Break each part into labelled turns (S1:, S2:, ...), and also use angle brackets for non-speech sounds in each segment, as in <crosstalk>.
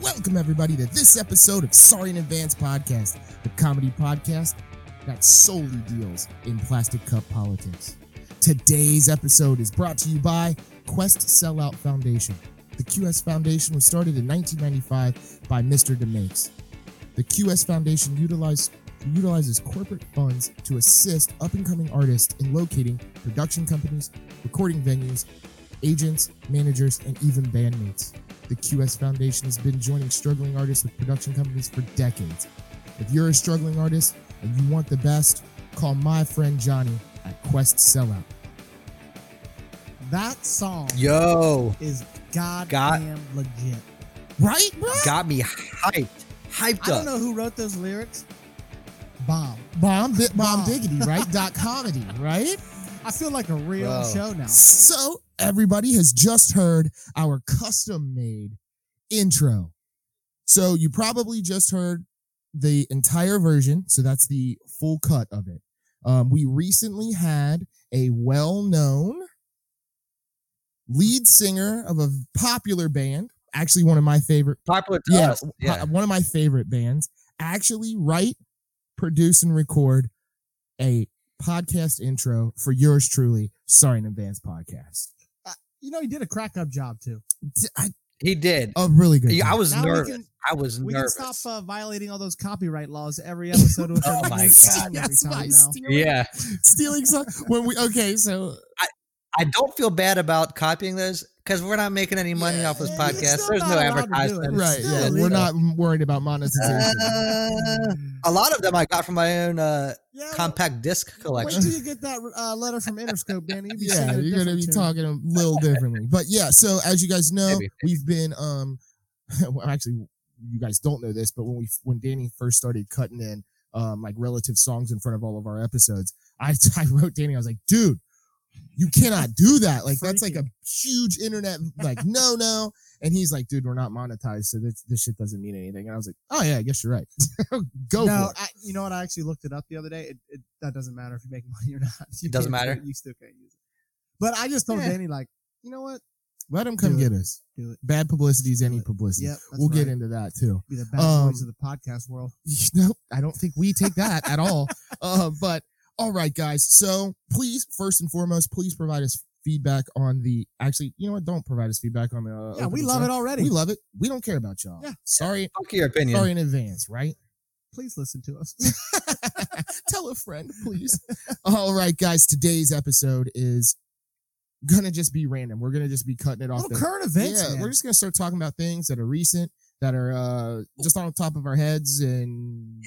S1: Welcome, everybody, to this episode of Sorry in Advance Podcast, the comedy podcast that solely deals in plastic cup politics. Today's episode is brought to you by Quest Sellout Foundation. The QS Foundation was started in 1995 by Mr. DeMakes. The QS Foundation utilized, utilizes corporate funds to assist up and coming artists in locating production companies, recording venues, agents, managers, and even bandmates. The QS Foundation has been joining struggling artists with production companies for decades. If you're a struggling artist and you want the best, call my friend Johnny at Quest Sellout.
S2: That song
S3: Yo,
S2: is goddamn legit.
S1: Right, bro?
S3: got me hyped, hyped
S2: I don't
S3: up.
S2: know who wrote those lyrics. Bomb.
S1: Bomb, di- bomb
S2: Bomb.
S1: diggity, right? Dot comedy, right?
S2: I feel like a real
S3: Bro.
S2: show now.
S1: So everybody has just heard our custom made intro. So you probably just heard the entire version. So that's the full cut of it. Um, we recently had a well known lead singer of a popular band, actually, one of my favorite
S3: Popular to
S1: yeah,
S3: us.
S1: w-
S3: Yeah.
S1: one of my favorite bands actually write produce and record a podcast intro for yours truly sorry in advance podcast
S2: You know, he did a crack up job too.
S1: D- I-
S3: He did.
S1: a really good
S3: Yeah, I
S1: job.
S3: was
S2: Oh, Now we
S3: nervous.
S2: can-
S3: I was
S2: We
S3: nervous.
S2: can stop uh, violating all those copyright laws every episode
S1: <laughs>
S2: with
S3: Oh
S2: our
S3: my
S2: new song every
S1: That's why
S2: time now.
S1: stealing,
S3: yeah.
S1: stealing some, when we okay
S3: <laughs>
S1: so
S3: I don't feel bad about copying those because we're not making any money
S1: Yeah,
S3: off this
S2: yeah, you're
S3: podcast.
S2: still
S3: There's
S2: not
S3: no
S2: allowed to do
S3: advertisement.
S2: It's
S1: right
S2: still
S1: yeah we're
S2: illegal.
S1: not worried about monetization
S3: <laughs> Uh, a lot of them I got from my own uh,
S2: Yeah, well,
S3: compact disc
S2: wait
S3: collection.
S2: till you get that uh, letter from Interscope, Danny. You'll be
S1: yeah,
S2: singing a
S1: you're gonna
S2: different
S1: be
S2: tune.
S1: talking a little differently. But yeah, so as you guys know,
S3: Maybe.
S1: we've been um, <laughs> well, actually, you guys don't know this, but when we when Danny first started cutting in um like relative songs in front of all of our episodes, I <laughs> I wrote Danny, I was like, dude, you cannot do that. Like that's like a huge internet
S2: <laughs>
S1: like no no. And he's like, dude, we're not monetized, so this this shit doesn't mean anything. And I was like, oh yeah, I guess you're right. <laughs> Go
S2: no,
S1: for it.
S2: I, you know what? I actually looked it up the other day. It, it that doesn't matter if you make money or not. <laughs> You
S3: It doesn't
S2: can't-
S3: matter?
S2: You still can't use it. But I just told
S3: Yeah.
S2: Danny, like, you know what?
S1: Let him come
S2: do it.
S1: get us.
S2: Do it.
S1: Bad publicity is any
S2: Do it.
S1: publicity.
S2: Yep, that's
S1: we'll get
S2: right.
S1: into that too.
S2: Be the bad
S1: Um,
S2: boys of the podcast world.
S1: <laughs> Nope, I don't think we take that at
S2: <laughs>
S1: all. Uh, but all right, guys. So please, first and foremost, please provide us feedback on the. Actually, you know what? Don't provide us feedback on the. Uh,
S2: Yeah, we love it already.
S1: We love it. We don't care about y'all.
S2: Yeah.
S1: Sorry,
S3: Fuck your opinion.
S1: sorry in advance,
S2: <laughs>
S1: right? <laughs>
S2: Please listen to <laughs> us.
S1: Tell a friend, please. all right, guys. Today's episode is gonna just be random. We're gonna just be cutting it off.
S2: Little
S1: the-
S2: current events.
S1: yeah,
S2: man.
S1: we're just gonna start talking about things that are recent, that are uh, just on top of our heads, and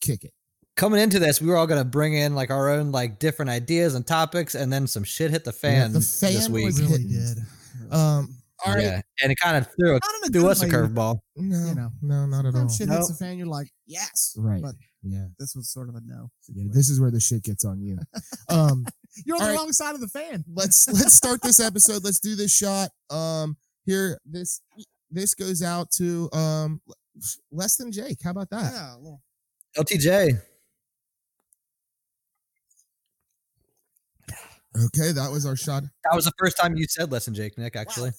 S1: kick it.
S3: Coming into this, we were all gonna bring in like our own like different ideas and topics, and then some shit hit the fan,
S1: the
S3: this
S1: fan
S3: week.
S1: was-
S2: really
S1: hitting.
S2: did.
S1: Um, all right.
S3: Yeah, and it kind of threw a,
S2: Not in a
S3: threw
S2: good
S3: us a
S2: way.
S3: curveball.
S1: No,
S2: You know,
S1: no, not at all.
S2: Sometimes Shit hits
S3: No.
S2: the fan. You're like, yes.
S1: right.
S2: but-
S1: yeah.
S2: This was sort of a no.
S1: yeah. This is where the shit gets on
S2: <laughs>
S1: you. Um,
S2: You're on
S1: All
S2: the
S1: right.
S2: wrong side of the fan.
S1: let's let's start this episode. Let's do this shot. Um, here this this goes out to um less than Jake. How about that?
S2: Yeah, well,
S3: LTJ.
S1: Okay, that was our shot.
S3: That was the first time you said lesson, Jake Nick. Actually,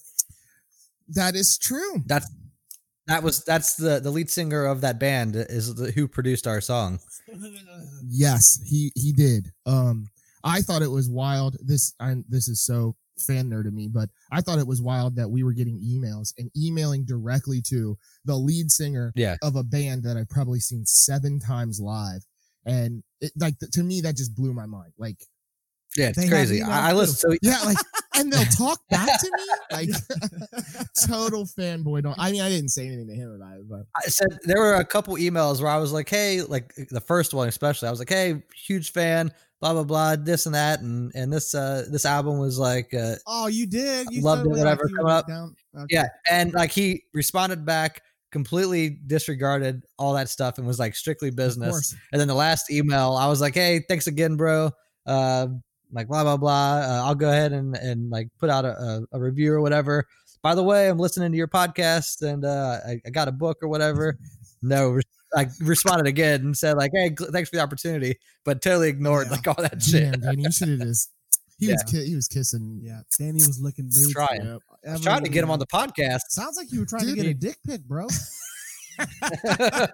S1: That is true.
S3: that was that's the the lead singer of that band is the, who produced our song.
S1: Yes, he he did. Um, I thought it was wild. This I this is so fan nerd to me, but I thought it was wild that we were getting emails and emailing directly to the lead singer
S3: Yeah.
S1: of a band that I've probably seen seven times live, and it like to me that just blew my mind. Like
S3: Yeah, it's
S2: They have
S3: crazy.
S2: emails
S3: I, I
S2: too.
S3: listened. So
S1: yeah,
S2: <laughs>
S1: like and they'll talk back to me like total fanboy. Don't I mean I didn't say anything to him about it, but
S3: I said there were a couple emails where I was like, "Hey," like the first one especially. I was like, "Hey, huge fan." Blah blah blah. This and that, and and this uh this album was like uh
S2: oh, you did. You
S3: Loved it,
S2: totally
S3: whatever,
S2: like you
S3: come
S2: went
S3: up.
S2: Down. Okay.
S3: yeah, and like he responded back completely disregarded all that stuff and was like strictly
S2: Of
S3: business.
S2: course.
S3: And then the last email, I was like, "Hey, thanks again, bro." Uh, like blah blah blah. Uh, I'll go ahead and and like put out a, a, a review or whatever. By the way, I'm listening to your podcast, and uh, I, I got a book or whatever. No, re- I responded again and said like, "Hey, gl- thanks for the opportunity," but totally ignored
S2: Yeah.
S3: like all that shit.
S1: damn, Danny, you should have just He was ki- he was kissing.
S3: <laughs>
S2: Yeah, Danny was licking boobs.
S3: Trying.
S1: Yep.
S3: I was trying to get him on the podcast.
S2: Sounds like you were trying
S1: Dude,
S2: to get
S1: he-
S2: a dick pic, <laughs> bro.
S1: <laughs>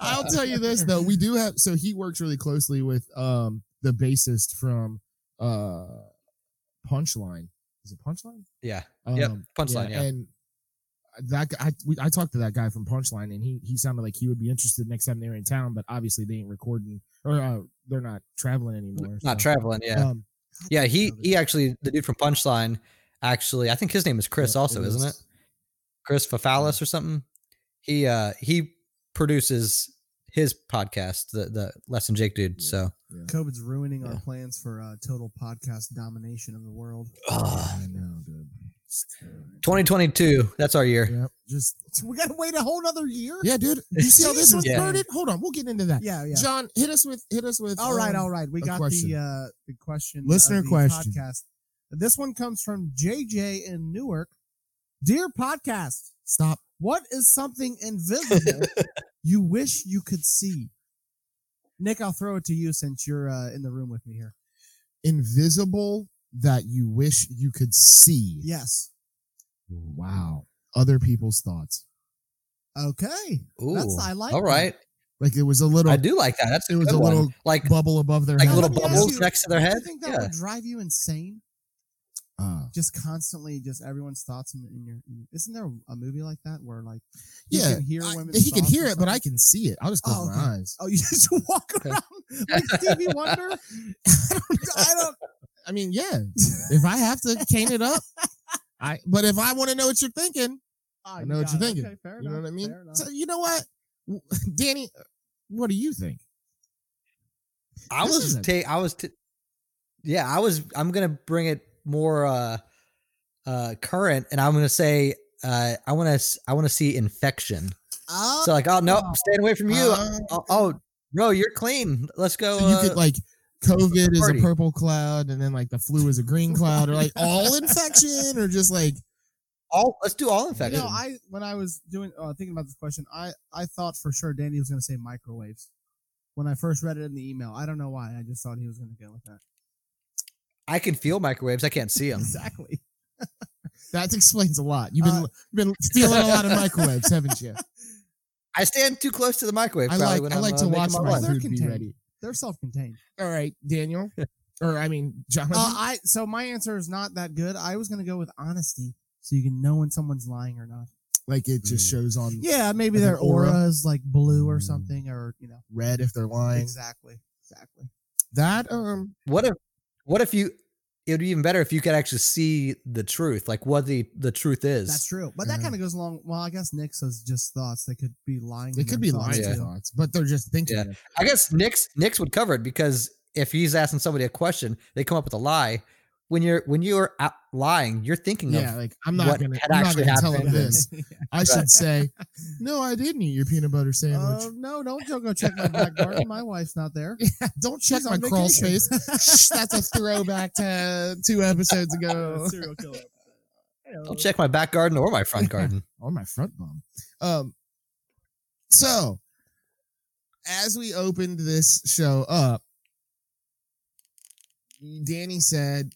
S1: I'll tell you this though, we do have so he works really closely with um the bassist from uh Punchline. Is it Punchline?
S3: <laughs> yeah.
S1: Um,
S3: Yep, Punchline, yeah.
S1: And that guy, I we, I talked to that guy from Punchline, and he he sounded like he would be interested next time they were in town, but obviously they ain't recording or uh, they're not traveling anymore.
S3: Not
S1: so,
S3: traveling. Yeah.
S1: Um,
S3: Yeah. He, he actually, the dude from Punchline, actually, I think his name is Chris
S1: yeah,
S3: also, isn't it? Chris
S2: Mm.
S3: Fafalis or something. He, uh, he produces his podcast, the, the Less Than Jake dude.
S1: Yeah.
S3: So,
S2: COVID's ruining
S3: Yeah.
S2: our plans for uh, total podcast domination of the world. <laughs>
S3: Ugh.
S1: I know, dude. It's terrible.
S3: <laughs> 2022, that's our year.
S1: Yep, just
S2: So we gotta wait a whole nother year.
S1: yeah, dude. You see how
S3: <laughs>
S1: this one's
S3: Yeah.
S1: birded? Hold on, we'll get into that.
S2: yeah, yeah.
S1: John, hit us with hit us with.
S2: all right,
S1: um,
S2: all right. We
S1: a
S2: got
S1: question.
S2: the uh, the question. of
S1: Listener
S2: the
S1: question.
S2: Podcast. This one comes from JJ in Newark. Dear podcast,
S1: Stop.
S2: what is something
S1: <laughs>
S2: invisible you wish you could see? Nick, I'll throw it to you since you're uh, in the room with me here.
S1: Invisible that you wish you could see.
S2: Yes.
S1: Wow. Other people's thoughts.
S2: Okay.
S3: Ooh,
S2: That's- I like
S3: all
S2: that.
S3: right.
S1: Like it was a little
S3: I do like that. That's a
S1: It was
S3: good
S1: a
S3: one.
S1: little
S3: like
S1: bubble above their
S3: like
S1: head.
S3: little
S2: Let me ask
S3: bubbles
S2: you,
S3: next to their head.
S2: Do you think that
S3: Yeah.
S2: would drive you insane?
S1: Uh,
S2: Just constantly, just everyone's thoughts in, in your. in- isn't there a movie like that where like you
S1: yeah.
S2: can hear
S1: I-
S2: women's
S1: he can
S2: thoughts
S1: hear
S2: or
S1: it, but I
S2: something?
S1: can see it. I'll just close
S2: Oh,
S1: my
S2: okay.
S1: eyes.
S2: Oh, you <laughs> just walk around like Stevie <laughs> Wonder. I don't.
S1: I mean, yeah. if I have to cane it <laughs> up, I. But if I want to know what you're thinking,
S2: I
S1: know what you're thinking.
S2: fair
S1: you know
S2: enough,
S1: what I mean.
S2: fair
S1: So
S2: enough.
S1: you know what, <laughs> Danny, what do you think?
S3: I
S1: This
S3: was
S1: isn't-
S3: ta- I was t- yeah, I was I'm going to bring it more uh uh current and I'm going to say uh I want to I want to see infection.
S2: Oh,
S3: So like, oh no, I'm staying away from you.
S1: Uh,
S3: oh, oh, no, you're clean. Let's go.
S1: So you
S3: uh,
S1: could like COVID is
S3: party.
S1: a purple cloud, and then like the flu is a green cloud, or like all infection, or just like
S3: all let's do all
S2: you
S3: infection.
S2: know, I when I was doing uh, thinking about this question, I I thought for sure Danny was going to say microwaves. When I first read it in the email, I don't know why. I just thought he was going to go with that. <laughs>
S3: I can feel microwaves. I can't see them.
S2: Exactly.
S1: that explains a lot. You've been
S2: Uh,
S1: you've been feeling a lot of microwaves, <laughs> haven't you?
S3: I stand too close to the microwave.
S1: I
S3: probably
S1: like
S3: when
S1: I
S3: I'm,
S1: like
S3: uh,
S1: to
S3: making
S1: watch
S3: my
S1: my <laughs>
S3: lunch.
S2: They're
S1: food be
S2: contained.
S1: ready.
S2: They're <laughs> self-contained.
S1: All right,
S3: <laughs>
S1: Daniel, or I mean Jonathan.
S2: Uh, I so my answer is not that good. I was going to go with honesty, so you can know when someone's lying or not.
S1: like it just shows on
S2: Mm. Yeah, maybe
S1: Like an
S2: their aura.
S1: aura.
S2: is like blue or
S1: Mm.
S2: something, or you know.
S1: red if they're lying.
S2: Exactly. Exactly.
S1: That um
S3: What if what if you it would be even better if you could actually see the truth, like what the the truth is.
S2: That's true. But that
S1: Yeah.
S2: kind of goes along. Well, I guess Nick says just thoughts. They could be lying.
S1: they
S2: in
S1: could
S2: their
S1: be
S2: thoughts,
S1: lying
S3: Yeah.
S2: too.
S1: thoughts, but they're just thinking.
S3: Yeah.
S1: it.
S3: I guess Nick's Nick's would cover it because if he's asking somebody a question, they come up with a lie. When you're when you're out lying, you're thinking
S1: Yeah,
S3: of
S1: like I'm not
S3: What
S1: gonna,
S3: had
S1: I'm not
S3: actually
S1: gonna tell
S3: happened
S1: him this.
S2: <laughs>
S1: I should say,
S3: <laughs>
S1: no, I didn't eat your peanut butter sandwich.
S2: Uh, no, don't go- go check my back garden. My wife's not there.
S1: <laughs> Don't <laughs> check
S2: She's
S1: my
S2: on
S1: crawl
S2: vacation.
S1: space. <laughs>
S2: <laughs>
S1: Shh, That's a throwback to two episodes
S3: <laughs>
S1: ago.
S2: Serial killer.
S3: don't check my back garden or my
S1: <laughs>
S3: front garden.
S1: or my front bum. Um, so as we opened this show up, Danny said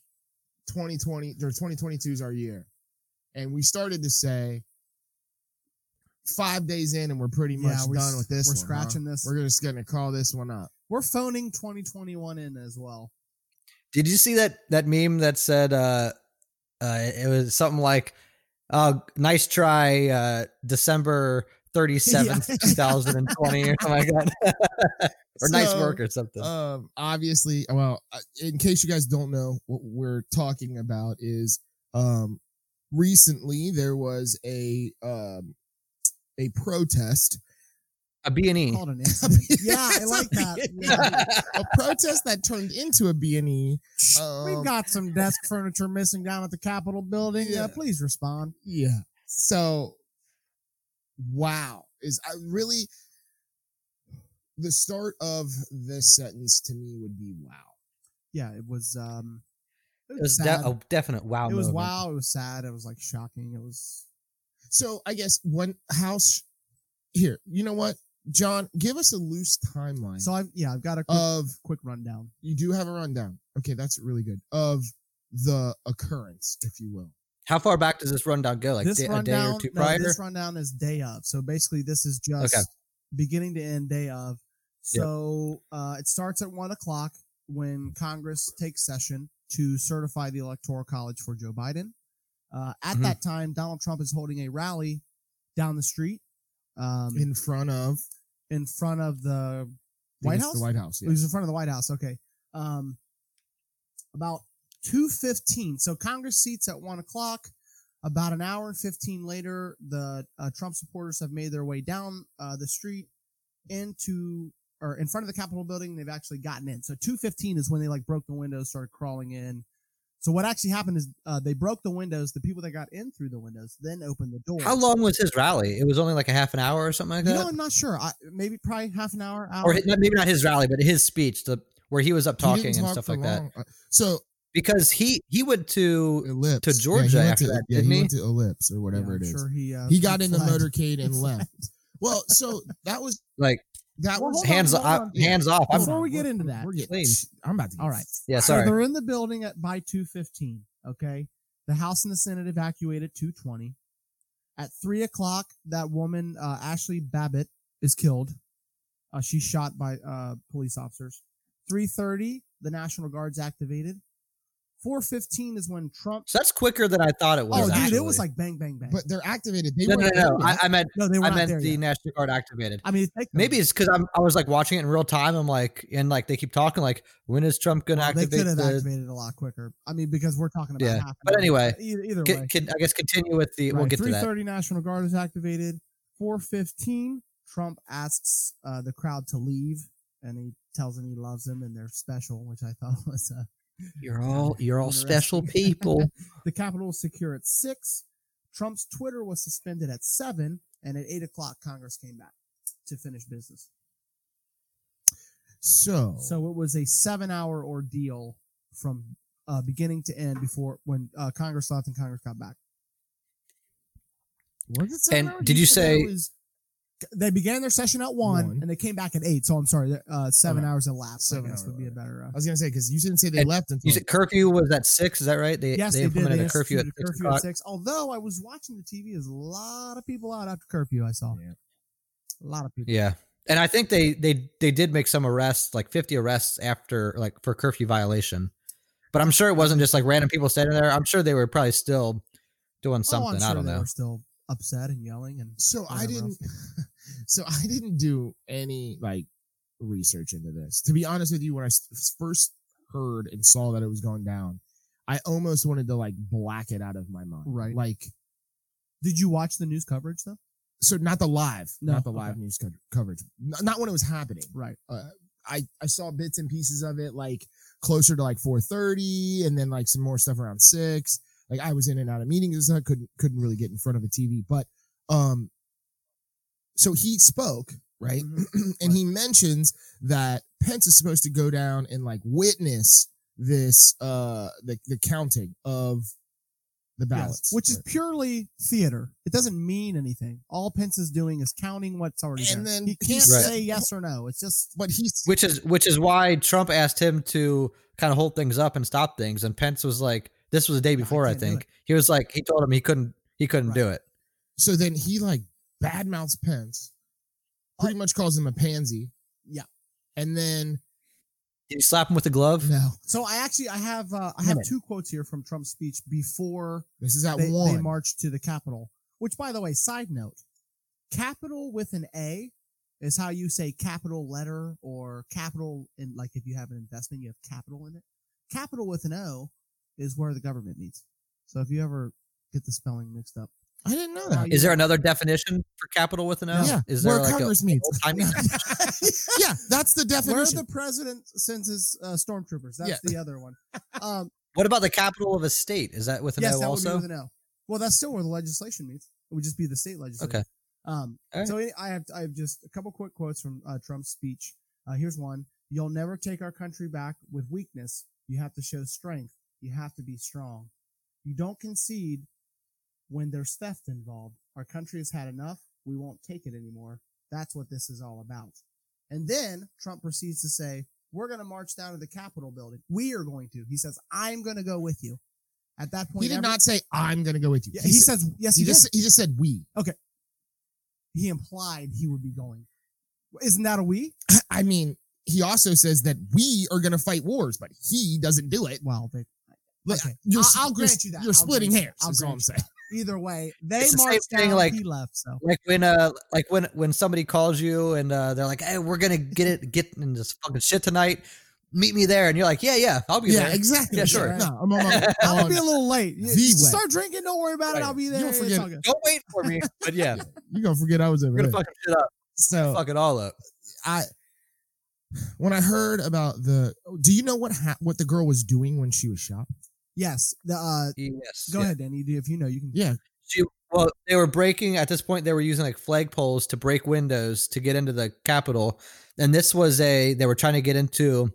S1: 2020 or 2022 is our year. And we started to say five days in and we're pretty much
S2: Yeah, we're
S1: done
S2: s-
S1: with this.
S2: We're
S1: one, huh?
S2: scratching this. We're,
S1: We're just gonna call this one up.
S2: phoning 2021 in as
S1: <laughs>
S2: well.
S3: Did you see that that meme that said uh uh it was something like uh nice try uh December thirty seventh,
S2: <laughs> Yeah.
S3: two thousand and twenty or something like that. or nice
S1: So,
S3: work or something.
S2: uh,
S1: Um, obviously, well, uh, in case you guys don't know, what we're talking about is um, recently there was a um, a protest,
S3: a B and E.
S1: <laughs>
S2: Called an incident. yeah, I like that. Yeah.
S1: a protest that turned into a B and E. Um,
S2: We've got some desk furniture missing down at the Capitol building.
S1: Yeah.
S2: Uh, please respond.
S1: Yeah. So, wow, is I really the start of this sentence to me would be wow.
S2: Yeah, it was. Um,
S3: It was
S2: sad.
S3: de- a definite wow.
S2: it was
S3: moment.
S2: wow. It was sad. It was like shocking. It was.
S1: So I guess one house here. You know what, John? Give us a loose timeline
S2: So I've yeah, I've got a quick,
S1: of
S2: quick rundown.
S1: you do have a rundown Okay, that's really good. Of the occurrence, if you will.
S3: How far back does this rundown go? Like
S2: this
S3: da- a day
S2: rundown,
S3: or two
S2: no,
S3: prior?
S2: this rundown is day of. So basically, this is just
S3: Okay.
S2: beginning to end day of.
S3: Yep.
S2: So uh, it starts at one o'clock when Congress takes session to certify the electoral college for Joe Biden. Uh, at
S3: Mhm.
S2: that time, Donald Trump is holding a rally down the street
S3: Mm-hmm.
S2: um, in,
S1: In front of
S2: in front of
S1: I
S2: the
S1: think
S2: White
S1: it's
S2: House.
S1: The White House.
S2: He
S1: Yeah.
S2: was in front of the White House. Okay. Um, about two fifteen. So Congress seats at one o'clock. About an hour and fifteen later, the uh, Trump supporters have made their way down uh, the street into or in front of the Capitol building. They've actually gotten in. So two fifteen is when they like broke the windows, started crawling in. So what actually happened is uh, they broke the windows. The people that got in through the windows then opened the door.
S3: How long was his rally? It was only like a half an hour or something like
S2: You
S3: that?
S2: know, I'm not sure. I, maybe probably half an hour. hour.
S3: or hi- maybe not his rally, but his speech, the where he was up
S1: He didn't
S3: talking and
S1: talk
S3: stuff
S1: for
S3: like that.
S1: long. Uh, So
S3: Because he he went to
S1: ellipse
S3: to Georgia
S1: yeah, he went
S3: after
S1: to-
S3: that,
S1: Yeah,
S3: didn't
S1: he
S3: he?
S1: went to ellipse or
S2: Yeah,
S1: whatever
S2: I'm
S1: it is.
S2: sure he uh,
S1: he got in the
S2: fled.
S1: motorcade and left. <laughs> Well, so that was
S3: like
S1: that
S2: Well,
S1: was
S2: hold on,
S3: hands
S2: hold
S3: off,
S2: on.
S3: hands off. I'm,
S2: Hold Before on. we
S1: We're-
S2: get into
S1: we're-
S2: <laughs> that.
S1: we're getting.
S3: Clean.
S1: I'm about to.
S2: All right.
S3: yeah,
S2: So
S3: sorry.
S2: they're in the building at by two fifteen. Okay, the House and the Senate evacuate at two twenty. At three o'clock, that woman uh, Ashley Babbitt is killed. Uh, she's shot by uh, police officers. Three thirty, the National Guard's activated. Four fifteen is when Trump.
S3: So that's quicker than I thought it was.
S2: Oh, dude,
S3: actually.
S2: it was like bang, bang, bang.
S1: But they're activated. They
S3: no, no,
S1: weren't
S3: no.
S1: there
S3: I,
S1: yet.
S3: I meant
S2: no, they were
S3: I
S2: not
S3: meant
S2: there
S3: the
S2: yet.
S3: National Guard activated.
S2: I mean, they
S3: Maybe it's because I'm I was like watching it in real time. I'm like, and like they keep talking like, when is Trump gonna
S2: Oh, they
S3: activate
S2: could have
S3: the?
S2: activated a lot quicker. I mean, because we're talking about
S3: Yeah,
S2: half an
S3: but
S2: hour.
S3: anyway,
S2: either, either way,
S3: Can, can, I guess continue with the. We'll get to
S2: Three
S3: that.
S2: thirty National Guard is activated. Four fifteen, Trump asks uh, the crowd to leave, and he tells them he loves them and they're special, which I thought <laughs> was. Uh,
S3: You're all you're all
S2: Interesting. <laughs>
S3: special people.
S2: the Capitol was secure at six. Trump's Twitter was suspended at seven, and at eight o'clock, Congress came back to finish business.
S1: So,
S2: So it was a seven-hour ordeal from uh, beginning to end before when uh, Congress left and Congress got back.
S1: was it seven
S3: and
S1: hours?
S3: did you
S1: said that
S3: say-
S1: it was-
S2: they began their session at one,
S1: One.
S2: and they came back at eight. So I'm sorry, uh, seven
S1: Alright.
S2: hours elapsed.
S1: Seven
S2: I guess
S1: hour
S2: would be a better.
S1: I
S2: Uh,
S1: was gonna say because you didn't say they
S3: And
S1: left until
S3: You said curfew was at six. Is that right? They
S2: yes,
S3: they
S2: they, did.
S3: implemented
S2: They
S3: a curfew at
S2: instituted
S3: six
S2: curfew at
S3: o'clock.
S2: six. Although I was watching the TV, there's a lot of people out after curfew. I saw
S1: Yeah.
S2: a lot of people.
S3: Yeah, and I think they they they did make some arrests, like fifty arrests after like for curfew violation. But I'm sure it wasn't just like random people standing there. I'm sure they were probably still doing
S2: oh,
S3: something.
S2: I'm sure
S3: I don't
S2: they
S3: know.
S2: Were still upset and yelling and
S1: So I
S2: whatever
S1: didn't. <laughs> So I didn't do any like research into this. To be honest with you, when I s- first heard and saw that it was going down, I almost wanted to like black it out of my mind.
S2: Right.
S1: Like
S2: Did you watch the news coverage though?
S1: so, not the live,
S2: No,
S1: not the
S2: okay.
S1: live news co- coverage, N- not when it was happening.
S2: Right.
S1: I I saw bits and pieces of it like closer to like 4:30 and then like some more stuff around 6. Like I was in and out of meetings and stuff, couldn't couldn't really get in front of a TV, but um so he spoke, right?
S2: Mm-hmm.
S1: <clears throat> and he mentions that Pence is supposed to go down and like witness this uh the the counting of the
S2: Yes,
S1: ballots.
S2: which is purely theater. It doesn't mean anything. All Pence is doing is counting what's already
S1: And
S2: there.
S1: then
S2: he
S1: he
S2: can't
S1: said-
S2: say yes or no. It's just
S1: but he's
S3: Which is which is why Trump asked him to kind of hold things up and stop things, and Pence was like, "This was the day before." I,
S2: can't do
S3: think he was like, he told him he couldn't he couldn't
S2: Right.
S3: do it.
S1: so then he like badmouths Pence, pretty much calls him a pansy.
S2: Yeah.
S1: And then
S3: Did you slap him with a glove?
S1: no,
S2: so. I actually I have uh, I
S1: Minute.
S2: have two quotes here from Trump's speech before
S1: this is at
S2: they,
S1: one.
S2: they marched to the Capitol. Which, by the way, side note, capital with an A is how you say capital letter or capital in like if you have an investment, you have capital in it. Capital with an O is where the government meets. So if you ever get the spelling mixed up,
S1: I didn't know that.
S2: you-
S3: Is there another definition for capital with an O?
S1: Yeah,
S3: Is
S1: where
S3: there like a <laughs>
S1: Congress meets.
S3: old-timey-
S1: yeah, that's the
S2: where
S1: definition.
S2: the president sends his uh, stormtroopers. That's
S1: Yeah.
S2: the
S3: <laughs>
S2: other one. Um,
S3: What about the capital of a state? Is that with an
S2: yes,
S3: O
S2: that
S3: also?
S2: would be with an O. Well, that's still where the legislation meets. It would just be the state legislature.
S3: Okay.
S2: Um,
S3: All right.
S2: So any- I have I have just a couple quick quotes from uh, Trump's speech. Uh, here's one: "You'll never take our country back with weakness. You have to show strength. You have to be strong. You don't concede when there's theft involved. Our country has had enough. We won't take it anymore. That's what this is all about." And then Trump proceeds to say, We're going to march down to the Capitol building. We are going to. He says, I'm going to go with you. At that point,
S1: He did
S2: every-
S1: not say, I'm going to go with you.
S2: Yeah,
S1: he
S2: he,
S1: said,
S2: says, yes,
S1: he,
S2: he, did.
S1: just, he just said we.
S2: he implied he would be going. Isn't that a we?
S1: I mean, he also says that we are going to fight wars, but he doesn't do it.
S2: Well, they,
S1: Look,
S2: Okay.
S1: you're,
S2: I'll-
S1: s-
S2: I'll
S1: you're,
S2: grant you that.
S1: You're
S2: I'll
S1: splitting
S2: grant you-
S1: hairs.
S2: I'll
S1: Is all I'm
S2: grant
S1: saying.
S2: either way, they
S3: It's the same
S2: marched
S3: thing,
S2: down.
S3: like-
S2: he left. So
S3: Like when uh like when when somebody calls you and uh they're like, Hey, we're gonna get it get in this fucking shit tonight. Meet me there and you're like, Yeah, yeah, I'll be
S1: Yeah,
S3: there.
S1: exactly.
S3: Yeah, sure.
S1: No, I'm on my-
S2: I'm
S1: on-
S2: gonna be a little late.
S1: The
S2: You
S1: way.
S2: Start drinking. Don't worry about it. I'll be there.
S1: You'll
S2: It's
S1: forget
S2: all good.
S3: Don't wait for
S2: <laughs>
S3: me. But yeah,
S1: you're going to forget I was over
S3: we're gonna
S1: there.
S3: fuck shit up.
S2: Oh.
S1: So
S3: Fuck it all up.
S1: I, when I heard about the, do you know what ha- what the girl was doing when she was shot?
S2: Yes. The, uh,
S3: Yes.
S2: go
S3: yeah.
S2: ahead, Danny. If you know, you can.
S1: Yeah,
S3: She, well, they were breaking at this point. They were using like flagpoles to break windows to get into the Capitol, and this was a they were trying to get into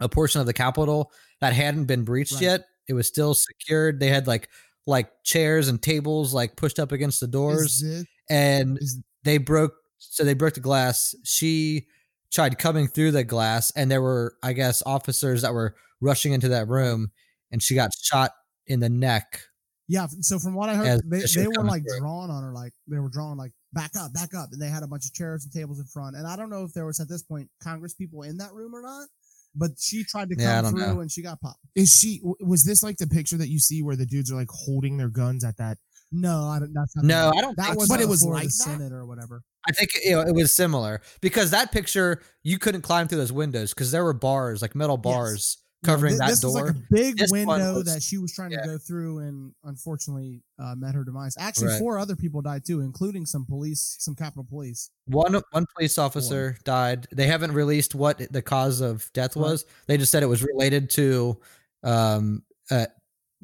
S3: a portion of the Capitol that hadn't been breached
S2: Right.
S3: yet. It was still secured. They had like like chairs and tables like pushed up against the
S1: is
S3: doors,
S1: it,
S3: and
S1: is-
S3: they broke. So they broke the glass. She tried coming through the glass, and there were I guess officers that were rushing into that room, and she got shot in the neck.
S2: Yeah. So from what I heard,
S3: As
S2: they,
S3: the shit
S2: they were
S3: comes
S2: like
S3: through.
S2: drawn on her, like they were drawn like back up, back up, and they had a bunch of chairs and tables in front. And I don't know if there was at this point Congress people in that room or not, but she tried to come
S3: Yeah, I don't
S2: through
S3: know.
S2: and she got popped.
S1: is she w- was this like the picture that you see where the dudes are like holding their guns at that?
S2: No, I don't, that's not
S3: No, I don't.
S2: That
S3: think
S2: was
S3: so.
S1: But it was like
S2: the
S1: that?
S2: Senate or whatever.
S3: I think you know, it was similar because that picture you couldn't climb through those windows because there were bars, like metal bars, covering
S2: Th-
S3: that
S2: this
S3: door.
S2: was like a big
S3: This one
S2: window
S3: was-
S2: that she was trying
S3: yeah.
S2: to go through and unfortunately uh, met her demise. Actually,
S3: Right.
S2: four other people died too, including some police, some Capitol police.
S3: one one police officer died. They haven't released what the cause of death
S2: Right.
S3: was. They just said it was related to, um, uh,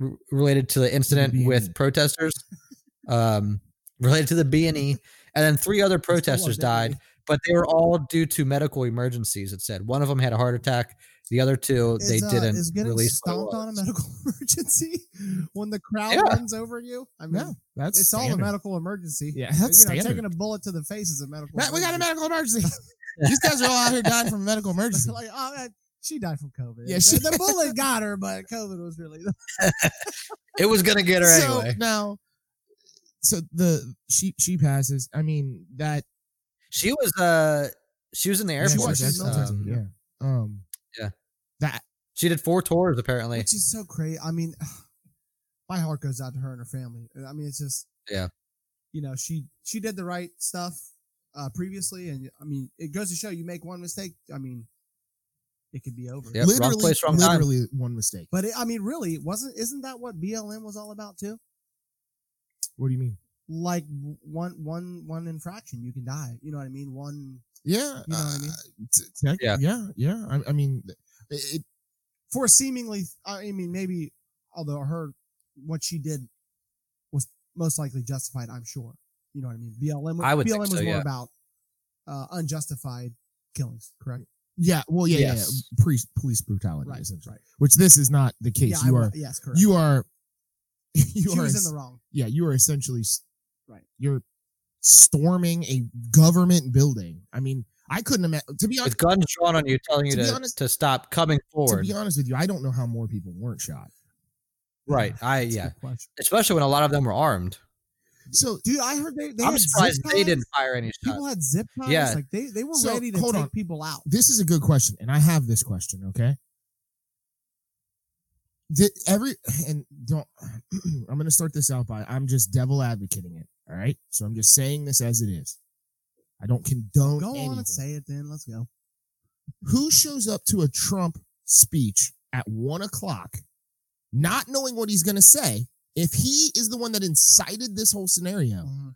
S3: r- related to the incident
S1: B&E.
S3: with protesters, um, related to the B and E, and then three other protesters died. But they were all due to medical emergencies. It said one of them had a heart attack. The other two, they
S2: Is, uh,
S3: didn't
S2: Is getting
S3: release. what it
S2: stomped on a
S3: was.
S2: medical <laughs> emergency when the crowd
S3: Yeah.
S2: runs over you? I mean,
S1: No, that's
S2: it's all a
S1: standard.
S2: medical emergency.
S1: Yeah, that's
S2: you know,
S1: standard.
S2: taking a bullet to the face is a medical.
S1: Matt, we got a
S2: emergency.
S1: medical emergency. These guys are all out here
S2: <laughs>
S1: dying from a medical emergency.
S2: like, oh, that- she died from COVID.
S1: Yeah,
S2: The-
S1: she-
S2: the bullet got her, but COVID was really.
S3: It was gonna get her
S1: so
S3: anyway.
S1: now, so the she she passes. I mean that
S3: She was uh she was in the Air
S1: yeah, she
S3: Force.
S1: was, that's
S2: military,
S1: awesome,
S3: um,
S1: yeah. Um,
S3: Yeah.
S1: That
S3: She did four tours apparently.
S2: Which is so crazy. I mean, <sighs> my heart goes out to her and her family. I mean, it's just
S3: Yeah.
S2: You know, she she did the right stuff uh previously, and I mean, it goes to show you make one mistake. I mean, it could be over.
S3: Yep, wrong
S1: literally,
S3: place, wrong time.
S1: literally one mistake.
S2: But it, I mean, really, wasn't isn't that what BLM was all about too?
S1: What do you mean?
S2: Like w- one one one infraction, you can die. You know what I mean? One
S1: Yeah,
S2: You know what I mean?
S1: uh, t- tech- yeah,
S3: Yeah.
S1: yeah, I, I mean, it,
S2: for seemingly. I mean, maybe although her what she did was most likely justified. I'm sure. You know what I mean? BLM.
S3: I would
S2: BLM
S3: think
S2: was
S3: so,
S2: more
S3: yeah.
S2: about uh, unjustified killings. Correct.
S1: yeah. Well, yeah, yeah,
S3: Yes.
S1: yeah. Police, police brutality,
S2: Right.
S1: essentially. Which this is not the case.
S2: yeah.
S1: you
S2: I,
S1: are,
S2: wa- yes. Correct.
S1: you are, <laughs> you
S2: she
S1: are,
S2: was
S1: es-
S2: in the wrong.
S1: yeah, you are essentially, s-
S2: Right.
S1: You're storming a government building. I mean, I couldn't imagine. To be honest,
S3: With guns drawn on you, telling you
S1: To be
S3: to,
S1: honest-
S3: to stop coming
S1: to
S3: forward.
S1: be honest with you, I don't know how more people weren't shot.
S3: right. I
S2: That's a
S3: yeah.
S2: good question.
S3: Especially when a lot of them were armed.
S1: So
S2: Dude, I heard they. they
S3: I'm
S2: had zip
S3: surprised they
S2: ties.
S3: didn't fire any shots.
S2: People had zip ties.
S3: Yeah.
S2: Like they, they were
S1: So,
S2: ready to
S1: hold
S2: take
S1: on.
S2: people out.
S1: this is a good question, and I have this question. Okay. The, every and don't. <clears throat> I'm going to start this out by I'm just devil advocating it. All right. So I'm just saying this as it is. I don't condone.
S2: Go
S1: anything.
S2: on and say it. Then let's go.
S1: who shows up to a Trump speech at one o'clock, not knowing what he's going to say, if he is the one that incited this whole scenario,
S2: Mhm.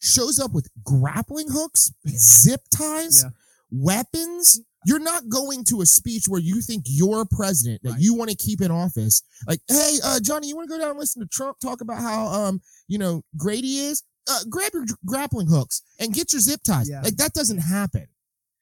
S1: shows up with grappling hooks, zip ties,
S2: Yeah.
S1: weapons. You're not going to a speech where you think you're a president that
S2: Right.
S1: you want to keep in office. Like, hey, uh, Johnny, you want to go down and listen to Trump talk about how, um, you know, great he is? Uh, grab your grappling hooks and get your zip ties.
S2: Yeah.
S1: Like that doesn't happen.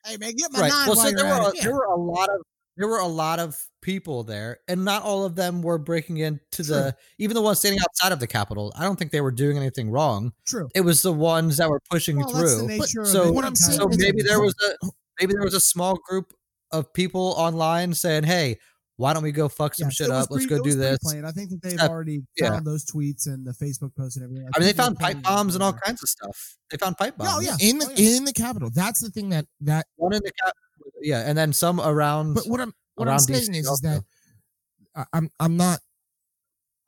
S2: Hey man, get my
S3: Right.
S2: nine
S3: Well,
S2: while
S3: so
S2: you're
S3: there
S2: at
S3: were
S2: it.
S3: a, there were a lot of there were a lot of people there, and not all of them were breaking into the even the ones standing outside of the Capitol. I don't think they were doing anything wrong.
S2: True.
S3: It was the ones that were pushing
S2: Well,
S3: through.
S2: that's the nature of
S3: so-
S2: it
S1: what I'm
S2: sometimes.
S1: saying
S3: so
S1: is-
S3: maybe there was a maybe there was a small group of people online saying, "Hey, why don't we go fuck some
S2: Yeah,
S3: shit
S2: it was
S3: up? Let's
S2: pre-
S3: go
S2: it
S3: do
S2: was
S3: this."
S2: pre-planned. I think that they've
S3: Uh,
S2: already
S3: yeah.
S2: found those tweets and the Facebook posts and everything.
S3: I mean, they
S2: think they're
S3: found pipe
S2: planning on
S3: bombs and all
S2: doing
S3: kinds of stuff. They found pipe bombs.
S2: Oh, yeah.
S1: in the
S2: Oh, yeah.
S1: in the capital. That's the thing that that.
S3: one in the cap. Yeah, and then some around.
S1: But what I'm what I'm
S3: around
S1: saying
S3: DC
S1: is, is
S3: also.
S1: that I- I'm I'm not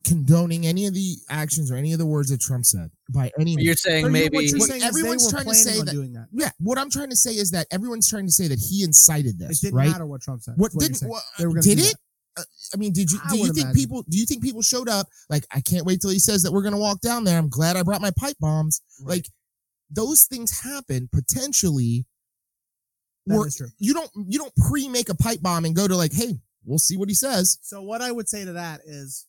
S1: condoning any of the actions or any of the words that Trump said by any. means.
S3: you're
S2: that.
S3: saying
S2: So you-
S3: maybe
S2: what you're
S1: What
S2: saying is they
S1: everyone's
S2: were
S1: trying to
S2: planning
S1: say
S2: on
S1: that-
S2: doing that.
S1: Yeah, what I'm trying to say is that everyone's trying to say that he incited
S2: It
S1: this,
S2: didn't
S1: right?
S2: matter what Trump said.
S1: What
S2: is you're
S1: didn't
S2: saying.
S1: what,
S2: They were gonna
S1: did
S2: do
S1: it? Uh, I mean, did you
S2: I
S1: do you
S2: would
S1: think
S2: imagine.
S1: people do you think people showed up like I can't wait till he says that we're gonna walk down there? I'm glad I brought my pipe bombs.
S2: Right.
S1: Like those things happen potentially.
S2: That
S1: Or
S2: is true.
S1: you don't you don't pre make a pipe bomb and go to like, hey, we'll see what he says.
S2: So what I would say to that is,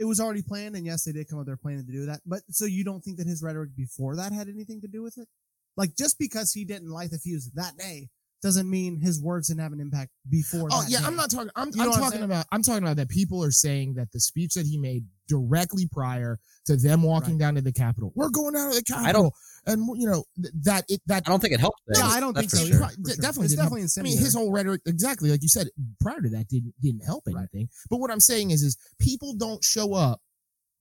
S2: it was already planned, and yes, they did come up there planning to do that. But so you don't think that his rhetoric before that had anything to do with it? Like just because he didn't light the fuse that day doesn't mean his words didn't have an impact before.
S1: Oh
S2: that
S1: yeah,
S2: day.
S1: I'm not talking. I'm,
S2: You know
S1: I'm
S2: what I'm
S1: talking
S2: saying?
S1: about. I'm talking about that people are saying that the speech that he made directly prior to them walking
S2: Right.
S1: down to the Capitol, we're going down to the Capitol.
S3: I don't-
S1: and you know th- that it that
S3: I don't think it helped.
S2: No,
S3: them,
S2: I don't
S3: that's
S2: think
S3: for
S2: so.
S1: sure.
S2: Pro-
S1: For
S2: d-
S1: sure.
S2: Definitely,
S1: It's
S2: didn't
S1: definitely
S2: help.
S1: I mean, his whole rhetoric, exactly like you said, prior to that didn't didn't help
S2: Right.
S1: anything. But what I'm saying is, is people don't show up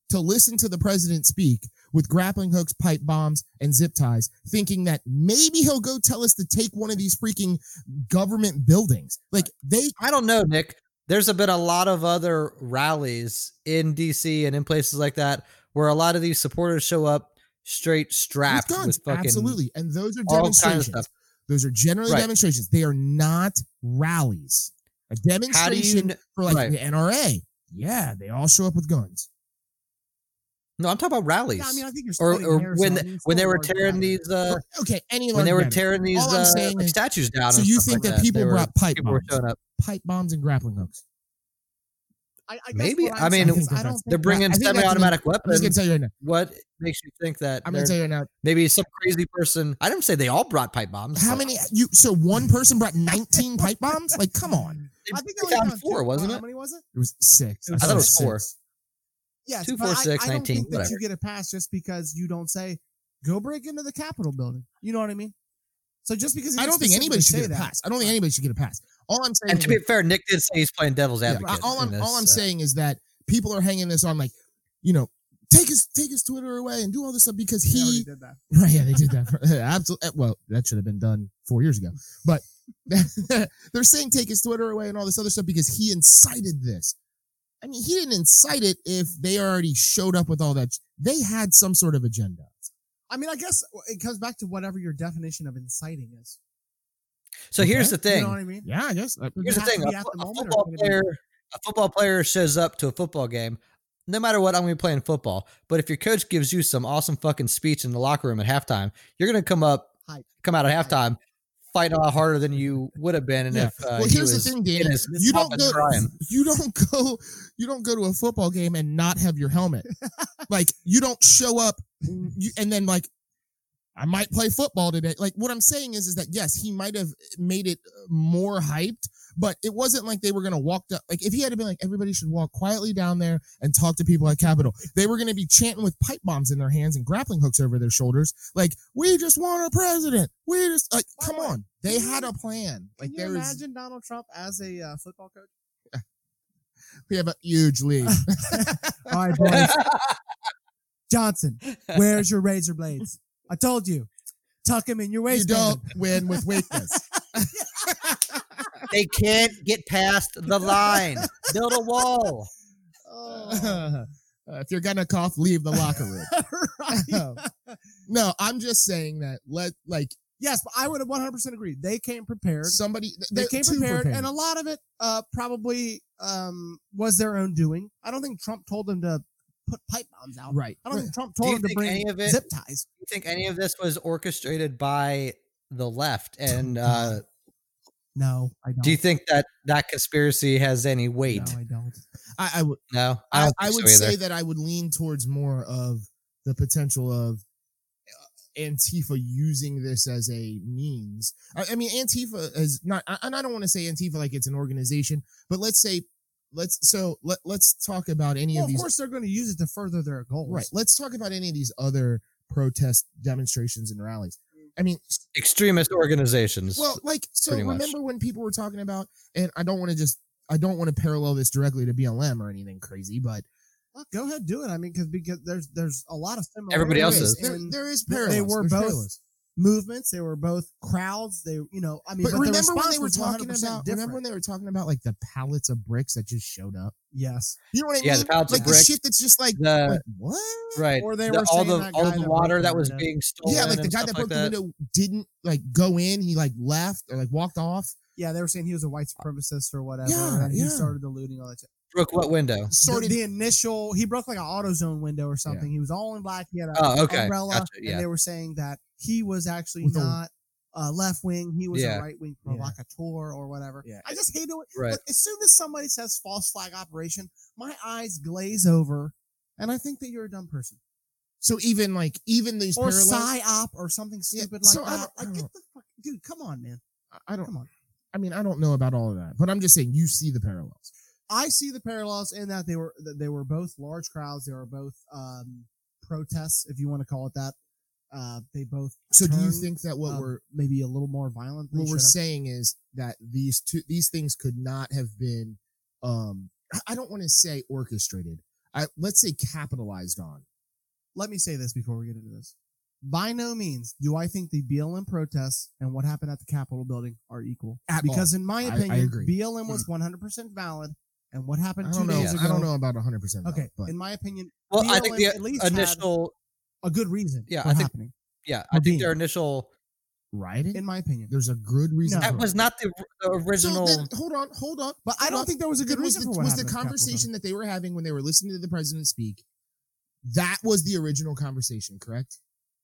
S1: to listen to the president speak with grappling hooks, pipe bombs, and zip ties, thinking that maybe he'll go tell us to take one of these freaking government buildings. Like they,
S3: I don't know, Nick. There's been a lot of other rallies in DC and in places like that where a lot of these supporters show up straight strapped
S1: with
S3: with,
S1: guns,
S3: fucking
S1: absolutely, and those are
S3: all kinds of
S1: demonstrations.
S3: stuff.
S1: Those are generally
S3: Right.
S1: demonstrations. They are not rallies. A
S3: How do
S1: demonstration
S3: you? kn-
S1: for like
S3: right.
S1: the NRA. Yeah, they all show up with guns.
S3: No, I'm talking about rallies.
S2: Yeah, I mean, I think you're
S3: or
S2: splitting
S3: or
S2: hairs
S3: when
S2: now. I
S3: the-
S2: mean, it's
S3: when
S2: still
S3: they
S2: a
S3: were
S2: large
S3: tearing
S2: gathering.
S3: these uh,
S1: Okay, any
S3: when they were
S1: large matter.
S3: tearing these
S1: All I'm
S3: uh,
S1: saying
S3: like
S1: is-
S3: statues down.
S1: so
S3: and
S1: you
S3: stuff
S1: think
S3: like
S1: that people
S3: They were-
S1: brought pipe
S3: people were
S1: bombs?
S3: showing up?
S1: pipe bombs and grappling hooks.
S2: I, I guess
S3: Maybe.
S2: what I'm
S3: I
S2: saying
S3: mean,
S2: is I don't.
S3: They're
S2: think-
S3: bringing
S1: I think that's an-
S3: semi-automatic
S1: I'm just gonna
S3: weapons.
S1: tell you right now.
S3: What makes you think that?
S1: I'm gonna
S3: they're-
S1: tell you right now.
S3: Maybe some crazy person. I didn't say they all brought pipe bombs.
S1: How
S3: but
S1: many you? So one person brought 19 pipe bombs. Like, come on.
S3: They,
S2: I think
S3: they
S2: they only
S3: found
S2: found
S3: four,
S2: two.
S3: wasn't
S2: How
S3: it?
S2: many was it?
S1: It was six.
S2: It was
S3: I thought it was
S1: six.
S3: four.
S2: Yes,
S3: Two,
S2: but
S3: four,
S2: I-
S3: six,
S2: I don't
S3: 19,
S2: think that
S3: whatever.
S2: you get a pass just because you don't say, "Go break into the Capitol building." You know what I mean? So just because he
S1: I
S2: didn't
S1: don't think anybody should
S2: specifically
S1: get a
S2: say that,
S1: pass. I don't think anybody should get a pass. All I'm saying.
S3: And to
S1: is-
S3: be fair, Nick did say he's playing devil's
S1: Yeah,
S3: advocate.
S1: I- all
S3: in
S1: I'm all
S3: this,
S1: I'm
S3: uh,
S1: saying is that people are hanging this on like, you know, take his take his Twitter away and do all this stuff because
S2: they already
S1: he.
S2: did that.
S1: <laughs> Right, yeah, they did that. For, absolutely. Well, that should have been done four years ago. But <laughs> they're saying take his Twitter away and all this other stuff because he incited this. I mean, he didn't incite it if they already showed up with all that. They had some sort of agenda.
S2: I mean, I guess uh, it comes back to whatever your definition of inciting is.
S3: So here's the
S2: You
S3: thing.
S2: know what I mean?
S1: Yeah, I guess. Uh,
S3: here's the
S2: have to
S3: thing.
S2: be
S3: A,
S2: at
S3: fo-
S2: the
S3: a
S2: moment or
S3: football
S2: can it be-
S3: player, a football player shows up to a football game. No matter what, I'm going to be playing football. But if your coach gives you some awesome fucking speech in the locker room at halftime, you're going to come up,
S2: Hype.
S3: come out at halftime, fighting a lot harder than you would have been. And
S1: Yeah.
S3: if uh,
S1: well,
S3: he
S1: here's
S3: was
S1: the thing, Dan.
S3: in his
S1: You don't
S3: top
S1: go.
S3: and prime.
S1: You don't <laughs> go. You don't go to a football game and not have your
S2: <laughs>
S1: helmet. like you don't show up, you, and then like, I might play football today. Like what I'm saying is, is that yes, he might have made it more hyped, but it wasn't like they were gonna walk down. Like if he had been like, everybody should walk quietly down there and talk to people at Capitol. They were gonna be chanting with pipe bombs in their hands and grappling hooks over their shoulders. Like we just want our president. We just like
S2: By the
S1: come
S2: way,
S1: on. They
S2: can
S1: had
S2: you-
S1: a plan. Like
S2: Can you
S1: there was.
S2: imagine Donald Trump as a uh, football coach?
S1: We have a huge lead.
S2: All right, boys.
S1: <laughs>
S2: Johnson, where's your razor blades? I told you, tuck them in your
S1: you
S2: waistband.
S1: don't win with weakness. <laughs>
S3: they can't get past the line. Build a wall.
S1: Uh, if you're gonna cough, leave the locker room.
S2: <laughs>
S1: Oh. <laughs>
S2: right.
S1: No, I'm just saying that. Let like
S2: Yes, but I would 100% agree. They came prepared.
S1: somebody
S2: They
S1: they're
S2: came
S1: too
S2: prepared, and a lot of it uh, probably um, was their own doing. I don't think Trump told them to put pipe bombs out.
S1: right.
S2: I don't think Trump
S3: Do
S2: told
S3: you
S2: them to
S3: think
S2: bring
S3: any of it-
S2: zip ties.
S3: you think any of this was orchestrated by the left? And uh,
S2: No, I don't.
S3: do you think that that conspiracy has any weight?
S2: No, I don't.
S1: I, I would
S3: No,
S1: I,
S3: don't
S1: I
S3: think
S1: would
S3: so either.
S1: say that I would lean towards more of the potential of uh, Antifa using this as a means. I, I mean, Antifa is not, I- and I don't want to say Antifa like it's an organization, but let's say, let's so let let's talk about any
S2: Well,
S1: of
S2: of
S1: these
S2: course, they're going to use it to further their goals.
S1: Right. Let's talk about any of these other protest demonstrations and rallies.
S2: Mm.
S1: I mean,
S3: extremist organizations.
S1: Well, like so.
S3: pretty much.
S1: Remember when people were talking about, and I don't want to just, I don't want to parallel this directly to BLM or anything crazy, but
S2: Well, go ahead, do it. I mean, because because there's there's a lot of similarities.
S3: Everybody else
S1: there
S3: is.
S1: is, there,
S2: in
S1: there is
S2: they- they
S1: parallels.
S2: were
S1: There's
S2: both-
S1: parallels.
S2: movements. They were both crowds. They you know I mean,
S1: But,
S2: but, the
S1: remember when
S2: response
S1: they were
S2: was
S1: talking
S2: 100%
S1: about?
S2: different.
S1: Remember when they were talking about like the pallets of bricks that just showed up?
S2: yes,
S1: You know what I
S3: Yeah,
S1: mean?
S3: the pallets of
S1: like
S3: bricks.
S1: the shit that's just like,
S3: the,
S1: like, what?
S3: right.
S2: or they
S3: the-
S2: were
S3: all
S2: saying
S3: the
S2: that
S3: all
S2: guy
S3: of the
S2: that
S3: water
S2: broke
S3: that
S2: the
S3: was
S2: window.
S3: being stolen.
S1: Yeah, like the
S3: and
S1: guy
S3: stuff
S1: that broke
S3: like
S1: the window didn't like go in. He like left or like walked off.
S2: Yeah, they were saying he was a white supremacist or whatever.
S1: Yeah,
S2: and
S1: yeah.
S2: He started the looting all that. Shit.
S3: Broke what window?
S1: Started.
S2: the, the initial. He broke like an AutoZone window or something. He was all in black. He had a
S3: Oh, okay.
S2: umbrella,
S3: Gotcha,
S2: and
S3: Yeah.
S2: they were saying that he was actually
S1: With a-
S2: not uh, left wing. He was
S3: Yeah.
S2: a right wing
S1: Yeah.
S2: provocateur or whatever.
S1: Yeah.
S2: I just hate it.
S3: Right.
S2: Look, as soon as somebody says false flag operation, my eyes glaze over, and I think that you're a dumb person
S1: so even like even these
S2: or
S1: parallels.
S2: psyop or something
S1: Yeah,
S2: stupid like
S1: so I
S2: that.
S1: don't-
S2: Like,
S1: I
S2: get
S1: don't-
S2: the fuck, dude. Come on, man.
S1: I don't.
S2: Come on.
S1: I mean, I don't know about all of that, but I'm just saying you see the parallels.
S2: I see the parallels in that they were that they were both large crowds. They were both um, protests, if you want to call it that. Uh, they both
S1: So do you
S2: Turn,
S1: think that what
S2: um,
S1: we're
S2: maybe a little more violent. Than
S1: what
S2: they
S1: we're
S2: should have.
S1: saying is that these two these things could not have been um I- I don't want to say orchestrated. I let's say capitalized on.
S2: Let me say this before we get into this. By no means do I think the BLM protests and what happened at the Capitol building are equal.
S1: At
S2: because in my
S1: I- I
S2: opinion,
S1: agree. Mm.
S2: BLM was 100% valid, and what
S1: I
S2: happened two
S1: don't know.
S2: days ago.
S1: I don't know about 100. percent
S2: Okay,
S1: but
S2: in my opinion,
S3: Well, I think
S2: BLM at
S3: the
S2: least had-
S3: initial.
S2: a good reason
S3: Yeah,
S2: for
S3: I think-
S2: happening.
S3: Yeah, I
S2: for
S3: think their
S2: being-
S3: initial.
S1: rioting.
S2: in my opinion,
S1: There's a good reason.
S2: No.
S1: for
S3: That
S1: it.
S3: was not the, the
S1: Uh-huh. So
S3: original.
S1: then- hold on, hold on.
S2: but I
S1: hold
S2: don't
S1: on.
S2: think there was a good
S1: It was,
S2: reason
S1: the,
S2: for what
S1: was the
S2: happened at Capitol
S1: conversation that they were having when they were listening to the president speak. That was the original conversation, correct?
S2: building.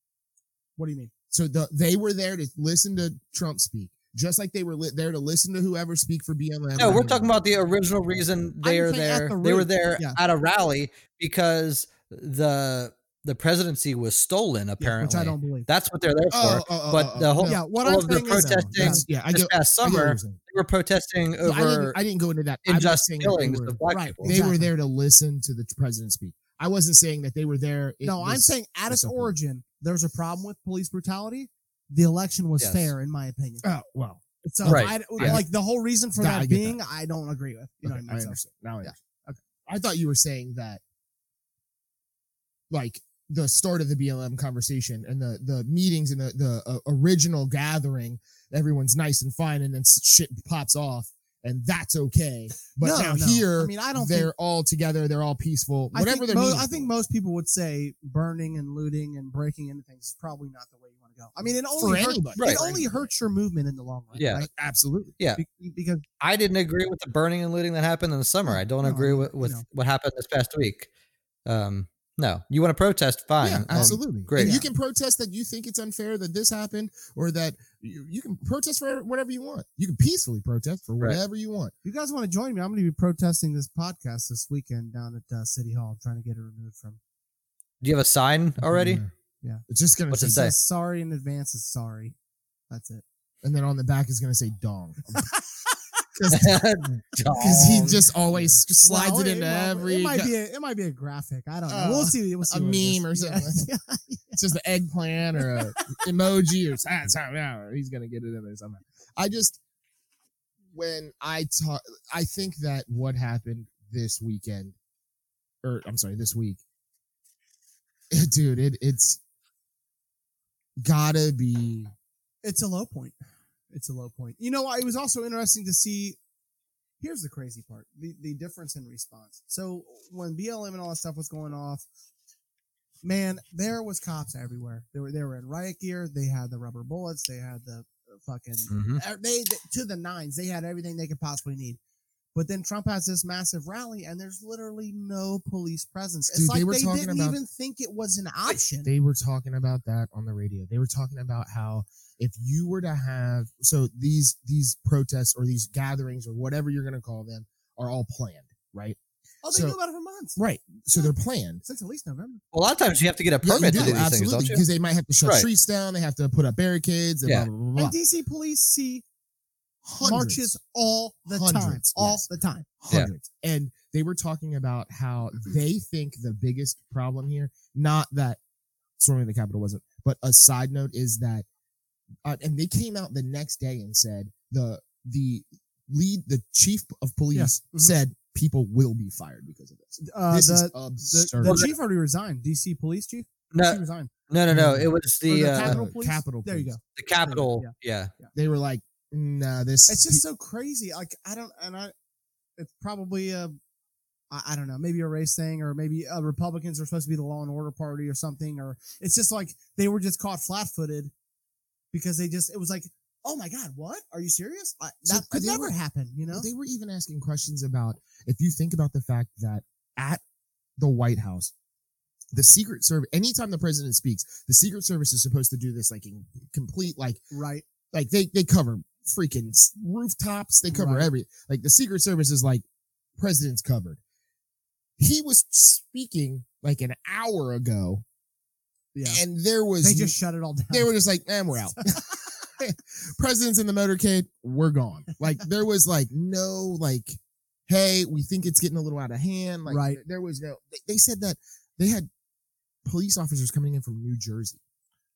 S2: What do you mean?
S1: So the, they were there to listen to Trump speak, just like they were li- there to listen to whoever speak for BLM.
S3: No, we're talking about the original reason they
S2: I'm
S3: are
S2: saying at
S3: there.
S2: the
S3: they were
S2: root,
S3: there
S2: yeah.
S3: at a rally because the the presidency was stolen.
S2: Yeah,
S3: Apparently,
S2: which I don't believe.
S3: that's what they're there for.
S1: Oh, oh, oh,
S3: but
S1: oh,
S3: the
S1: oh,
S3: whole-
S1: no,
S2: yeah, what
S3: all
S2: I'm
S3: of the
S2: saying is
S1: no,
S3: protesting
S1: that's- uh, yeah, I
S3: this
S1: get,
S3: past
S1: I get what
S3: summer,
S1: you're saying.
S3: they were protesting
S1: So I, didn't,
S3: over
S1: I didn't go into that. I was
S3: unjust
S1: saying that
S3: killings
S1: They, were,
S3: of black
S2: right,
S3: people.
S1: they
S2: Exactly.
S1: were there to listen to the president speak. I wasn't saying that they were there. in
S2: no, I'm
S1: this-
S2: saying at its
S1: something.
S2: origin, there's a problem with police brutality. The election was
S3: Yes.
S2: fair, in my opinion.
S1: Oh well,
S2: So,
S3: Right.
S2: I,
S1: Yeah.
S2: like the whole reason for
S1: No, I
S2: that
S1: get
S2: being, I don't agree with. You know
S1: okay, I
S2: what I mean? So-
S1: understand. Now I
S2: yeah.
S1: understand. Okay. I thought you were saying that, like the start of the BLM conversation and the the meetings and the the uh, original gathering, everyone's nice and fine, and then s- shit pops off, and that's okay. But
S2: No,
S1: now
S2: no.
S1: here,
S2: I mean, I don't
S1: they're
S2: think.
S1: all together. They're all peaceful.
S2: I
S1: Whatever
S2: think,
S1: they're.
S2: mo-
S1: meeting
S2: I
S1: for.
S2: think most people would say burning and looting and breaking into things is probably not the way you want to go. I mean, it
S1: for
S2: only hurt,
S1: anybody.
S3: Right.
S2: it only hurts your movement in the long run.
S3: Yeah.
S2: right?
S1: Like, absolutely.
S2: Be- because
S3: I didn't agree with the burning and looting that happened in the summer. I don't
S2: No,
S3: agree
S2: you
S3: with, with
S2: know.
S3: what happened this past week. Um, no, you want to protest? Fine.
S1: Yeah,
S3: Um,
S1: absolutely.
S3: great.
S1: And you
S2: Yeah.
S1: can protest that you think it's unfair that this happened, or that you, you can protest for whatever you want. You can peacefully protest for
S3: Right.
S1: whatever you want.
S2: If you guys want to join me, I'm going to be protesting this podcast this weekend down at uh, City Hall, trying to get it removed from.
S3: do you have a sign already? <laughs>
S1: Yeah.
S2: Yeah.
S1: It's just gonna
S3: What's
S1: say,
S3: it say?
S2: says, sorry in advance is sorry. That's it.
S1: and then on the back is gonna say
S2: <laughs>
S1: dong. Because <laughs>
S3: Because
S1: he just always slides
S2: Well,
S1: it into
S2: might-
S1: every
S2: It might be. A, it might be a graphic. I don't know.
S1: Uh,
S2: we'll see. We'll see
S1: a
S2: what it
S1: meme or
S2: is. Yeah. <laughs>
S1: something. it's just an eggplant or a emoji or something. something. He's gonna get it in there somehow. I just when I talk, I think that what happened this weekend, or I'm sorry, this week, <laughs> dude, it it's gotta be
S2: it's a low point. It's a low point. You know, what? it was also interesting to see. Here's the crazy part: the the difference in response. So when BLM and all that stuff was going off, man, there was cops everywhere. They were they were in riot gear. They had the rubber bullets. They had the fucking
S3: Mm-hmm.
S2: uh, they to the nines. They had everything they could possibly need. But then Trump has this massive rally, and there's literally no police presence. It's
S1: Dude,
S2: like
S1: they
S2: they,
S1: were talking
S2: didn't
S1: about-
S2: even think it was an option.
S1: They were talking about that on the radio. They were talking about how if you were to have so these these protests or these gatherings or whatever you're going to call them are all planned, right?
S2: oh, they
S1: so-
S2: knew about it for months,
S1: Right. So they're planned.
S2: since at least November.
S3: a lot of times you have to get a
S1: Yeah, you
S3: permit
S1: do,
S3: to do these things,
S1: absolutely,
S3: don't you?
S1: because they might have to shut
S3: Right.
S1: streets down. They have to put up barricades. And
S3: Yeah.
S1: blah, blah, blah, blah.
S2: And DC police see
S1: Hundreds,
S2: marches all the time,
S1: Hundreds,
S2: all
S1: yes.
S2: the time.
S3: Yeah.
S1: hundreds. And they were talking about how
S2: Mm-hmm.
S1: they think the biggest problem here, not that storming the Capitol wasn't, but a side note is that uh, and they came out the next day and said the the lead the chief of police
S2: mhm.
S1: said people will be fired because of this.
S2: Uh,
S1: this
S2: the,
S1: is
S2: the,
S1: absurd.
S2: the chief already resigned. DC police chief.
S3: No.
S2: She resigned.
S3: No, no, no. It was
S2: Or
S3: Uh, the uh,
S2: Capitol police.
S1: Capitol
S2: There you
S1: Police.
S2: go.
S3: the Capitol. Yeah.
S1: they were like, nah, this.
S2: It's just so crazy. Like I don't, and I, it's probably a, I, I don't know, maybe a race thing, or maybe uh, Republicans are supposed to be the law and order party or something, or it's just like they were just caught flat-footed because they just it was like, oh my god, what? Are you serious? I,
S1: So
S2: that could
S1: they
S2: never
S1: were-
S2: happen, you know?
S1: They were even asking questions about if you think about the fact that at the White House, the Secret Service, anytime the president speaks, the Secret Service is supposed to do this like in complete, like,
S2: right.
S1: like they, they cover freaking s- rooftops, they cover
S2: Right.
S1: every, like the Secret Service is like, president's covered. He was speaking like an hour ago
S2: Yeah.
S1: and there was,
S2: They just shut it all down.
S1: they were just like, man, we're
S2: <laughs>
S1: out. <laughs> President's in the motorcade, we're gone. Like there was like no like, hey, we think it's getting a little out of hand. Like
S2: Right.
S1: there was no. They, they said that they had police officers coming in from New Jersey,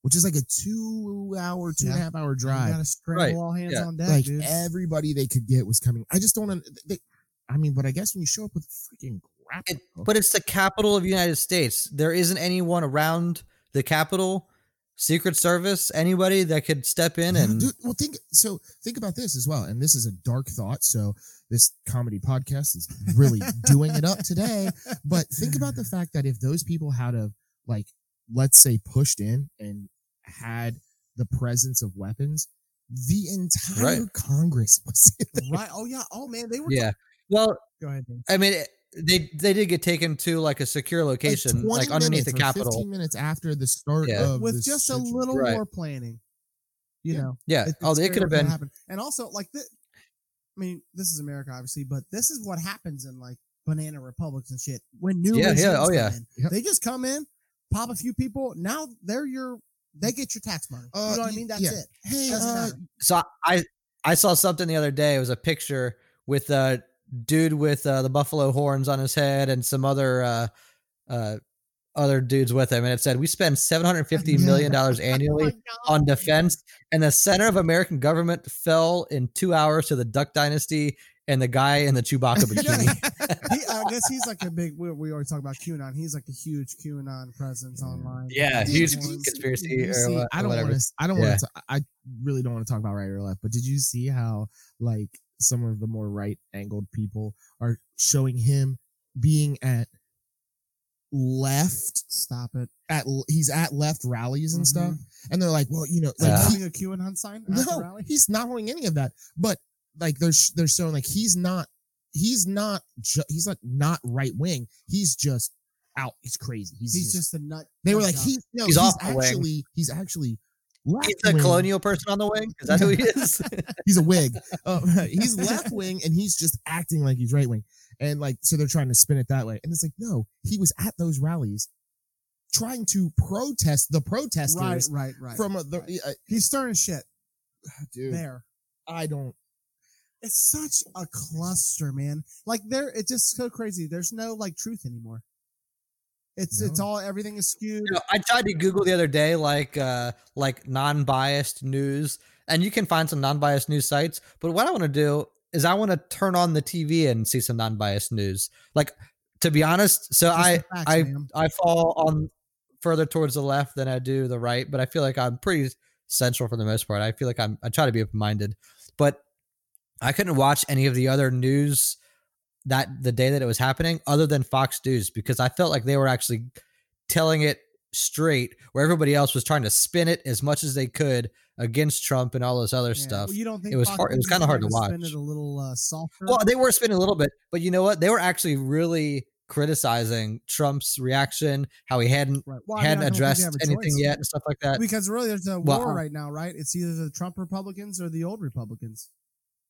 S1: which is like a two-hour, two and a
S2: Yeah.
S1: half hour
S2: You
S1: drive.
S2: gotta scramble
S3: Right.
S2: all hands
S3: Yeah.
S2: on deck,
S1: like
S2: dude.
S1: everybody they could get was coming. I just don't. un- They, I mean, but I guess when you show up
S2: <laughs>
S1: with freaking crap,
S3: It- but it's the capital of the United States. There isn't anyone around the Capitol, Secret Service, anybody that could step in
S1: Yeah, <laughs>
S3: and
S1: dude, well think so think about this as well and this is a dark thought so this comedy podcast is
S3: <laughs>
S1: really doing it up today but think about the fact that if those people had a like let's say pushed in and had the presence of weapons the entire
S3: Right.
S1: congress was in there.
S2: right. Oh yeah. Oh man, they were.
S3: yeah. Well,
S2: Go ahead. Dave.
S3: I mean, it- they they did get taken to like a secure location, like,
S1: 20
S3: underneath
S1: minutes
S3: the
S1: or
S3: Capitol.
S1: 15 minutes after the start
S3: Yeah.
S1: of
S2: with
S1: this
S2: just a
S1: situation.
S2: little
S3: Right.
S2: more planning. You
S1: Yeah. Uh,
S2: know,
S3: Yeah.
S2: it-
S3: oh,
S2: it's
S3: it
S2: very
S3: could have
S2: well
S3: been.
S2: happen. And also, like the, I mean, this is America, obviously, but this is what happens in like banana republics and shit. When new
S3: Yeah, yeah,
S2: regimes
S3: oh,
S2: come
S3: yeah.
S2: in,
S1: Yep.
S2: they just come in, pop a few people. Now they're your, they get your tax money.
S1: Uh,
S2: you know what I
S1: y-
S2: mean? That's
S1: yeah.
S2: it.
S1: hey
S2: Doesn't
S1: uh,
S2: matter.
S3: So I I saw something the other day. It was a picture with a dude with uh, the buffalo horns on his head and some other uh, uh, other dudes with him, and it said we spend seven hundred
S1: <laughs>
S3: fifty million dollars annually
S1: Oh
S2: <laughs>
S3: on defense, and the center of American government fell in two hours to the Duck Dynasty and the guy in
S1: <laughs>
S3: the Chewbacca bikini.
S2: <laughs> He, I guess he's like a big. We, we always talk about QAnon. He's like a huge QAnon presence
S1: Yeah.
S2: online.
S3: yeah,
S1: Did
S3: huge
S1: you see-
S3: conspiracy
S1: did you
S3: or,
S1: see-
S3: what-
S1: I
S3: or
S1: don't
S3: whatever.
S1: want to. I don't
S3: Yeah.
S1: want to. I really don't want to talk about right or left. But did you see how like some of the more right angled people are showing him being at left
S2: Stop it.
S1: at he's at left rallies and stuff, and they're like, well, you know, like
S2: Like
S3: Mm-hmm. Yeah.
S1: he-
S2: having a QAnon sign at the
S1: no,
S2: rally.
S1: he's not holding any of that. But like they're sh- they're showing like he's not he's not ju- he's like not right wing. He's just out. He's crazy. He's,
S2: He's
S1: just,
S2: just a nut.
S1: They were
S2: nut
S1: like
S2: job.
S1: he no. He's,
S3: He's off the wing.
S1: actually he's actually.
S3: He's a
S1: left-wing.
S3: colonial person on the wing. Is that who
S1: <laughs>
S3: he is?
S1: he's a wig. Uh, <laughs> he's left wing and he's just acting like he's right wing. And like, so they're trying to spin it that way. And it's like, no, he was at those rallies trying to protest the
S2: Right,
S1: protesters
S2: right, right.
S1: from a, the,
S2: right.
S1: uh,
S2: he's stirring shit
S1: dude,
S2: there.
S1: I don't,
S2: It's such a cluster, man. Like there, it's just so crazy. There's no like truth anymore. It's it's
S1: No.
S2: all everything is skewed.
S3: You know, I tried to Google the other day, like uh, like non-biased news, and you can find some non-biased news sites. But what I want to do is I want to turn on the TV and see some non-biased news. Like to be honest, so
S2: Just
S3: I
S2: the facts,
S3: I
S2: ma'am.
S3: I fall on further towards the left than I do the right, but I feel like I'm pretty central for the most part. I feel like I'm I try to be open minded, but I couldn't watch any of the other news that the day that it was happening, other than Fox News, because I felt like they were actually telling it straight, where everybody else was trying to spin it as much as they could against Trump and all this other
S2: Yeah.
S3: stuff.
S2: Well, you don't think
S3: was
S2: Fox
S3: hard- it was
S2: News is
S3: kinda hard
S2: gonna
S3: to
S2: Spin
S3: watch.
S2: it a little uh, softer.
S3: Well, they were spinning a little bit, but you know what? They were actually really criticizing Trump's reaction, how he hadn't
S2: right. Well, I mean, I
S3: hadn't
S2: don't think they
S3: addressed
S2: have a
S3: anything
S2: choice.
S3: yet and stuff like that.
S2: Because really, there's a
S3: Well,
S2: war
S3: uh,
S2: right now, right? It's either the Trump Republicans or the old Republicans,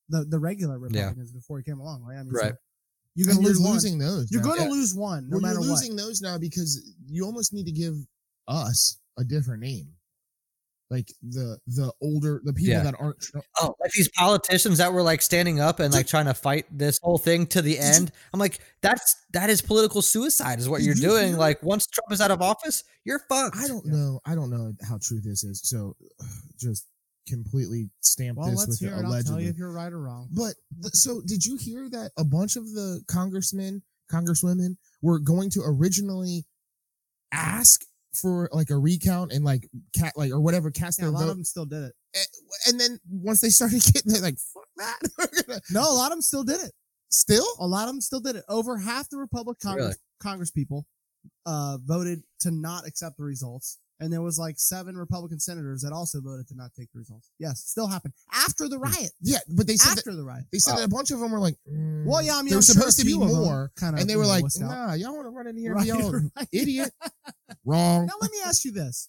S2: the the regular Republicans before he came along, right? I mean, so
S3: Right.
S2: you're
S1: and
S2: gonna
S1: you're
S2: lose one.
S1: losing those.
S2: You're
S1: now.
S2: gonna
S3: Yeah.
S2: lose one, no
S1: Well,
S2: matter
S1: you're
S2: what.
S1: losing those now because you almost need to give us a different name. Like the, the older, the people
S3: Yeah.
S1: that aren't, Trump-
S3: Oh, like these politicians that were like standing up and like trying to fight this whole thing to the end. I'm like, that's that is political suicide, is what
S1: Did <laughs>
S3: you're
S1: you
S3: doing.
S1: hear-
S3: Like once Trump is out of office, you're fucked.
S1: I don't
S2: Yeah.
S1: know. I don't know how true this is. So, <sighs> just completely stamp
S2: Well,
S1: this
S2: let's
S1: with
S2: hear
S1: the
S2: it. I'll tell you
S1: allegedly.
S2: if you're right or wrong.
S1: But th- so did you hear that a bunch of the congressmen, congresswomen were going to originally ask for like a recount and like cat like or whatever cast
S2: Yeah, a
S1: their
S2: lot
S1: vote
S2: of them still did it.
S1: A- and then once they started <laughs> getting they're like fuck that <laughs> We're gonna-
S2: No, a lot of them still did it.
S1: still
S2: A lot of them still did it. Over half the Republic
S3: Really?
S2: Congress, Congress people uh, voted to not accept the results, and there was like seven Republican senators that also voted to not take the results. Yes, still happened after the riot.
S1: yeah but Hmm. they said that
S2: After the riot.
S1: they said
S3: Wow.
S1: that a bunch of them were like mm,
S2: Well, yeah, I mean,
S1: there
S2: I'm
S1: was
S2: sure
S1: supposed
S2: a
S1: to be
S2: few of them
S1: more
S2: kind of,
S1: and they
S2: you
S1: were
S2: know,
S1: like
S2: wussed out.
S1: nah y'all want to run in here
S2: Right,
S1: and be all
S2: right. <laughs>
S1: idiot wrong
S2: Now, let me ask you this.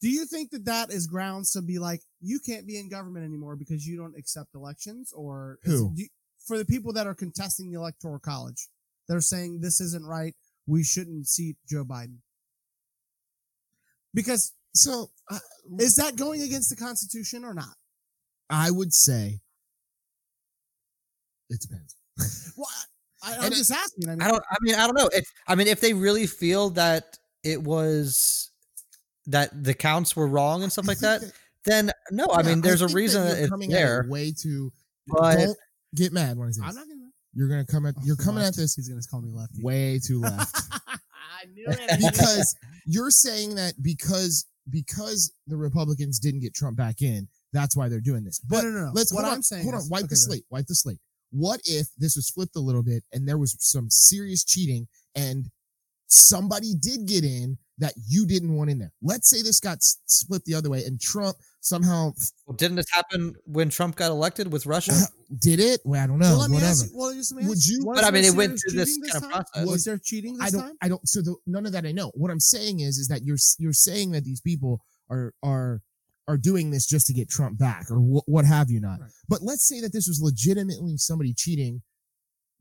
S2: Do you think that that is grounds to be like, you can't be in government anymore because you don't accept elections? Or is-
S1: Who?
S2: do you- for the people that are contesting the Electoral College, they're saying this isn't right. We shouldn't seat Joe Biden. Because
S1: so uh, I,
S2: is that going against the Constitution or not?
S1: I would say it depends
S2: Well, I, I'm
S1: And it-
S2: just asking. I mean,
S3: I don't. I mean, I don't know. It, I mean, if they really feel that it was that the counts were wrong and stuff
S1: I
S3: like
S1: think <laughs>
S3: that, then no. I
S1: Yeah,
S3: mean, there's a
S1: think that
S3: reason
S1: you're
S3: that it's
S1: coming at it
S3: there.
S1: way too.
S3: But
S1: don't get mad when I say
S2: I'm
S1: this.
S2: not gonna.
S1: you're gonna come at you're coming at this
S2: He's gonna call me lefty.
S1: way
S3: <laughs>
S1: too left
S2: <laughs> I knew it.
S1: <laughs>
S2: <laughs>
S1: because you're saying that because because the Republicans didn't get Trump back in, that's why they're doing this. But
S2: no, no, no.
S1: let's
S2: what
S1: hold
S2: I'm
S1: on,
S2: saying.
S1: Hold on,
S2: is-
S1: wipe the
S2: okay, go ahead.
S1: slate. Wipe the slate. What if this was flipped a little bit and there was some serious cheating and somebody did get in that you didn't want in there? Let's say this got s- split the other way and Trump somehow
S3: didn't this happen when Trump got elected with
S1: <laughs>
S3: Russia?
S1: did it. Well, I don't know.
S2: well, let me
S1: whatever.
S2: ask you. Well, just let me
S1: Would
S2: ask
S1: you-
S2: was
S3: But I
S2: there
S3: mean, it went
S2: serious
S3: through this
S2: cheating
S3: kind of
S2: time?
S3: process.
S2: Was there cheating this
S1: I don't.
S2: time?
S1: I don't. So the, none of that I know. What I'm saying is, is that you're s- you're saying that these people are are are doing this just to get Trump back or wh- what have you not.
S2: Right.
S1: But let's say that this was legitimately somebody cheating.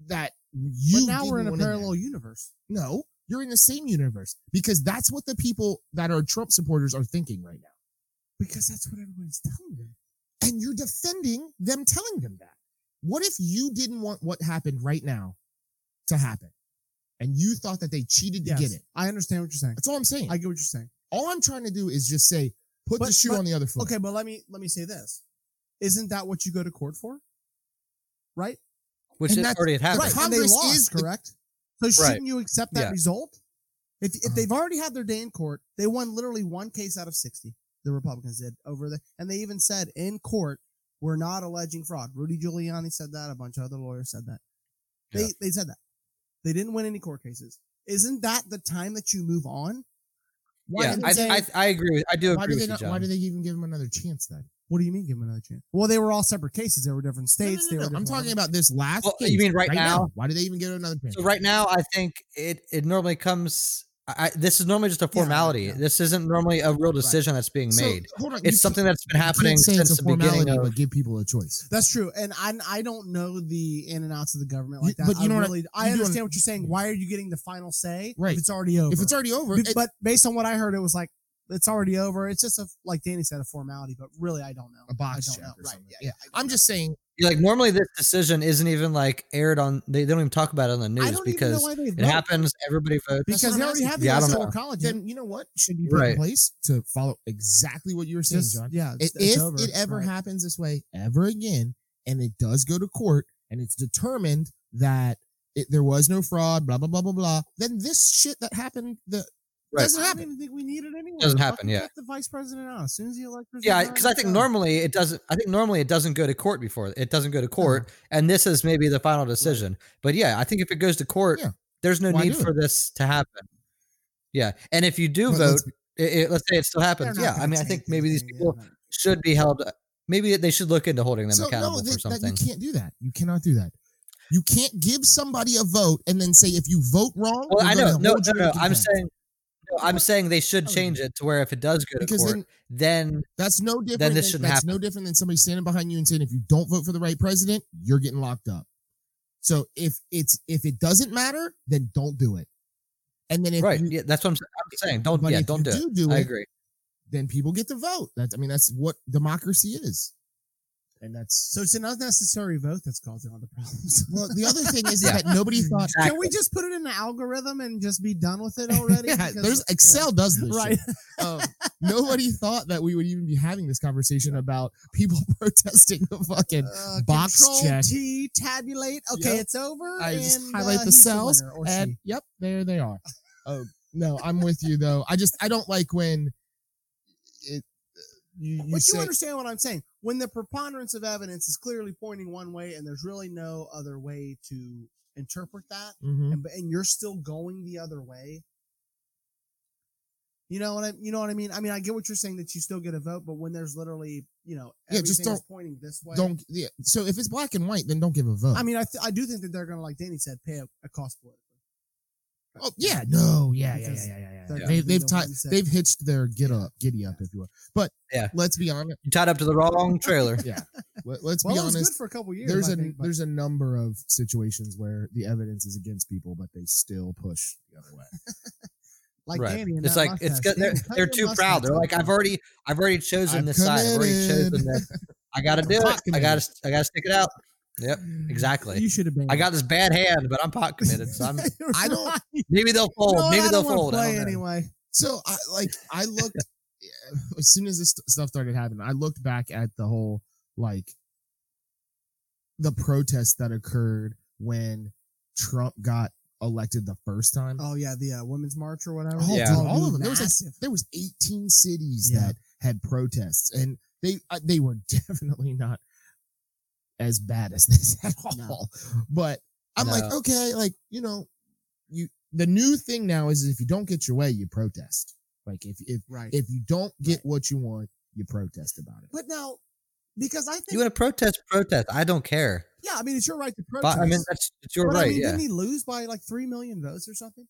S1: That you.
S2: But now we're in
S1: didn't
S2: a
S1: want there.
S2: parallel universe.
S1: no, you're in the same universe because that's what the people that are Trump supporters are thinking right now,
S2: Because that's what everyone's telling them.
S1: and you're defending them, telling them that. What if you didn't want what happened right now to happen, and you thought that they cheated to get it?
S2: I understand what you're saying.
S1: That's all I'm saying.
S2: I get what you're saying.
S1: All I'm trying to do is just say, put the
S2: But-
S1: shoe
S2: but-
S1: on the other foot.
S2: Okay, but let me let me say this. Isn't that what you go to court for? Right?
S3: Which
S1: and
S3: it
S1: that's-
S3: already had happened.
S1: Right.
S2: And they
S1: Congress
S2: lost,
S1: is the-
S2: correct? So shouldn't you accept that
S3: Yeah.
S2: result? If if
S1: Uh-huh.
S2: they've already had their day in court, they won literally one case out of sixty. The Republicans did over the and they even said in court, we're not alleging fraud. Rudy Giuliani said that, a bunch of other lawyers said that. They
S3: Yeah.
S2: they said that. They didn't win any court cases. Isn't that the time that you move on?
S1: Why
S3: yeah,
S1: did
S3: I,
S1: they-
S3: I, I agree. With, I do
S1: why
S3: agree
S1: do
S3: with
S1: they
S3: you,
S1: not?
S3: John.
S1: Why do they even give him another chance then?
S2: What do you mean give them another chance? Well, they were all separate cases. They were different states.
S1: No, no, no,
S2: they
S1: no.
S2: were
S1: I'm
S2: different-
S1: talking about this last.
S3: Well, you
S1: case,
S3: mean right now?
S1: Why do they even give him another chance?
S3: so right now, I think it it normally comes. I, I- this is normally just a
S2: yeah,
S3: formality.
S2: yeah.
S3: This isn't normally a real decision that's being
S1: So,
S3: made.
S1: hold on, you
S3: it's something that's been
S1: can't- you
S3: happening
S1: can't say
S3: since
S1: it's a
S3: the beginning
S1: formality,
S3: of
S1: but give people a choice.
S2: That's true, and I I don't know the in and outs of the government like
S1: You-
S2: that.
S1: but you know
S2: I
S1: what I-
S2: really, I
S1: you do
S2: understand
S1: un-
S2: what you're saying. Why are you getting the final say
S1: Right.
S2: if it's already over?
S1: If it's already over,
S2: Be-
S1: it-
S2: but based on what I heard, it was like it's already over. It's just a like Danny said, a formality. But really, I don't know.
S1: a box
S2: I
S1: check
S2: don't know.
S1: or
S2: Right.
S1: something.
S2: Yeah,
S1: Yeah, I'm just saying.
S3: Yeah, like normally this decision isn't even like aired on they, they don't even talk about it on the
S2: I
S3: news
S2: don't even know
S3: because
S2: why they
S3: it
S2: vote
S3: happens everybody votes
S1: That's what
S2: because they
S1: I'm
S2: already
S1: asking.
S2: have the
S3: Yeah, I don't
S2: electoral
S3: know.
S2: college.
S1: Then you know what should be put in
S3: Right.
S1: place to follow exactly what you were saying,
S2: Just-
S1: John.
S2: yeah, it's- it's
S1: if
S2: over.
S1: it ever
S2: Right.
S1: happens this way ever again and it does go to court and it's determined that it, there was no fraud blah blah blah blah blah then this shit that happened the
S3: Right.
S1: doesn't
S2: I don't
S1: happen
S2: even think we need it anyway.
S3: Doesn't happen,
S2: Fucking
S3: yeah.
S2: Get the vice president out as soon as the electors.
S3: yeah because i
S2: "Oh,
S3: think normally it doesn't i think normally it doesn't go to court before it doesn't
S1: Uh-huh.
S3: go to court and this is maybe the final decision but yeah i think if it goes to court
S1: Yeah.
S3: there's no
S1: Why
S3: need
S1: do it?
S3: for this to happen yeah and if you do
S1: But
S3: vote
S1: let's
S3: it, it- let's say it still happens yeah i mean i think maybe these people should be held maybe they should look into holding them
S1: so
S3: accountable
S1: no
S3: for
S1: that, that
S3: something
S1: you can't do that you cannot do that you can't give somebody a vote and then say if you vote wrong
S3: well
S1: we're
S3: i know
S1: gonna
S3: no
S1: hold
S3: no
S1: you in
S3: no i'm
S1: contempt.
S3: saying no, i'm saying they should
S1: Oh, yeah.
S3: change it to where if it does go to
S1: Because
S3: court
S1: then-
S3: then
S1: that's no different
S3: this
S1: than,
S3: shouldn't
S1: that's
S3: happen.
S1: no different than somebody standing behind you and saying if you don't vote for the right president you're getting locked up so if it's if it doesn't matter then don't do it and then if
S3: right.
S1: you,
S3: yeah, that's what I'm, s- I'm saying. Don't
S1: but
S3: yeah,
S1: if
S3: don't
S1: you
S3: do it.
S1: do do
S3: I
S1: it,
S3: agree.
S1: then people get to vote. That's I mean, that's what democracy is. and that's
S2: So it's an unnecessary vote that's causing <laughs> all
S1: <laughs>
S2: the problems.
S1: well. The other thing is, is
S3: Yeah.
S1: that
S3: <laughs>
S1: nobody thought.
S2: Can we just put it in the algorithm and just be done with it
S1: <laughs>
S2: already?
S1: Yeah,
S2: Because-
S1: there's
S2: yeah.
S1: Excel does this.
S2: Right. <laughs>
S1: Right. Um, nobody thought that we would even be having this conversation about people <laughs> protesting the fucking
S2: Uh,
S1: Box
S2: control
S1: check.
S2: T, tabulate. Okay,
S1: Yep.
S2: it's over.
S1: I just
S2: and,
S1: highlight
S2: uh,
S1: the
S2: he's
S1: cells
S2: winner, or
S1: and
S2: she.
S1: yep, there they are. <laughs> Oh no, I'm with you though. I just I don't like when it you, you
S2: But you
S1: say
S2: understand what I'm saying. When the preponderance of evidence is clearly pointing one way, and there's really no other way to interpret that,
S1: Mhm.
S2: and, and you're still going the other way. You know what I you know what I mean? I mean I get what you're saying that you still get a vote, but when there's literally, you know,
S1: Yeah, just
S2: everything is
S1: don't-
S2: pointing this way.
S1: don't yeah. So if it's black and white, then don't give a vote.
S2: I mean I th- I do think that they're gonna like Danny said, pay a, a cost politically.
S1: oh yeah, no, yeah, yeah, yeah,
S2: Because
S1: yeah, yeah. yeah.
S2: they're gonna
S1: They,
S2: be
S1: they've
S2: the
S1: ti-
S2: ones that-
S1: they've hitched their get up, giddy up, if you will. But
S3: Yeah.
S1: let's be
S2: <laughs>
S1: honest.
S3: You tied up to
S1: <laughs>
S3: the wrong trailer.
S1: Let, let's
S2: well,
S1: be
S2: it was
S1: honest.
S2: good for a couple years.
S1: there's
S2: I
S1: a
S2: think, but-
S1: there's a number of situations where the evidence is against people, but they still push the other way.
S2: like
S3: right.
S2: Danny and
S3: it's
S2: that
S3: like it's
S2: mustache.
S3: good. They're,
S2: Danny, cut
S3: they're
S2: your
S3: too proud. They're
S2: mustache.
S3: like I've already I've already chosen
S1: I've
S3: this side. I've already
S1: committed.
S3: chosen this.
S2: <laughs>
S3: I gotta do
S1: Pot
S3: it. I gotta I gotta stick it out. Yep, exactly.
S2: You should have been.
S3: I
S2: <laughs>
S3: got this bad hand, but I'm pot committed. So I'm <laughs>
S1: I don't-
S3: maybe they'll fold.
S2: No,
S3: maybe
S2: I
S3: they'll
S2: don't wanna
S3: fold. I
S2: Play
S3: don't know.
S2: anyway.
S1: So I like I looked yeah, as soon as this st- stuff started happening. I looked back at the whole like the protest that occurred when Trump got elected the first time.
S2: Oh yeah, the uh, women's march or whatever.
S1: Oh,
S3: Yeah.
S1: dude, all of them. There was
S3: <laughs>
S1: like,
S2: massive.
S1: there was 18 cities
S2: Yeah.
S1: that had protests, and they uh, they were <laughs> definitely not as bad as this <laughs> at all. But I'm like,
S3: No.
S1: okay, like you know, you the new thing now is if you don't get your way, you protest. Like if if
S2: right.
S1: if you don't get what you want, you protest about it.
S2: but now, because I think,
S3: You want to protest? Protest. I don't care.
S2: yeah, I mean, it's your right to protest.
S3: But I mean, that's, that's your
S2: But,
S3: right.
S2: I mean,
S3: yeah.
S2: didn't he lose by like three million votes or something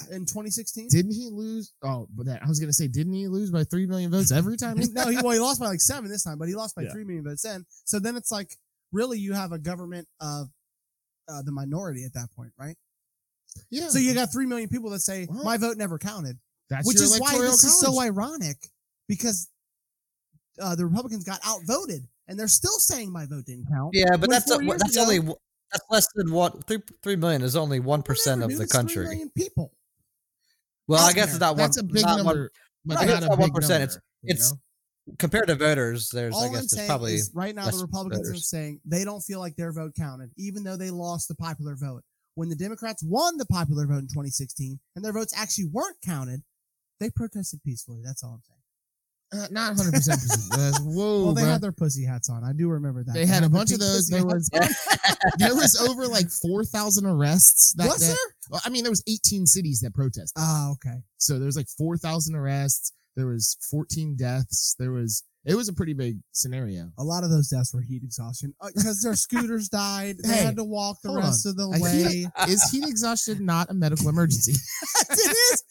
S2: <sighs> in 2016?
S1: Didn't he lose? Oh, but that, I was gonna say, didn't he lose by three million votes every time? he-
S2: <laughs> no, he well, he lost by like seven this time, but he lost by
S1: Yeah.
S2: three million votes then. So then it's like, really, you have a government of uh, the minority at that point, right?
S1: yeah.
S2: So you got three million people that say
S1: Hmm. What?
S2: my vote never counted.
S1: that's
S2: which
S1: your
S2: is why
S1: electoral
S2: this is so
S1: college.
S2: ironic because uh, the Republicans got outvoted and they're still saying my vote didn't count.
S3: Yeah, but
S2: When
S3: that's a,
S2: four years
S3: that's
S2: ago-
S3: only that's less than what three three million is only one percent
S2: Whatever,
S3: of
S2: dude,
S3: the
S2: it's three
S3: country.
S2: million people.
S3: Well, I
S1: out
S3: guess
S1: there.
S3: it's not one.
S1: That's a big
S3: not
S1: number, but
S3: Right,
S1: not
S3: it's
S1: a
S3: not
S1: big
S3: 1%,
S1: number.
S3: it's-
S1: you
S3: it's-
S1: know?
S3: one compared to voters. There's I
S2: All I'm
S3: guess there's
S2: saying
S3: probably
S2: is right now the
S3: less
S2: Republicans are
S3: voters.
S2: saying they don't feel like their vote counted, even though they lost the popular vote. When the Democrats won the popular vote in 2016 and their votes actually weren't counted, they protested peacefully. That's all I'm saying.
S1: Uh, not 100 percent.
S2: <laughs>
S1: Whoa,
S2: well, they
S1: bruh.
S2: had their pussy hats on. I do remember that.
S1: They had a
S2: their
S1: bunch of
S2: pink
S1: those.
S2: pussy
S1: There
S2: hats
S1: was
S2: on.
S1: there
S2: <laughs>
S1: was over like 4,000 arrests that
S2: was
S1: day.
S2: there?
S1: Well, I mean, there was 18 cities that protested.
S2: Oh, okay.
S1: So there was like 4,000 arrests. There was 14 deaths. There was it was a pretty big scenario.
S2: <laughs> A lot of those deaths were heat exhaustion because their scooters died. They
S1: Hey,
S2: had to walk the
S1: hold
S2: rest of the
S1: I
S2: way.
S1: Is heat exhaustion not a medical emergency?
S2: <laughs>
S1: <laughs>
S2: it is.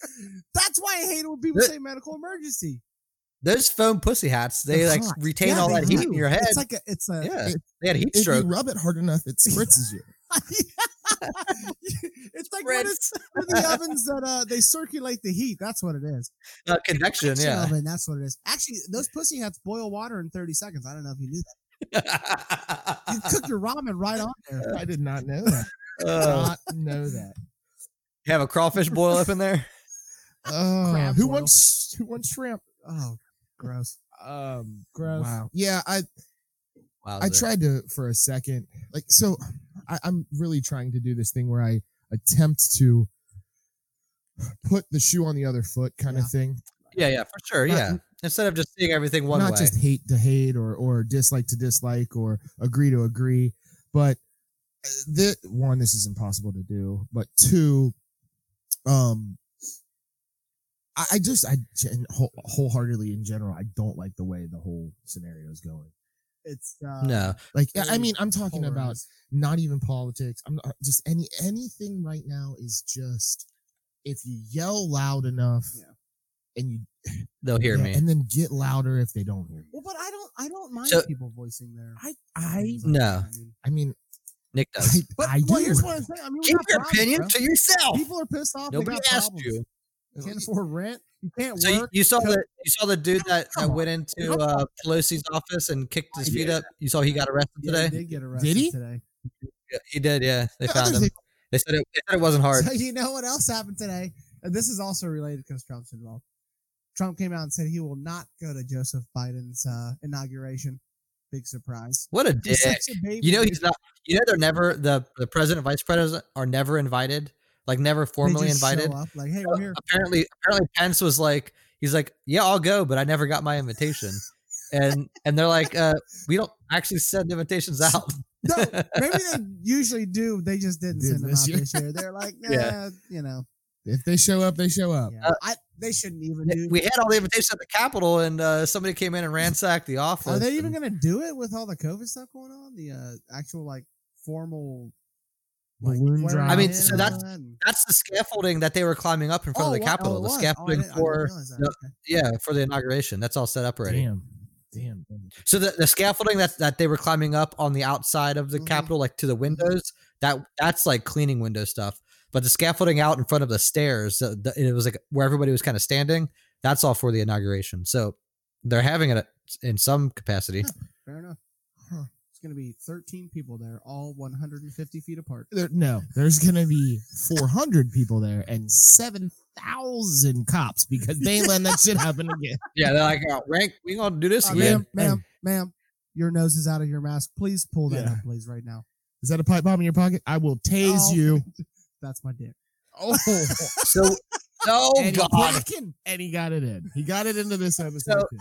S2: That's why I hate it when people
S3: Th-
S2: say medical emergency.
S3: those foam pussy hats. They
S1: They're
S3: like
S1: hot.
S3: retain
S2: Yeah,
S3: all
S2: they
S3: that heat
S2: do.
S3: in your head.
S2: It's like a, it's a.
S3: yeah,
S1: it-
S3: they had a heat
S1: if you
S3: stroke.
S1: rub it hard enough, it spritzes you.
S2: <laughs> it's like when it's when the ovens that uh they circulate the heat. That's what it is.
S3: Uh,
S2: <laughs>
S3: convection.
S2: Convection
S3: Yeah.
S2: oven. That's what it is. Actually, those pussy hats boil water in thirty seconds. I don't know if you knew that. <laughs> You
S3: <laughs>
S2: cook your ramen right on
S1: <laughs>
S2: there.
S1: I did not
S2: <laughs>
S1: know that.
S3: Uh,
S1: not know that.
S3: you have a crawfish boil up in there.
S1: Oh,
S2: Crab
S1: who
S2: boil.
S1: wants who wants shrimp?
S2: Oh, gross.
S1: Um,
S2: Gross.
S1: Wow. Yeah, I
S3: Wow,
S1: I tried to for a second, like so. I, I'm really trying to do this thing where I attempt to put the shoe on the other foot, kind
S2: Yeah.
S1: of thing.
S3: Yeah, yeah, for sure.
S1: Not-
S3: yeah. Instead of just seeing everything one
S1: Not
S3: way.
S1: just hate to hate or or dislike to dislike or agree to agree, but uh, the one this is impossible to do. But two, um, I, I just I gen- whole, wholeheartedly in general I don't like the way the whole scenario is going.
S2: It's uh,
S3: no.
S1: Like I- I
S2: Very
S1: mean I'm talking about
S2: polarized.
S1: not even politics. I'm not, just any anything right now is just if you yell loud enough
S2: Yeah.
S1: and you
S3: They'll hear
S1: yeah,
S3: me.
S1: and then get louder if they don't hear you.
S2: Well, but I don't. I don't mind
S3: So-
S2: people voicing their.
S1: I I
S2: things
S3: No.
S2: that. I mean,
S1: I mean
S3: Nick
S2: <laughs>
S1: I,
S3: <laughs> does.
S1: I
S2: But
S1: do.
S2: well, here's what I'm saying. I mean, we
S3: Keep
S2: got
S3: your
S2: problems,
S3: opinion
S2: bro.
S3: to yourself.
S2: People are pissed off.
S3: Nobody
S2: they got
S3: asked
S2: problems.
S3: you.
S2: Can't afford rent. You can't
S3: So you,
S2: work.
S3: you saw the you saw the dude that, that
S2: Come
S3: went into
S2: Come Oh,
S3: uh, Pelosi's office and kicked his feet
S4: Yeah.
S3: up. You saw he got arrested
S2: Yeah, he
S3: today.
S2: did get arrested
S1: he?
S2: today.
S3: Yeah, He did. Yeah, they
S1: Yeah,
S3: found
S1: there's
S3: him. They said it, they said it wasn't hard.
S2: So you know what else happened today? And This is also related because Trump's involved. Trump came out and said he will not go to Joseph Biden's uh, inauguration. Big surprise.
S3: What a dick.
S2: He's such a baby,
S3: You know
S2: dude.
S3: he's not. You know they're never the the president, vice president are never invited. Like never
S2: They
S3: formally
S2: just show
S3: invited.
S2: Up, like, hey, we're <laughs> here.
S3: Apparently, apparently Pence was like, he's like, yeah, I'll go, but I never got my invitation. And and they're like, uh, we don't actually send invitations
S2: <laughs>
S3: out.
S2: No, maybe they usually do. They just didn't
S1: Did
S2: send them
S1: this
S2: out
S1: year.
S2: this year. They're <laughs> like, nah,
S3: Yeah.
S2: you know,
S1: If they show up, they show up.
S2: yeah. I, they shouldn't even do.
S3: we had all the invitations at the Capitol, and uh, somebody came in and ransacked the office.
S2: Are they even
S3: and-
S2: going to do it with all the COVID stuff going on? The uh, actual like formal. Like,
S1: Balloon
S2: wearing
S1: drive.
S3: I mean,
S2: it
S3: so
S2: and
S3: that's-
S2: all that and-
S3: That's the scaffolding that they were climbing up in front
S2: Oh,
S3: of
S2: it
S3: the
S2: wa- oh,
S3: Capitol.
S2: it
S3: the
S2: was. Oh, I
S3: scaffolding
S2: didn't- I didn't
S3: for
S2: realize that.
S3: the-
S2: Okay.
S3: yeah for the inauguration. That's all set up already.
S1: Damn. Damn. damn.
S3: So the, the scaffolding that that they were climbing up on the outside of the
S2: Mhm.
S3: Capitol, like to the windows, that that's like cleaning window stuff. But the scaffolding out in front of the stairs, the, the, and it was like where everybody was kind of standing. That's all for the inauguration. So they're having it in some capacity.
S2: Fair enough. Huh. It's going to be 13 people there, all 150 feet apart.
S1: There, no, there's gonna be 400 people there and 7,000 cops because they ain't letting that shit happen again.
S3: Yeah, they're like, oh, rank, we gonna do this
S2: Uh,
S3: again.
S2: ma'am, ma'am, ma'am, your nose is out of your mask. Please pull that
S1: Yeah.
S2: up, please, right now.
S1: Is that a pipe bomb in your pocket? I will tase
S2: Oh.
S1: you.
S2: That's my dick. <laughs>
S1: Oh,
S3: So, oh
S1: and he
S3: god,
S1: cracking. and he got it in. He got it into this episode.
S3: So-
S1: too.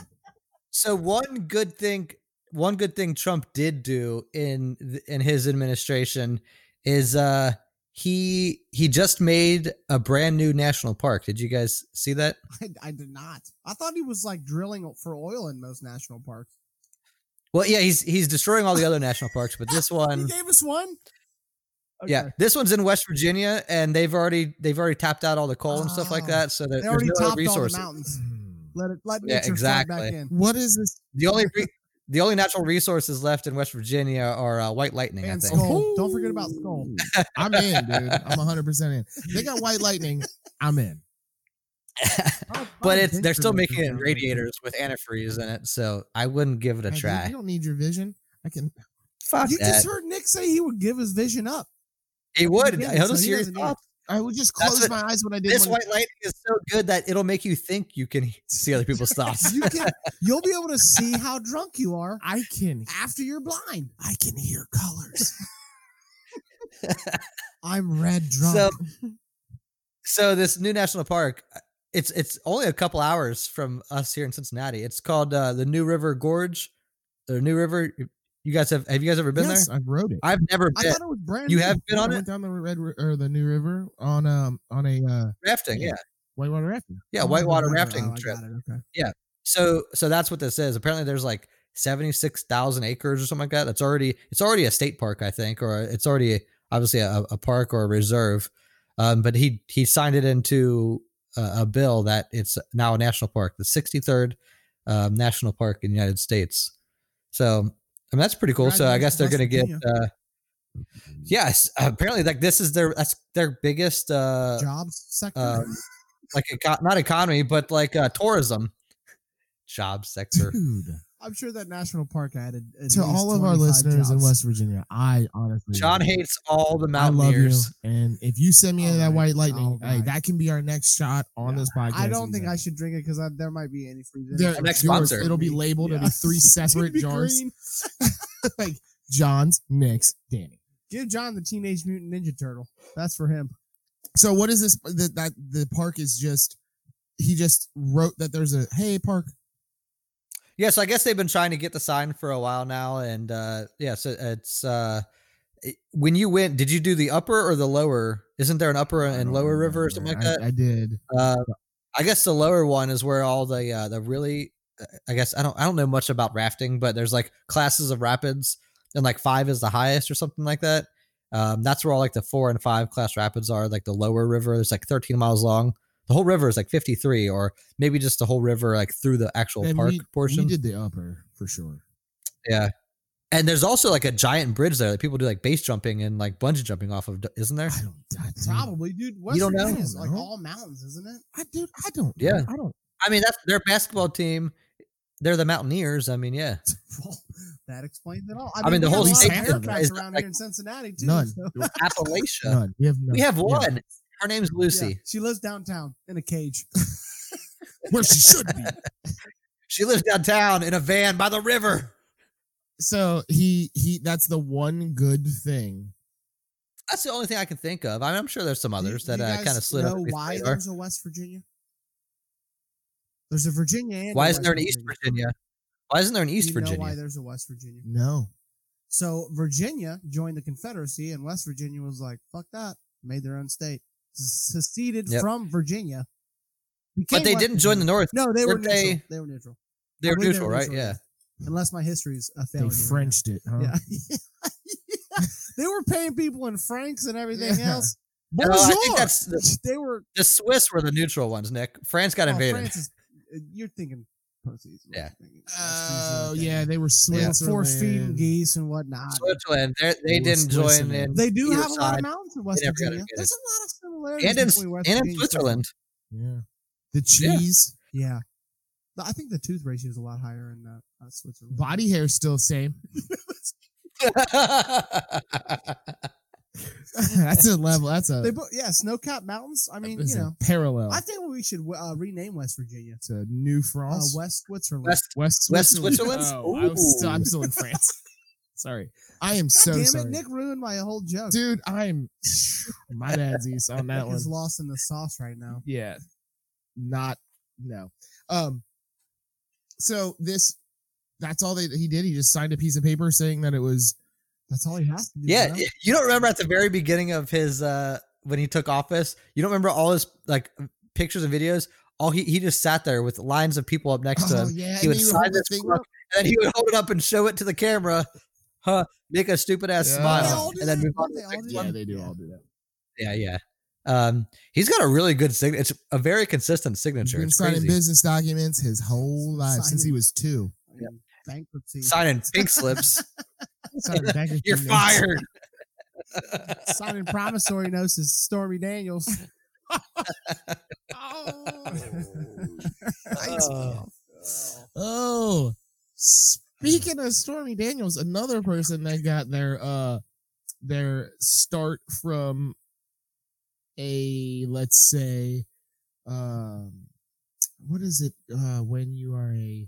S3: So one good thing, one good thing Trump did do in th- in his administration is uh he he just made a brand new national park. Did you guys see that?
S2: I, I did not. I thought he was like drilling for oil in most national parks.
S3: Well, yeah, he's he's destroying all the other national parks, but this
S2: He <laughs>
S3: one,
S2: gave us one.
S3: yeah, this one's in West Virginia, and they've already they've already tapped out all the coal and stuff like
S2: Ah,
S3: that. So there,
S2: They
S3: there's
S2: already
S3: no
S2: topped
S3: resources.
S2: all the mountains. Let it let nature
S3: Yeah,
S2: flood back
S3: exactly.
S2: in.
S1: What is this?
S3: The only re- the only natural resources left in West Virginia are uh, white lightning.
S2: And
S3: I think. Oh.
S2: Skull. Don't forget about Skull.
S3: <laughs>
S1: I'm in, dude. I'm 100 percent in. They got white lightning. I'm in.
S2: I'll- I'll
S3: but it's they're
S2: picture
S3: still
S2: it
S3: making it in
S2: now.
S3: radiators with antifreeze in it, so I wouldn't give it a
S1: Hey, dude,
S3: try.
S1: You don't need your vision. I can.
S3: Fuck
S2: You
S3: that.
S2: just heard Nick say he would give his vision up.
S3: It would.
S2: did,
S3: He'll
S2: so
S3: just
S2: he
S3: hear your
S2: doesn't need it.
S3: thoughts.
S1: I would just
S3: That's
S1: close
S3: what-
S1: my eyes when I did.
S3: This
S1: when-
S3: white lighting is so good that it'll make you think you can see other
S2: <laughs>
S3: people's thoughts.
S2: You
S3: <laughs>
S2: can you'll be able to see how drunk you are
S1: I can.
S2: after you're blind.
S1: I can hear
S3: <laughs>
S1: colors.
S2: <laughs> I'm red drunk. <laughs>
S3: So- so this new national park, uh, it's it's only a couple hours from us here in Cincinnati. It's called uh, the New River Gorge, or New River. You guys have have you guys ever been
S1: yes,
S3: there?
S1: I wrote it.
S3: I've never
S2: I
S3: been
S2: thought it was brand
S3: You
S2: new.
S3: have been
S1: I
S3: on it
S1: went down the red Ri- or the New River on um on a uh,
S3: rafting. Yeah,
S1: whitewater rafting.
S3: yeah,
S2: Oh,
S3: whitewater
S2: no wonder.
S3: rafting
S2: Oh, I
S3: trip.
S2: got it, okay.
S3: So so that's what this is. Apparently there's like 76,000 acres or something like that. That's already it's already a state park, I think, or it's already obviously a, a park or a reserve. Um, but he he signed it into a, a bill that it's now a national park, the 63rd um, national park in the United States. So I mean that's pretty cool. So I guess they're going to get
S2: Congratulations,
S3: uh, yes, apparently like this is their that's their biggest uh,
S2: Jobs sector.
S3: um, like eco- not economy, but like uh, tourism, job sector.
S1: Dude,
S2: <laughs> I'm sure that national park added at
S1: to
S2: least
S1: all of our
S2: 25
S1: listeners in
S2: jobs.
S1: West Virginia, I honestly
S3: John hates all the
S1: I love you,
S3: mountaineers.
S1: and if you send me
S2: All
S1: any of that
S2: right,
S1: white lightning,
S2: all
S1: hey,
S2: right.
S1: that can be our next shot on
S2: Yeah,
S1: this podcast.
S2: I don't think I
S1: anytime.
S2: should drink it because there might be any free.
S1: They're-
S2: <laughs>
S3: Our next
S1: yours,
S3: sponsor.
S1: It'll be labeled. It'll be three separate jars. like John's, Nick's, Danny.
S2: Give John the Teenage Mutant Ninja Turtle. That's for him.
S1: So what is this? That that the park is just. He just wrote that there's a hey park.
S3: Yeah, so I guess they've been trying to get the sign for a while now, and uh, yeah, so it's uh, it- when you went, did you do the upper or the lower? Isn't there an upper
S1: I
S3: and
S1: don't
S3: lower river or
S1: remember.
S3: something like
S1: I-
S3: that?
S1: I did.
S3: Uh, I guess the lower one is where all the uh, the really. I guess I don't I don't know much about rafting, but there's like classes of rapids, and like five is the highest or something like that. Um, that's where all like the four and five class rapids are. Like the lower river is like 13 miles long. The whole river is like 53, or maybe just the whole river like through the actual
S1: And
S3: park
S1: we,
S3: portion.
S1: We did the upper for sure.
S3: yeah, And there's also like a giant bridge there that people do like base jumping and like bungee jumping off of, isn't there?
S1: I don't. I don't
S2: Probably, dude. West
S3: don't know?
S2: Virginia's like
S1: Hmm. No.
S2: all mountains, isn't it? <laughs>
S1: I dude. I don't.
S3: Yeah.
S1: I don't.
S3: I mean, that's their basketball team. They're the Mountaineers. I mean,
S1: <laughs>
S3: yeah.
S2: Well, that explains it all.
S3: I mean, the
S2: we
S1: whole
S2: got a lot of
S1: state of it
S3: <laughs>
S2: Democrats
S3: is
S2: around
S3: like-
S2: here in Cincinnati too.
S1: None.
S2: so-
S3: Appalachia.
S1: None. We have none.
S3: We have
S1: Yeah.
S3: one. Her name's Lucy.
S2: Yeah, she lives downtown in a cage.
S1: where she should
S2: <laughs>
S1: be.
S3: She lives downtown in a van by the river.
S1: So he he. That's the one good thing.
S3: That's the only thing I can think of. I mean, I'm sure there's some
S2: Do you-
S3: others
S2: do
S3: that
S2: you
S3: uh,
S2: guys
S3: kind of slid
S2: know
S3: up.
S2: why
S3: Why,
S2: there's a West Virginia? There's a Virginia. And
S3: why
S2: a
S3: isn't there an
S2: West
S3: East Virginia? Why isn't there an
S2: Do
S3: East
S2: you know why
S3: Virginia?
S2: there's a West Virginia?
S1: No.
S2: So Virginia joined the Confederacy, and West Virginia was like, "Fuck that!" Made their own state, seceded
S3: Yep.
S2: from Virginia.
S3: But they didn't join the North.
S2: No, they were
S3: Weren't they-
S2: neutral. They, were neutral.
S3: They
S2: I
S3: were
S2: believe
S3: neutral, right? Yeah.
S2: Unless my history's a
S1: They
S2: failure.
S1: Frenched it. Huh?
S2: Yeah. <laughs> Yeah. They were paying people in francs and everything
S1: Yeah.
S2: else.
S3: No, I
S2: Bonjour!
S3: think that's the,
S2: they were
S3: the Swiss were the neutral ones. Nick France got
S2: oh,
S3: invaded.
S2: France is- uh, you're thinking pussies.
S3: Yeah.
S2: Uh,
S1: Oh yeah, they were
S2: They were
S1: Switzerland.
S2: force feeding geese and whatnot.
S3: Switzerland. They're-
S1: They
S3: They
S1: were
S3: didn't
S1: Swiss
S3: join
S1: and
S3: in.
S2: They do
S3: Either
S2: have a lot
S3: side.
S2: of mountains in West
S3: never got
S2: Virginia.
S3: together.
S2: There's a lot of similarities
S3: and in,
S2: between West
S3: and in
S2: Virginia and
S3: Switzerland. <laughs>
S1: Yeah. The
S3: Yeah.
S1: cheese
S2: Yeah, But I think the tooth ratio is a lot higher in uh, uh, Switzerland.
S1: body hair still same. <laughs> that's a level. That's a.
S2: They, bo- yeah, snow-capped mountains. I mean,
S1: that's
S2: you
S1: a
S2: know,
S1: parallel
S2: I think we should uh, rename West Virginia
S1: to New
S2: uh,
S1: France.
S2: West Switzerland.
S3: West-
S1: West
S3: West
S1: Switzerland.
S3: Switzerland?
S1: Oh, I was still,
S3: Ooh.
S1: I'm <laughs> still in France. sorry, I am
S2: God
S1: so
S2: damn it,
S1: sorry,
S2: Nick ruined my whole joke.
S1: dude. I'm my dad's east on that
S2: Nick
S1: one.
S2: is lost in the sauce right now.
S1: Yeah, not no. Um, so this that's all they he did. He just signed a piece of paper saying that it was
S2: That's all he has to do.
S3: yeah,
S2: bro.
S3: you don't remember at the very beginning of his uh when he took office. You don't remember all his like pictures and videos. All he he just sat there with lines of
S1: <laughs>
S3: people up next to him.
S1: oh yeah,
S3: uh, he
S1: and
S3: would
S1: then
S3: sign
S1: hold the
S3: this
S1: thing
S3: book,
S1: up.
S3: and then he would hold it up and show it to the camera, huh? Make a stupid ass
S1: Yeah. They
S3: smile,
S1: all
S2: do
S3: and then
S2: that,
S3: move on. to
S2: don't
S3: the
S2: they all
S3: next
S2: do
S1: Yeah,
S3: one.
S1: they do all do that.
S3: Yeah, yeah. Um, he's got a really good signature. It's a very consistent
S1: He's
S3: signature.
S1: been
S3: It's
S1: signing
S3: crazy.
S1: business documents his whole life since he
S2: Signing-
S1: was two.
S2: I mean, bankruptcy.
S3: signing pink slips.
S1: <laughs> Signing bankruptcy
S3: You're
S1: notes. <laughs>
S3: fired.
S2: signing promissory notes is
S3: <laughs>
S2: Stormy Daniels.
S3: Oh.
S1: Oh, speaking of Stormy Daniels, another person that got their uh their start from a let's say um what is it uh when you are a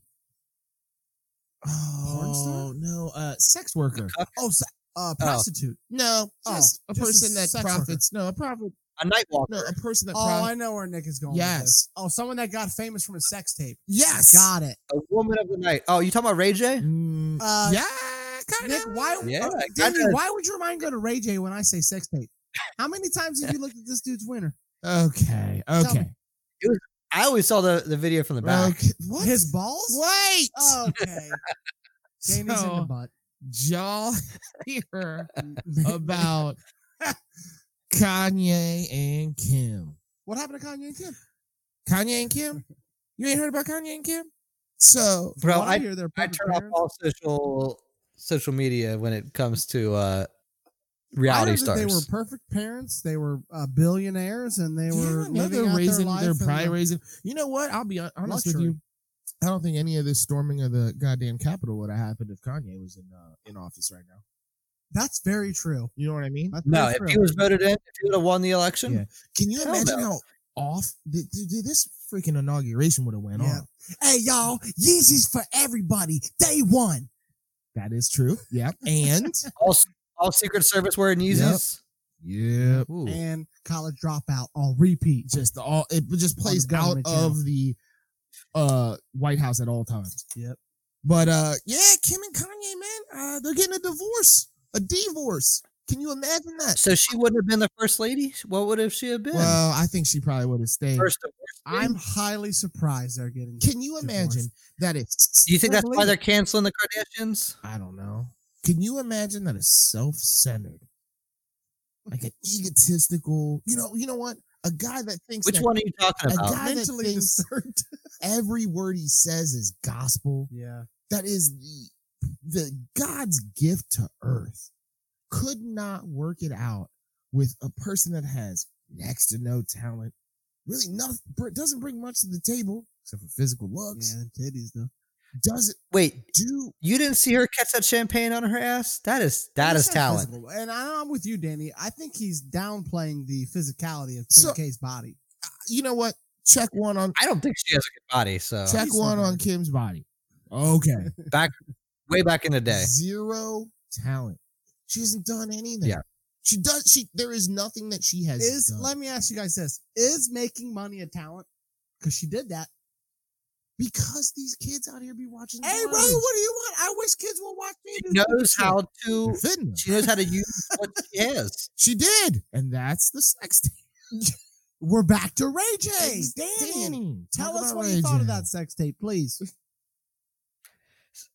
S2: Porn star?
S1: oh no uh sex worker
S2: Oh, s- uh, prostitute.
S1: no just a
S2: Oh, just a
S1: person that
S2: sex
S1: profits no a profit
S3: a night walk.
S1: no a person that
S2: Oh,
S1: profits
S2: I know where Nick is going. with
S1: Yes.
S2: this. Oh, someone that got famous from a sex tape.
S1: yes
S2: Got it.
S3: A woman of the night. Oh, you talking about Ray J?
S1: Mm,
S2: Uh,
S1: yeah kinda.
S2: Nick, why?
S3: Yeah,
S2: uh,
S3: I
S2: Danny,
S3: gotta-
S2: why would your mind go to Ray J when I say sex tape? How many times have you looked at this dude's winner?
S1: okay
S2: me.
S1: okay
S3: I always saw the, the video from the back.
S1: Okay. <laughs> What?
S2: His balls?
S1: Wait.
S3: <laughs>
S2: Okay. Danny's Oh,
S1: so,
S2: in the butt. <laughs>
S1: <laughs> y'all hear
S3: Oh.
S2: <laughs>
S1: about Kanye and Kim.
S2: What happened to Kanye and Kim?
S1: Kanye and Kim? You ain't heard about Kanye and Kim? So,
S3: Bro,
S2: Why
S3: I-
S2: hear their
S3: I
S2: public
S3: turn off
S2: appearance?
S3: all social social media when it comes to uh,
S2: I
S3: reality
S2: heard that
S3: stars.
S2: They were perfect parents. They were uh, billionaires, and
S1: they
S2: they were
S1: were yeah,
S2: living
S1: they're
S2: out
S1: raising,
S2: their life.
S1: they're
S2: in
S1: probably
S2: the-
S1: raising. You know what? I'll be hon- honest
S2: Luxury.
S1: with you. I don't think any of this storming of the goddamn Capitol would have happened if Kanye was in uh, in office right now.
S2: That's very true.
S1: You know what I mean?
S2: That's
S3: no,
S2: very
S3: if
S2: true.
S3: he was voted in, if he would have won the election,
S1: Yeah. Can you
S3: Hell
S1: imagine
S3: no.
S1: how off th- th- th- this freaking inauguration would have went
S2: Yeah.
S1: on?
S2: hey y'all, Yeezys for everybody. Day one.
S1: That is true. Yep.
S3: <laughs>
S1: And
S3: all all Secret Service wearing Yeezys.
S1: yep.
S3: Ooh.
S2: and college dropout on repeat.
S1: just the all it just
S2: the
S1: plays out
S2: government channel.
S1: of the uh White House at all times.
S2: Yep.
S1: But uh yeah, Kim and Kanye, man, uh they're getting a divorce. A divorce. Can you imagine that?
S3: So she wouldn't have been the first lady. What would have she have been?
S1: Well, I think she probably would have stayed.
S3: first divorce lady?
S2: I'm highly surprised they're getting.
S1: Can you imagine that it's
S3: Do you think that's why
S1: self-laden-
S3: they're canceling the Kardashians?
S1: I don't know. Can you imagine that it's self-centered? Like an egotistical, you know, you know what? A guy that thinks
S3: Which
S1: that
S3: one are you talking
S1: A
S3: about?
S1: guy- that
S2: mentally
S1: thinks-
S2: disturbed.
S1: every word he says is gospel.
S2: <laughs> yeah.
S1: that is the the God's gift to earth could not work it out with a person that has next to no talent, really nothing, doesn't bring much to the table except for physical looks,
S2: Yeah, titties though.
S1: doesn't
S3: Wait,
S1: do
S3: you didn't see her catch that champagne on her ass? That is that is
S2: He's not
S3: talent.
S2: physical. And I- I'm with you, Danny. I think he's downplaying the physicality of
S1: So-
S2: Kim K's body.
S1: you know what? Check one on
S3: I don't think she has a good body. So
S1: check
S2: he's
S1: one
S2: not
S1: on
S2: bad.
S1: Kim's body. Okay.
S3: way back in the day,
S1: Zero talent. She hasn't done anything.
S3: Yeah.
S1: She does she there is nothing that she has
S2: Is
S1: done.
S2: let me ask you guys this: Is making money a talent? Because she did that.
S1: because these kids out here be watching.
S2: Hey, bro, what do you want? I wish kids will watch me.
S3: she
S2: do
S3: knows
S2: shit.
S3: how to.
S1: Fitting
S3: She knows how to use <laughs> what she has.
S1: She did. And that's the sex <laughs> tape.
S2: We're back to Ray J.
S1: Ex-
S2: Danny,
S1: Danny,
S2: tell
S1: talk
S2: us
S1: about
S2: what
S1: Ray
S2: you thought
S1: J.
S2: of that sex tape, please.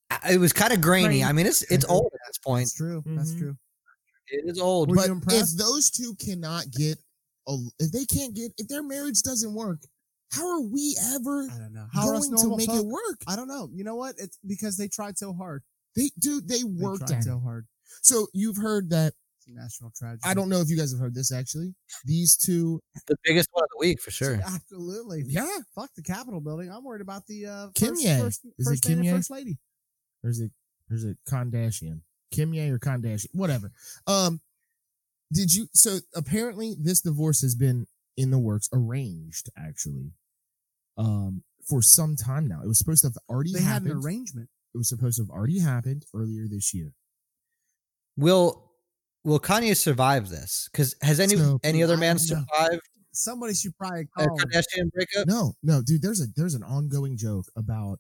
S3: I- It was kind of grainy. I mean, it's it's old at this point.
S2: That's true. That's
S1: Mhm.
S2: true.
S3: Mm-hmm. It is old.
S2: Were
S1: But
S2: you
S1: if
S2: impressed?
S1: those two cannot get, a, if they can't get, if their marriage doesn't work, how are we ever
S2: I don't know. How else
S1: going to
S2: normal
S1: make
S2: folk?
S1: it work?
S2: I don't know. You know what? It's because they tried so hard.
S1: They, dude, they
S2: They
S1: worked
S2: tried
S1: at
S2: so
S1: it.
S2: hard.
S1: So you've heard that.
S2: It's a national tragedy.
S1: I don't know if you guys have heard this actually. These two,
S3: the biggest one of the week for sure.
S2: Absolutely.
S1: yeah,
S2: Fuck the Capitol building. I'm worried about the uh,
S1: Kim
S2: first,
S1: Ye.
S2: first,
S1: Is it
S2: first
S1: Kim
S2: lady,
S1: Ye?
S2: first lady.
S1: there's a there's a Kardashian, Kimye or Kardashian, whatever. Um, did you? So apparently, this divorce has been in the works, arranged actually, um, for some time now. It was supposed to have already
S2: They had
S1: happened.
S2: an arrangement.
S1: it was supposed to have already happened earlier this year.
S3: Will Will Kanye survive this? Because has any
S1: So, Oh.
S3: any other
S2: I
S3: man
S2: don't know.
S3: survived
S2: Somebody should probably
S3: a
S2: call.
S3: Kardashian breakup?
S1: No, no, dude. There's a there's an ongoing joke about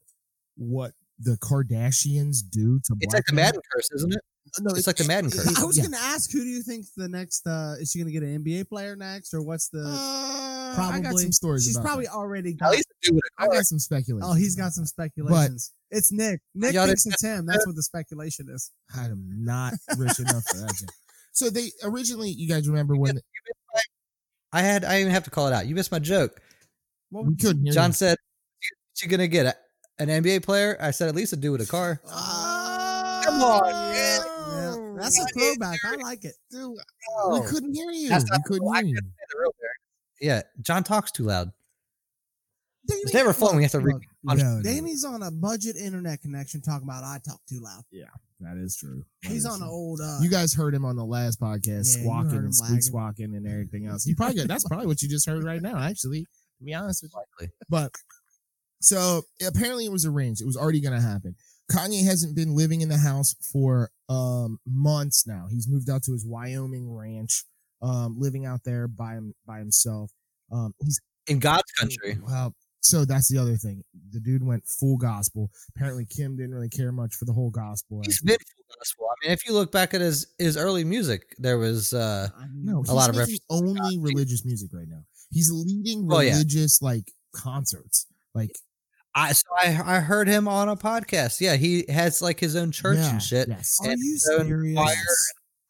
S1: what the Kardashians do to
S3: It's
S1: black
S3: like the
S1: men.
S3: Madden curse, isn't it?
S1: Uh, No,
S3: It's like the Madden curse.
S2: I was
S1: yeah.
S2: going to ask, who do you think the next uh, is she going to get an NBA player next, or what's the?
S1: Uh, I got
S2: probably-
S1: some stories.
S2: she's
S1: about
S2: probably
S1: that.
S2: already
S3: At
S2: got.
S3: least the dude with a
S1: I
S3: car.
S1: got some speculation.
S2: Oh, he's got
S1: about
S2: some speculations. it's Nick. Nick
S3: Y'all
S2: thinks it's him. That's what the speculation is.
S1: that. I am not rich enough for that. shit. So they originally, you guys remember when
S3: I had I didn't have to call it out. You missed my joke.
S2: What
S1: we <laughs> couldn't hear
S3: John
S1: you.
S3: said, "She gonna get a, an NBA player?" I said, "At least a dude with a car." Come on, man.
S2: Oh! Yeah, that's a
S3: Right.
S2: throwback. I like it.
S1: Dude,
S3: No.
S1: we couldn't hear you.
S3: Oh. That's
S1: we
S3: not
S1: couldn't
S3: cool. I
S1: hear you.
S3: couldn't say the real word. Yeah, John talks too loud.
S2: Danny,
S3: It's never fun. when We have to read.
S2: look,
S3: I'm-
S1: No, no,
S2: Danny's on a budget internet connection talking about I talk too loud.
S1: that is true. That
S2: He's
S1: is
S2: on
S1: true.
S2: an old. Uh,
S1: You guys heard him on the last podcast,
S2: Yeah, you heard
S1: squawking
S2: him
S1: and
S2: lagging.
S1: squeak squawking
S2: <laughs>
S1: and everything else. You probably got, that's probably what you just heard right now, actually. To be honest with you,
S3: Likely.
S1: but so apparently it was arranged. It was already going to happen. Kanye hasn't been living in the house for um months now. He's moved out to his Wyoming ranch, um, living out there by him by himself. Um, he's
S3: In God's country,
S1: well, so that's the other thing. The dude went full gospel. Apparently, Kim didn't really care much for the whole gospel.
S3: he's been full gospel. I mean, if you look back at his his early music, there was uh
S2: I mean,
S1: no,
S3: A lot of
S1: he's making only
S3: God.
S1: religious music right now. He's leading
S3: Oh, yeah.
S1: religious like concerts. Like
S3: I so I I heard him on a podcast. Yeah, he has like his own church
S1: yeah,
S3: and shit.
S1: Yes,
S2: Are
S3: and
S2: you
S3: so
S2: serious?
S3: choir.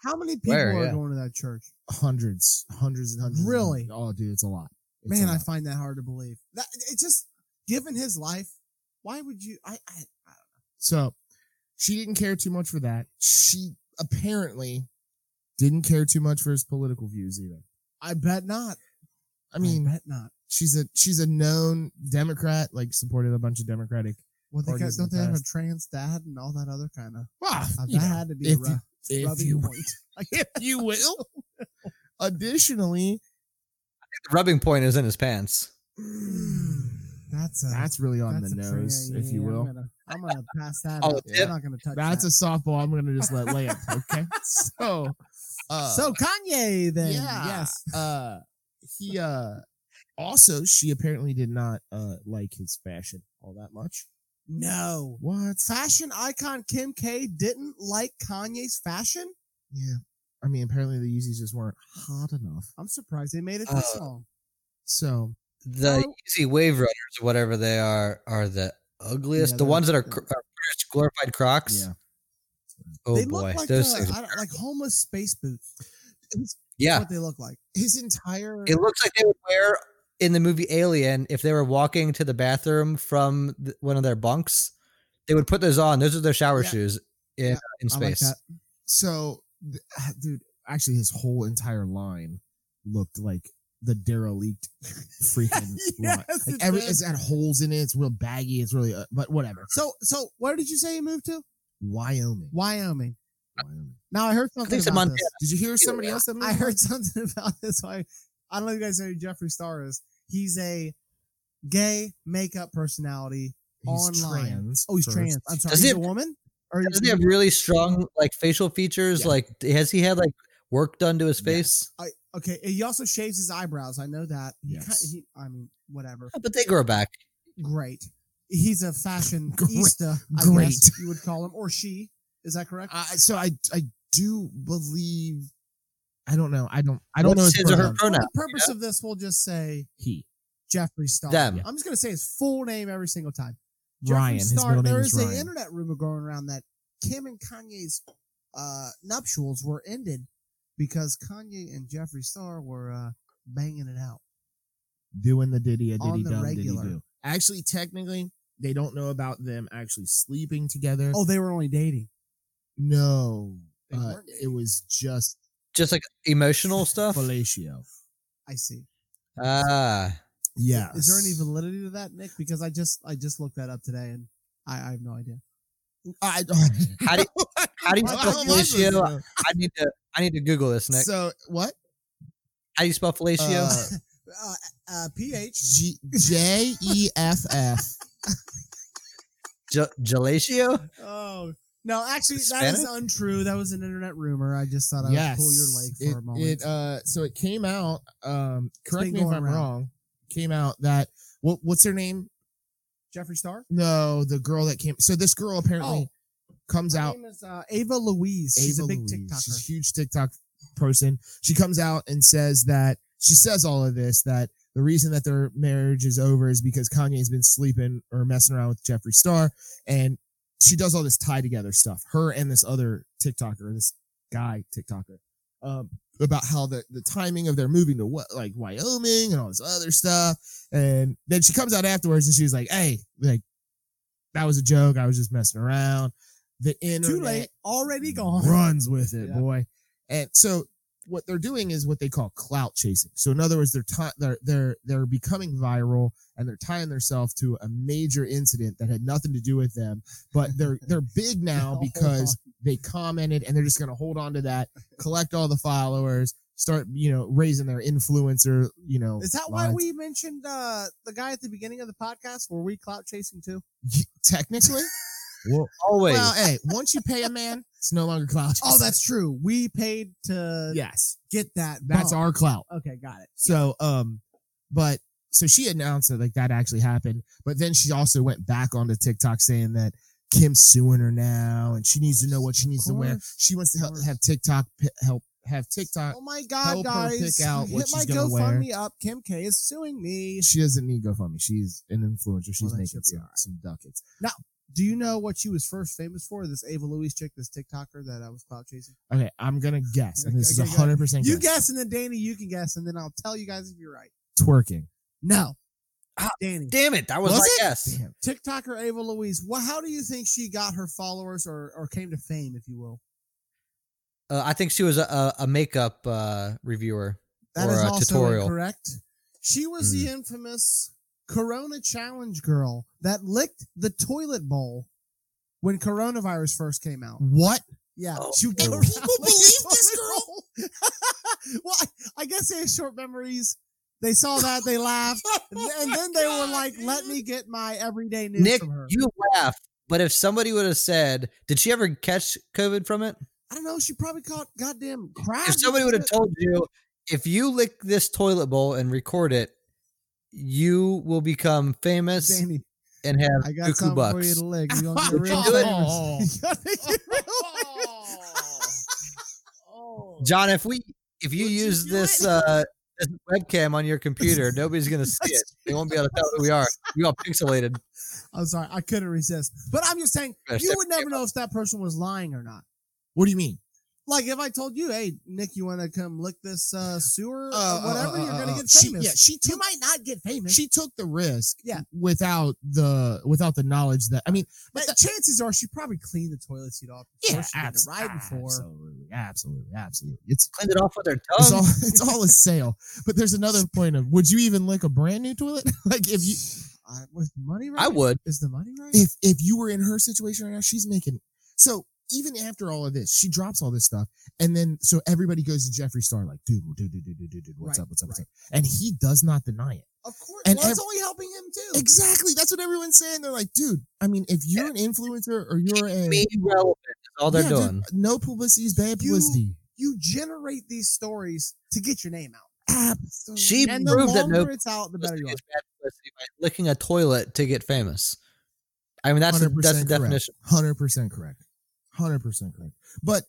S2: How many people
S3: Where,
S2: are
S3: yeah.
S2: going to that church?
S1: hundreds, hundreds and hundreds. and
S2: Really?
S1: hundreds. Oh, dude, it's a lot. It's
S2: Man,
S1: a
S2: I
S1: lot.
S2: find that hard to believe. That it's just given his life. Why would you? I, I
S1: so she didn't care too much for that. She apparently didn't care too much for his political views either.
S2: I bet not.
S1: I mean,
S2: I bet not.
S1: she's a she's a known Democrat, like supported a bunch of Democratic
S2: Well, they got,
S1: Orgies in
S2: don't
S1: the
S2: they have a
S1: past.
S2: trans dad and all that other kind of?
S1: Well,
S2: That
S1: you know,
S2: had to be
S1: if
S2: a rough,
S1: you- if
S2: rubbing
S1: you-
S2: point.
S1: <laughs> if you will. Additionally,
S3: The rubbing point is in his pants.
S2: that's a
S1: that's really on
S2: Mm. that's
S1: the
S2: a tra-
S1: nose,
S2: yeah,
S1: if you
S2: yeah,
S1: will.
S2: I'm gonna, I'm gonna pass
S1: <laughs>
S2: that.
S3: Oh,
S2: up.
S3: yeah.
S2: I'm not gonna touch
S1: That's a
S2: that.
S1: softball. I'm gonna just let
S2: <laughs>
S1: lay up. Okay, so uh,
S2: so Kanye <laughs> then.
S1: yeah,
S2: Yes.
S1: Uh, he uh, also she apparently did not uh like his fashion all that much.
S2: No.
S1: What?
S2: Fashion icon Kim K didn't like Kanye's fashion.
S1: Yeah, I mean apparently the Yeezys just weren't hot enough.
S2: I'm surprised they made it this
S3: Uh,
S2: long.
S1: So
S3: The
S2: Oh.
S3: Yeezy Wave Runners, or whatever they are, are the ugliest.
S2: Yeah,
S3: the
S2: they're-
S3: ones that are,
S2: they're-
S3: cr- are just glorified Crocs.
S1: yeah,
S3: Oh
S2: they
S3: boy,
S2: look like
S3: those
S2: uh,
S3: things.
S2: I don't- like homeless space boots. That's
S3: Yeah,
S2: what they look like.
S1: his entire
S2: <laughs>
S3: it looks like they would wear in the movie Alien if they were walking to the bathroom from th- one of their bunks. They would put those on. Those are their shower
S2: Yeah.
S3: shoes in,
S2: Yeah,
S3: in space.
S2: I like
S1: So, th- ah, dude, actually, his whole entire line looked like the
S2: <laughs>
S1: derelict freaking
S2: that.
S1: line. Like every, it's got holes in it. It's real baggy. It's really, uh, but whatever.
S2: so so where did you say you moved to?
S1: Wyoming.
S2: Wyoming.
S1: Wyoming.
S2: Now I heard something
S3: think it's in
S2: about
S3: Montana.
S2: this.
S1: Did you hear somebody else? That
S2: I
S1: moved?
S2: heard <laughs> something about this. I I don't know if you guys know who Jeffree Star is. He's a gay makeup personality.
S1: He's
S2: online.
S1: trans.
S2: Oh, he's
S1: first.
S2: trans. I'm sorry.
S3: Does he
S2: he's a
S3: have-
S2: woman? Or
S3: Does
S2: is
S3: he have really strong like facial features?
S1: Yeah.
S3: Like has he had like work done to his face?
S2: I, okay. He also shaves his eyebrows. I know that. He
S1: Yes.
S2: ki- he- I mean, whatever.
S3: Yeah, Ah, but they grow back.
S2: Great. He's a fashion
S1: <laughs> Great.
S2: Easter, I
S1: Great.
S2: guess you would call him, or she. Is that correct?
S1: I, so I, I do believe. I don't know. I don't. I don't
S3: What's
S1: know
S3: his or her
S1: pronouns.
S2: For
S3: pronoun?
S2: the purpose of this, we'll just say
S1: He
S2: Jeffree Star.
S3: Them.
S2: I'm just gonna say his full name every single time.
S1: Ryan.
S2: Jeffree
S1: His
S2: Star.
S1: middle name
S2: there
S1: is
S2: is an
S1: Ryan.
S2: internet rumor going around that Kim and Kanye's uh, nuptials were ended because Kanye and Jeffree Star were uh, banging it out.
S1: doing the diddy a
S2: On
S1: diddy
S2: the
S1: dum diddy
S2: regular.
S1: do. Actually, technically, they don't know about them actually sleeping together.
S2: Oh, they were only dating.
S1: no,
S2: They
S1: uh,
S2: weren't.
S1: it was just
S3: Just like
S1: <laughs>
S3: emotional stuff.
S1: fellatio.
S2: I see.
S3: Ah.
S1: Yeah.
S2: Is there any validity to that, Nick? Because I just I just looked that up today and I, I have no idea.
S1: I, oh,
S3: How do
S1: <laughs>
S3: how do you
S1: What the
S3: spell
S1: hell was this
S3: fellatio?
S1: about?
S3: I need to I need to Google this, Nick.
S1: So what?
S3: how do you spell fellatio?
S1: Uh, <laughs>
S2: Uh, uh, PH.
S1: G- J E F F.
S3: Ge-
S1: <laughs>
S3: gelatio?
S2: Oh no, actually that
S3: Spanish?
S2: is untrue. That was an internet rumor. I just thought I
S1: Yes.
S2: would pull your leg for
S1: it,
S2: a moment.
S1: It, uh, so it came out. Um, correct
S2: been
S1: me if
S2: going
S1: I'm
S2: around.
S1: wrong. Came out that what? What's her name?
S2: Jeffree Star.
S1: No, the girl that came. So this girl apparently comes
S2: Oh, Her
S1: out.
S2: name is uh, Ava Louise. She's
S1: Ava
S2: a big
S1: Louise.
S2: TikToker.
S1: She's a huge TikTok person. She comes out and says that she says all of this that the reason that their marriage is over is because Kanye's been sleeping or messing around with Jeffree Star, and she does all this tie together stuff. Her and this other TikToker, this guy TikToker, um, about how the the timing of their moving to what like Wyoming and all this other stuff, and then she comes out afterwards and she's like, "Hey, like." That was a joke. I was just messing around. The internet
S2: Too late. Already gone.
S1: runs with it,
S2: Yeah.
S1: boy. And so what they're doing is what they call clout chasing. So in other words, they're ti they're they're they're becoming viral and they're tying themselves to a major incident that had nothing to do with them, but
S2: <laughs>
S1: they're they're big now
S2: Hold
S1: because they commented and they're just going to hold on to that, collect all the followers, start you know raising their influencer you know.
S2: Is that why
S1: lines.
S2: we mentioned uh, the guy at the beginning of the podcast? Were we clout chasing too?
S1: technically?
S3: Always.
S1: Well, hey, once you pay a man, it's no longer clout.
S2: Oh,
S1: chasing.
S2: that's true. We paid to
S1: yes,
S2: get that.
S1: that's
S2: bump.
S1: our clout.
S2: Okay, got it.
S1: So, um, but so she announced that like that actually happened, but then she also went back onto TikTok saying that Kim's suing her now and she needs to know what she needs to wear.
S2: course,
S1: She wants to help
S2: course.
S1: have TikTok p- help have TikTok.
S2: Oh my God,
S1: Uh, help her
S2: guys!
S1: pick out
S2: Hit
S1: what she's
S2: my
S1: gonna
S2: GoFundMe up. Kim K is suing me.
S1: She doesn't need GoFundMe. She's an influencer. She's
S2: Well, that
S1: making
S2: should be
S1: some,
S2: alright.
S1: some ducats.
S2: Do you know what she was first famous for? This Ava Louise chick, this TikToker that I was clout chasing.
S1: Okay, I'm gonna guess, and this
S2: Okay,
S1: is
S2: go.
S1: hundred percent
S2: You guess, and then Danny, you can guess, and then I'll tell you guys if you're right.
S1: twerking.
S2: No,
S3: Ah,
S2: Danny.
S3: Damn it, that was,
S1: Was
S3: my
S1: it?
S3: guess.
S1: Damn.
S2: TikToker Ava Louise. What? How do you think she got her followers or or came to fame, if you will?
S3: Uh, I think she was a, a, a makeup uh, reviewer.
S2: That
S3: Or
S2: is
S3: a
S2: also
S3: tutorial. Hmm.
S2: incorrect. She was the infamous Corona Challenge girl that licked the toilet bowl when coronavirus first came out.
S1: What?
S2: Yeah,
S3: Oh.
S2: she would go
S1: And
S2: around
S1: people
S2: licking
S1: believe
S2: the
S1: this
S2: toilet bowl. <laughs> well, I, I guess they have short memories. They saw that,
S1: <laughs>
S2: they laughed, and, and then they were like, "Let me get my everyday news
S3: Nick,
S2: from her."
S3: you laugh, but if somebody would have said, "Did she ever catch COVID from it?"
S2: I don't know. She probably caught goddamn crap.
S3: If somebody would have told you, "If you lick this toilet bowl and record it, you will become famous
S2: Danny,
S3: and have
S2: I got
S3: cuckoo
S2: something for you
S3: bucks."
S2: to lick.
S3: <laughs>
S2: You gonna get
S1: You
S2: real
S1: can do it.
S2: famous. <laughs> You gotta get real
S3: John, if we if you
S1: Would you
S3: use
S1: do
S3: this
S1: it?
S3: uh this webcam on your computer, nobody's
S1: <laughs>
S3: gonna see it. They won't be able to tell who we are. We all pixelated.
S2: I'm sorry, I couldn't resist. But I'm just saying,
S3: Gosh,
S2: you
S3: that
S2: would never
S3: came
S2: know if that person was lying or not.
S1: What do you mean?
S2: Like if I told you, hey Nick, you want to come lick this uh, sewer,
S1: Uh,
S2: or whatever,
S1: uh, uh,
S2: you're gonna
S1: uh,
S2: get
S1: she-
S2: famous.
S1: yeah, she
S2: you
S1: took-
S2: might not get famous.
S1: She took the risk
S2: Yeah.
S1: without the without the knowledge that I mean
S2: but chances are she probably cleaned the toilet seat off before she did
S1: abs-
S2: the ride before.
S1: Absolutely, absolutely, absolutely. It's
S3: Cleaned it off with their
S1: it's all <laughs>
S3: tongue.
S1: it's all a sale. But there's another point of would you even lick a brand new toilet? <laughs> like if you
S2: I, was the money right?
S3: I would.
S2: Is the money right?
S1: if if you were in her situation right now, she's making so even after all of this, she drops all this stuff, and then so everybody goes to Jeffree Star like, dude, dude, dude, dude, dude, dude, dude what's
S2: Right,
S1: up, what's up, what's
S2: right.
S1: up, and he does not deny it.
S2: of course,
S1: and
S2: well, it's
S1: ev-
S2: only helping him too.
S1: Exactly, that's what everyone's saying. They're like, dude, I mean, if you're an influencer or you're a
S3: Be relevant is all they're
S1: Yeah, dude,
S3: doing.
S1: no publicity is bad
S2: You-
S1: publicity.
S2: you generate these stories to get your name out.
S1: Absolutely.
S3: She
S2: and the
S3: proved that
S2: longer
S3: no
S2: it's out, the better
S3: publicity
S2: you are.
S3: is bad publicity by licking a toilet to get famous. I mean, that's the, that's the
S1: 100% correct.
S3: definition.
S1: Hundred percent correct. Hundred percent correct. But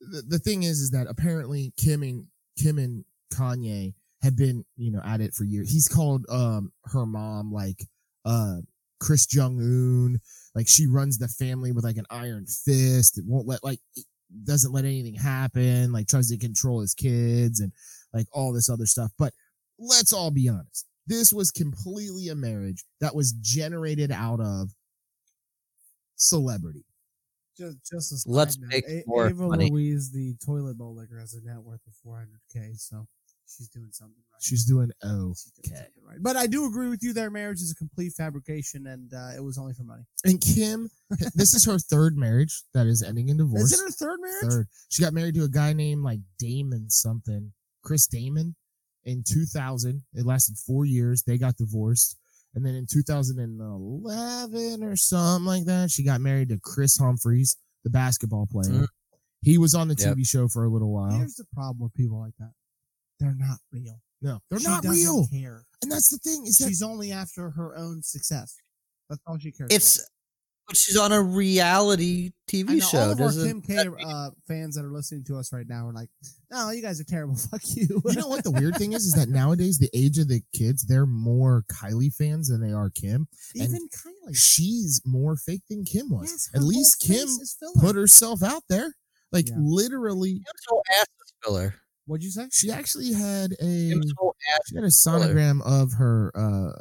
S1: the, the thing is, is that apparently Kim and Kim and Kanye have been, you know, at it for years. He's called um her mom like uh Chris Jong Un. Like she runs the family with like an iron fist. It won't let like e, doesn't let anything happen. Like tries to control his kids and like all this other stuff. But let's all be honest. This was completely a marriage that was generated out of celebrity.
S2: Just, just a side
S3: Let's
S2: note.
S3: make
S2: A-
S3: more
S2: Ava
S3: money.
S2: Louise, the toilet bowl liquor, has a net worth of 400k, so she's doing something right.
S1: She's doing oh.
S2: She's doing something right. But I do agree with you. Their marriage is a complete fabrication, and uh, it was only for money.
S1: And Kim, this is her third marriage that is ending in divorce.
S2: Is it her third marriage?
S1: third. She got married to a guy named like Damon something, Chris Damon, in 2000. It lasted four years. They got divorced. And then in 2011 or something like that, she got married to Chris Humphreys, the basketball player.
S3: Mm.
S1: He was on the
S3: Yep.
S1: TV show for a little while.
S2: Here's the problem with people like that: they're not real.
S1: no, they're
S2: She
S1: not
S2: doesn't
S1: real.
S2: Care.
S1: And that's the thing is that
S2: She's only after her own success. That's all she cares. about.
S3: It's but she's on a reality TV
S2: I know
S3: show.
S2: all of our
S3: doesn't-
S2: Kim K uh, fans that are listening to us right now are like, "No, you guys are terrible. <laughs> Fuck you."
S1: you know what the weird thing is is that nowadays the age of the kids they're more Kylie fans than they are Kim.
S2: Even Kylie.
S1: She's more fake than Kim was.
S2: Yes, her
S1: At
S2: whole
S1: least Kim
S2: face is filler.
S1: put herself out there. Like
S2: Yeah.
S1: literally,
S3: Kim's whole ass is filler.
S2: What'd you say?
S1: she actually had a
S3: Kim's
S2: Mm.
S3: whole ass.
S1: she had a sonogram of her uh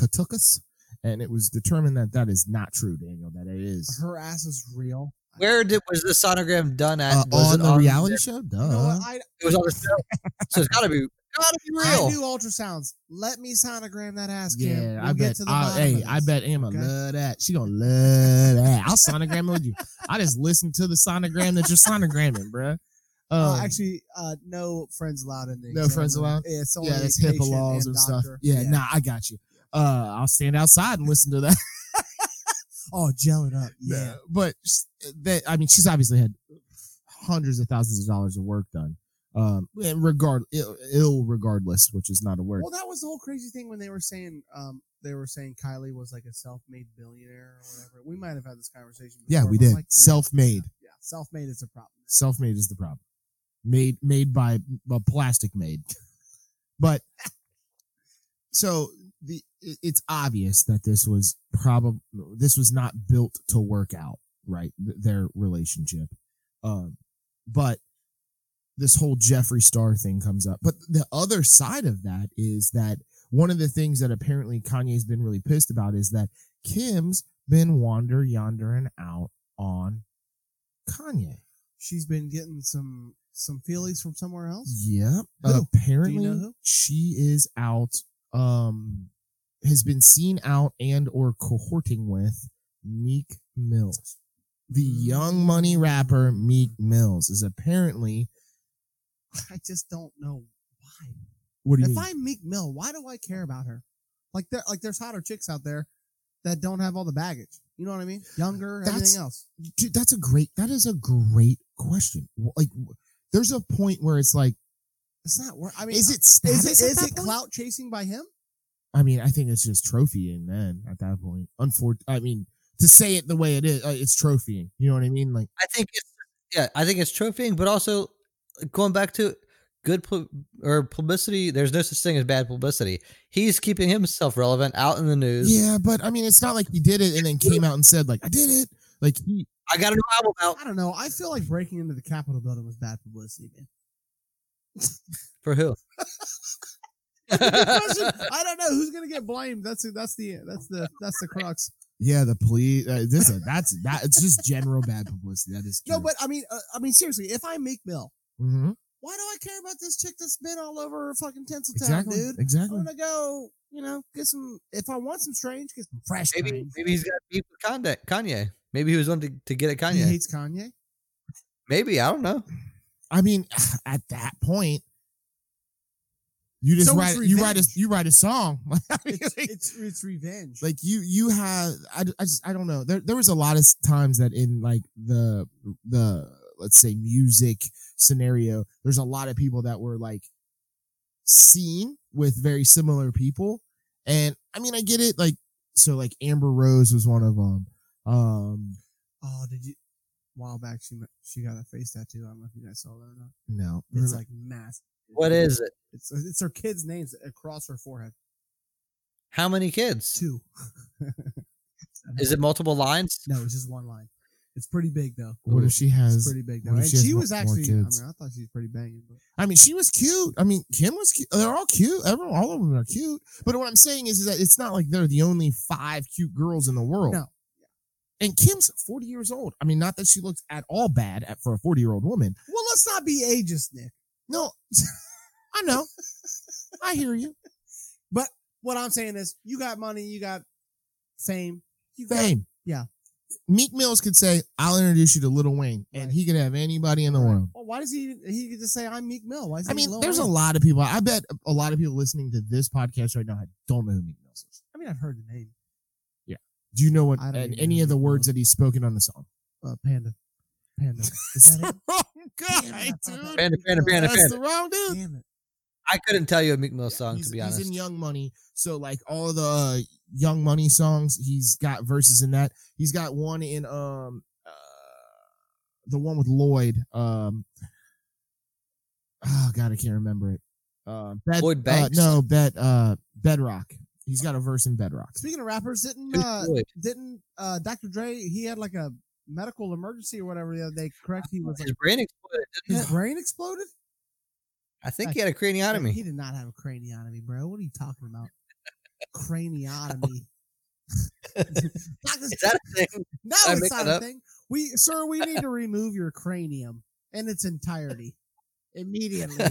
S1: catucus, and it was determined that that is not true, Daniel. That it is
S2: Her ass is real.
S3: Where did was the sonogram done at?
S1: uh,
S3: was
S1: on
S3: it
S1: the reality
S3: there?
S1: show.
S2: You
S1: Duh.
S2: know what? I,
S3: It was on the show,
S2: <laughs>
S3: so it's gotta be gotta be
S2: I
S3: real.
S2: do ultrasounds. Let me sonogram that ass, Kim.
S1: yeah,
S2: We'll
S1: I
S2: get
S1: bet.
S2: to the
S1: I,
S2: bottom
S1: hey,
S2: of
S1: I
S2: this.
S1: bet Emma
S2: okay?
S1: love that. She gonna love that.
S2: <laughs>
S1: I'll sonogram it with you. I just listen to the sonogram that you're sonogramming, bruh.
S2: Uh,
S1: Um,
S2: actually, uh, no friends allowed in the.
S1: No
S2: exam
S1: friends
S2: room.
S1: allowed?
S2: Yeah, it's only
S1: yeah, that's HIPAA
S2: patient
S1: laws and stuff.
S2: doctor.
S1: Yeah, nah, I got you. Uh, I'll stand outside and listen to that. <laughs>
S2: Oh, gel it up. Yeah.
S1: No, but s- that I mean, she's obviously had hundreds of thousands of dollars of work done. Um, and regard ill, ill regardless, which is not a word.
S2: Well, that was the whole crazy thing when they were saying, um, they were saying Kylie was like a self-made billionaire or whatever. We might have had this conversation.
S1: yeah,
S2: before,
S1: we
S2: but I'm
S1: did.
S2: like, no,
S1: Self-made.
S2: Yeah, self-made is a problem.
S1: Self-made is the problem. Made made by a plastic made, <laughs> but so the it- it's obvious that this was probably this was not built to work out right th- their relationship, um, but this whole Jeffree Star thing comes up. But the other side of that is that one of the things that apparently Kanye's been really pissed about is that Kim's been wander yondering out on Kanye.
S2: She's been getting some some feelies from somewhere else.
S1: Yeah.
S2: Who? Do
S1: Apparently,
S2: who?
S1: she is out. Um, has been seen out and or cohorting with Meek Mills. The
S2: Mm.
S1: Young Money rapper Meek Mills is apparently.
S2: <laughs> I just don't know why.
S1: What do you
S2: If
S1: mean?
S2: I'm Meek Mill, why do I care about her? Like there, like there's hotter chicks out there that don't have all the baggage. You know what I mean? Younger,
S1: That's-
S2: everything else.
S1: Dude, that's a great. That is a great question. Wh- Like, wh- there's a point where it's like,
S2: It's not. wor- I mean,
S1: is it
S2: is
S1: status?
S2: it
S1: at
S2: is
S1: that
S2: it
S1: point?
S2: clout chasing by him?
S1: I mean, I think it's just trophying then at that point. Unfor- I mean, to say it the way it is, uh, it's trophying. You know what I mean? Like.
S3: I think it's yeah, I think it's trophying, but also going back to good pu- or publicity. There's no such thing as bad publicity. He's keeping himself relevant out in the news.
S1: Yeah, but I mean, it's not like he did it and then came out and said like, "I did it." Like he,
S3: I got a new album out
S2: I don't know. I feel like breaking into the Capitol building was bad publicity, <laughs> man.
S3: for <laughs> who?
S2: <laughs> Question, I don't know who's gonna get blamed. That's that's the that's the that's the crux.
S1: yeah, the police. Uh, this, uh, that's that. It's just general bad publicity. That is true.
S2: No, but I mean, uh, I mean seriously, if I make Mill,
S1: Mhm.
S2: why do I care about this chick that's been all over fucking Tinseltown,
S1: exactly,
S2: dude? I'm
S1: exactly.
S2: gonna go, you know, get some. If I want some strange, get some fresh.
S3: Maybe
S2: strange.
S3: maybe he's got beef with Kanye. Kanye. Maybe he was wanting to, to get at
S2: he
S3: Kanye.
S2: hates Kanye.
S3: maybe I don't know.
S1: I mean, <sighs> at that point, you just
S2: So it's
S1: write you write a
S2: revenge.
S1: you write a song.
S2: It's, it's it's revenge.
S1: like you you have I, I just I don't know. There there was a lot of s- times that in like the the let's say music scenario, there's a lot of people that were like seen with very similar people, and I mean I get it. Like so, like Amber Rose was one of them. Um,
S2: oh, did you? A while back, she she got a face tattoo. I don't know if you guys saw that or not.
S1: no,
S2: It's like massive.
S3: What is it?
S2: It's it's her kids' names across her forehead.
S3: How many kids?
S2: Two.
S3: Is it multiple lines?
S2: No, it's just one line. It's pretty big though.
S1: what if she has?
S2: It's pretty big though.
S1: what if
S2: And
S1: she
S2: she,
S1: has mo-
S2: was
S1: more
S2: actually. I mean,
S1: kids?
S2: I thought she was pretty banging. But
S1: I mean, she was cute. I mean, Kim was cute. They're all cute. Everyone, all of them are cute. But what I'm saying is, is that it's not like they're the only five cute girls in the world.
S2: No.
S1: And Kim's 40 years old. I mean, not that she looks at all bad at, for a 40 year old woman.
S2: well, let's not be ageist, Nick.
S1: No, <laughs> I know. I hear you.
S2: What I'm saying is, you got money, you got fame, you got
S1: Fame.
S2: Yeah.
S1: Meek Mills could say, I'll introduce you to Little Wayne, and
S2: Right.
S1: he could have anybody in the
S2: Right.
S1: world.
S2: Well, why does he? He could just say, "I'm Meek Mill." Why is he?
S1: I mean,
S2: Lil
S1: there's a
S2: Wayne?
S1: lot of people. I bet a lot of people listening to this podcast right now don't know who Meek Mills is.
S2: I mean, I've heard the name.
S1: Do you know what
S2: I don't
S1: and
S2: even
S1: any
S2: know
S1: of the
S2: Meek
S1: words
S2: Mills.
S1: that he's spoken on the song?
S2: Uh, Panda.
S1: <laughs>
S2: Panda. Is that it?
S1: wrong
S2: Damn, <laughs> I thought that-
S3: Panda, panda, panda,
S1: Oh, That's
S3: panda.
S1: the wrong dude.
S2: <laughs> Damn it.
S3: I couldn't tell you a Meek Mill song
S1: he's,
S3: to be
S1: he's
S3: honest.
S1: in Young Money, so like all the uh, Young Money songs, he's got verses in that. He's got one in um uh, the one with Lloyd. Um, oh god, I can't remember it. Uh, Bed,
S3: Lloyd
S1: uh,
S3: Banks?
S1: no, Bed uh, Bedrock. He's got a verse in Bedrock.
S2: Speaking of rappers, didn't
S3: Pink
S2: uh,
S3: Floyd.
S2: didn't uh, Dr. Dre? He had like a medical emergency or whatever the other day. Correct?
S3: <laughs>
S2: He was like
S3: His brain exploded. didn't
S2: his
S3: it?
S2: brain exploded.
S3: I think he had a craniotomy.
S2: He did not have a craniotomy, bro. What are you talking about?
S3: <laughs>
S2: craniotomy. <laughs> Doctors-
S3: Is that a thing? <laughs>
S2: no,
S3: I
S2: it's
S3: make
S2: <laughs> not
S3: that
S2: a
S3: up?
S2: thing. We, sir, we need to remove your cranium in
S3: <laughs>
S2: its entirety immediately.
S3: I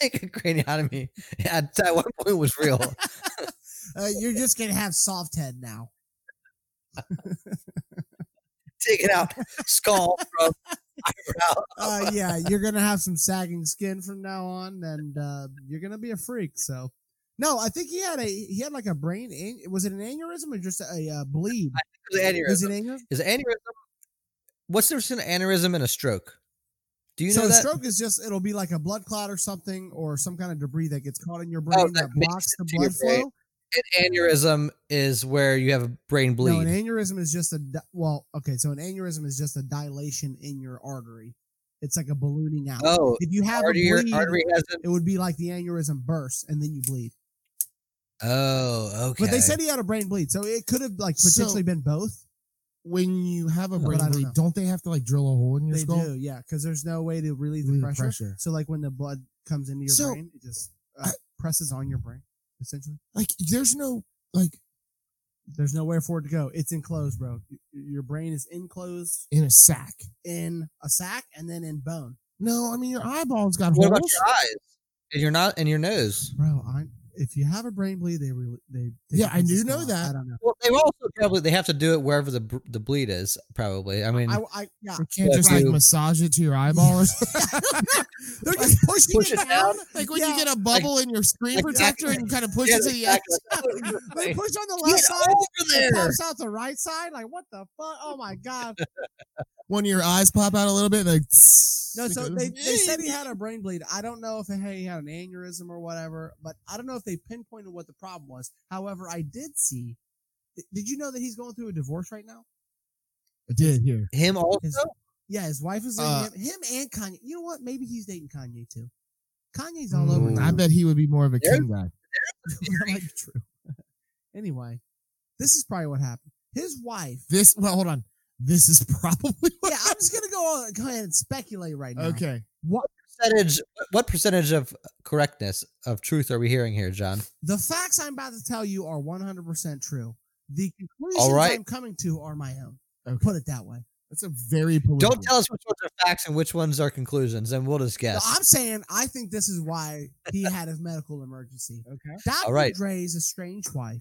S3: think a craniotomy at, at one point was real. <laughs>
S2: Uh, you're just gonna have soft head now.
S3: Taking out skull from eyebrow.
S2: Uh, yeah, you're gonna have some sagging skin from now on, and uh, you're gonna be a freak. So, no, I think he had a he had like a brain. An- was it an aneurysm or just a uh, bleed?
S3: It was an aneurysm.
S2: Was it aneurysm?
S3: Is aneurysm? What's the difference between an aneurysm and a stroke? Do you
S2: so
S3: know
S2: a
S3: that?
S2: stroke is just it'll be like a blood clot or something or some kind of debris that gets caught in your brain that,
S3: Oh, that makes
S2: blocks
S3: it
S2: the
S3: to your
S2: blood
S3: brain.
S2: flow.
S3: An aneurysm is where you have a brain bleed.
S2: No, an aneurysm is just a di- well, okay. So an aneurysm is just a dilation in your artery. It's like a ballooning out.
S3: oh,
S2: if you have
S3: artery,
S2: a bleed,
S3: artery has an.
S2: it would be like the aneurysm bursts and then you bleed.
S3: Oh, okay.
S2: But they said he had a brain bleed, so it could have like
S1: So-
S2: potentially been both.
S1: When you have a
S2: But
S1: brain
S2: I don't
S1: bleed,
S2: know.
S1: don't they have to like drill a hole in your
S2: They
S1: skull?
S2: do, yeah, because there's no way to relieve the
S1: Relieve the
S2: pressure.
S1: pressure.
S2: So like when the blood comes into your
S1: So-
S2: brain, it just uh, presses on your brain essentially.
S1: Like, there's no like
S2: There's nowhere for it to go. It's enclosed, bro. Y- Your brain is enclosed
S1: in a sack.
S2: in a sac and then in bone.
S1: No, I mean your eyeballs got
S3: What about
S1: holes.
S3: your eyes? And your not and your nose.
S2: Bro, I if you have a brain bleed, they really they, they
S1: Yeah, I
S2: it's
S1: do
S2: just
S1: know
S2: not-
S1: that.
S2: I don't know.
S3: Well, they also probably they have to do it wherever the br- the bleed is. Probably. I mean,
S2: I, I yeah.
S1: You can't
S3: Yeah,
S1: just
S3: right.
S1: like massage it to your eyeball. or
S2: <laughs> They're just pushing
S3: push
S2: it
S3: it
S2: down.
S1: Like when
S2: Yeah.
S1: you get a bubble in your screen
S3: like
S1: protector
S3: that.
S1: and you kind of push
S3: Yeah,
S1: it to the edge.
S3: exactly.
S2: <laughs> They push on the
S3: Get
S2: left side,
S3: over
S2: it
S3: there.
S2: pops out the right side. Like what the fuck? Oh my god!
S1: One of your eyes pop out a little bit, like. uh,
S2: No, so they, they
S1: <laughs>
S2: said he had a brain bleed. I don't know if he had an aneurysm or whatever, but I don't know if they pinpointed what the problem was. However, I did see. Did you know that he's going through a divorce right now?
S1: I did here.
S3: Him also.
S2: His- Yeah, his wife is leaving
S1: Uh,
S2: him. Him and Kanye. You know what? Maybe he's dating Kanye too. Kanye's all over.
S3: Ooh.
S2: now.
S1: Mm, I bet he would be more of a king guy.
S2: <laughs> That might be true. anyway, this is probably what happened. His wife.
S1: <laughs> This well, hold on. this is <laughs> probably what
S2: Yeah, I'm just gonna go on, go ahead and speculate right now.
S1: Okay.
S3: Percentage. What percentage of correctness of truth are we hearing here, John?
S2: The facts I'm about to tell you are 100% true. The conclusions
S3: All right.
S2: I'm coming to are my own.
S1: Okay.
S2: Put it that way.
S1: That's a very political.
S3: Don't tell us which ones are facts and which ones are conclusions, and we'll just guess.
S2: So I'm saying I think this is why he had a medical emergency.
S1: Okay.
S2: Dr.
S3: All right.
S2: Dre's estranged wife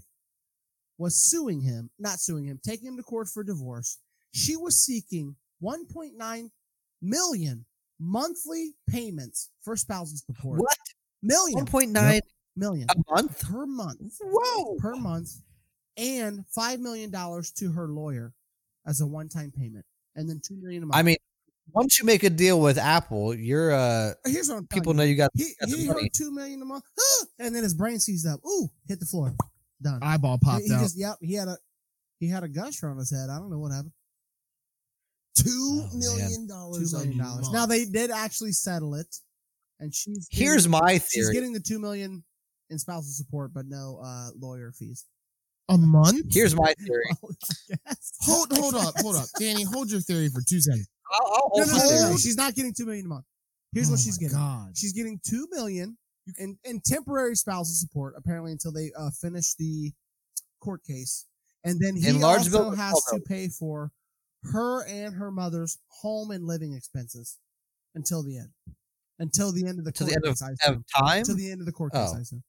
S2: was suing him, not suing him, taking him to court for divorce. She was seeking 1.9 million monthly payments for spousal support.
S3: What?
S2: Million.
S3: One point nine
S2: million
S3: a month.
S2: per month.
S3: Whoa.
S2: Per month. And $5 million to her lawyer as a one time payment. And then 2 million a month.
S3: I mean, once you make a deal with Apple, you're uh
S2: here's what I'm telling
S3: people
S2: you.
S3: know you got.
S2: He,
S3: got the
S2: he
S3: money.
S2: heard two million a month, and then his brain seized up. Ooh, hit the floor. Done.
S1: Eyeball
S2: He-
S1: popped
S2: he
S1: out.
S2: just yep. He had a he had a gusher on his head. I don't know what happened. Two
S3: Oh, man.
S2: million dollars.
S1: Two
S2: on
S1: million
S2: your dollars.
S1: month.
S2: Now they did actually settle it, and she's getting-
S3: Here's my
S2: she's
S3: theory.
S2: getting the two million in spousal support, but no uh lawyer fees. <laughs>
S1: a month?
S3: Here's my theory.
S2: yes.
S1: Hold hold up, hold up. Danny, hold your theory for two seconds.
S3: I'll, I'll
S2: No,
S3: hold
S2: no,
S3: my
S2: no, no, no.
S3: theory.
S2: She's not getting two million a month. Here's
S1: Oh
S2: what she's
S1: my
S2: getting.
S1: God.
S2: She's getting two million in, in temporary spousal support, apparently until they uh, finish the court case, and then he
S3: In large
S2: also
S3: building-
S2: has to
S3: although-
S2: pay for her and her mother's home and living expenses until the end, until the end of the
S3: To
S2: court
S3: the end
S2: case.
S3: of,
S2: I
S3: of
S2: assume.
S3: time.
S2: to the end of the court case.
S3: Oh.
S2: I assume.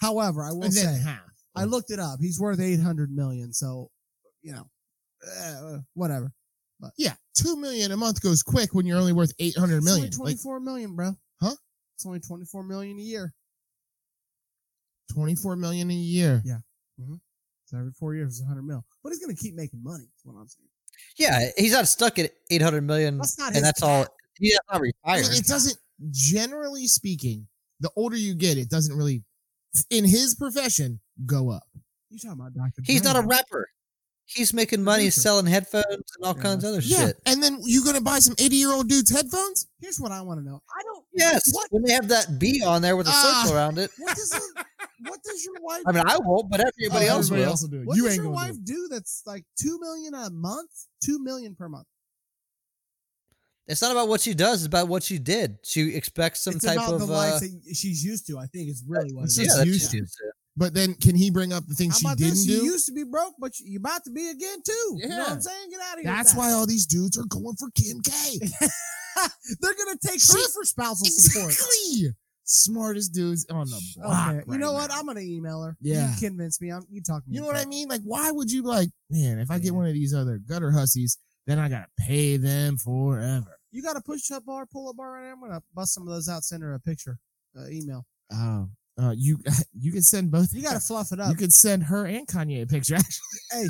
S2: However, I will
S1: and then
S2: say
S1: half.
S2: I looked it up. He's worth eight hundred million, so you know, uh, whatever.
S1: Yeah. Two million a month goes quick when you're only worth eight hundred million.
S2: It's only
S1: like
S2: twenty four million, bro.
S1: Huh?
S2: It's only twenty four million a year.
S1: twenty four million a year.
S2: So every four years is 100 mil. But he's going to keep making money. Is what I'm saying.
S3: Yeah, he's not stuck at 800 million,
S2: That's not his
S3: and that's all. He's
S1: I
S3: not retired.
S1: mean, it doesn't generally speaking, the older you get, it doesn't really in his profession go up.
S2: You talking about Dr.
S3: He's not a
S2: Dre.
S3: rapper. He's making money
S2: Rapper.
S3: selling headphones and all
S2: Yeah,
S3: kinds of other
S1: Yeah.
S3: shit.
S1: And then you gonna buy some eighty year old dude's headphones?
S2: Here's what I want to know. I don't.
S3: Yes,
S2: What?
S3: when they have that B on there with a
S1: Ah.
S3: circle around it.
S2: What does, a, what does your wife?
S3: I mean, I won't, but everybody
S1: Oh,
S3: else
S1: everybody
S3: will.
S1: else will do it.
S2: What
S1: you
S2: does
S1: ain't
S2: your
S1: gonna
S2: wife
S1: do
S2: do that's like two million a month? Two million per month.
S3: It's not about what she does; it's about what she did. She expects some
S2: it's
S3: type
S2: about
S3: of.
S2: the
S3: uh,
S2: life that she's used to. I think is really what.
S1: it's
S2: It
S3: yeah,
S1: she's
S2: is.
S3: that
S1: used
S3: she
S1: to.
S3: used to.
S1: But then can he bring up the things
S2: How
S1: she
S2: about
S1: didn't
S2: this?
S1: do?
S2: You used to be broke, but you- you're about to be again too. You know what
S1: Yeah.
S2: I'm saying? Get out of here. with
S1: That's
S2: that.
S1: why
S2: <laughs>
S1: all these dudes are going for Kim K.
S2: they're gonna take
S1: Sure.
S2: shit for spousal support.
S1: Exactly. Smartest dudes on the block.
S2: Okay. you
S1: right
S2: know
S1: now.
S2: what? I'm gonna email her.
S1: Yeah.
S2: You convince me. I'm, you talk me.
S1: You know what
S2: into
S1: I
S2: it.
S1: mean? Like, why would you like, man? If I
S2: Yeah.
S1: get one of these other gutter hussies, then I gotta pay them forever.
S2: You got a push up bar, pull up bar right now. I'm gonna bust some of those out. Send her a picture, uh, email.
S1: Oh, uh, you <laughs> you could send both.
S2: You gotta fluff it
S1: you
S2: up.
S1: could send her and Kanye a picture. Actually,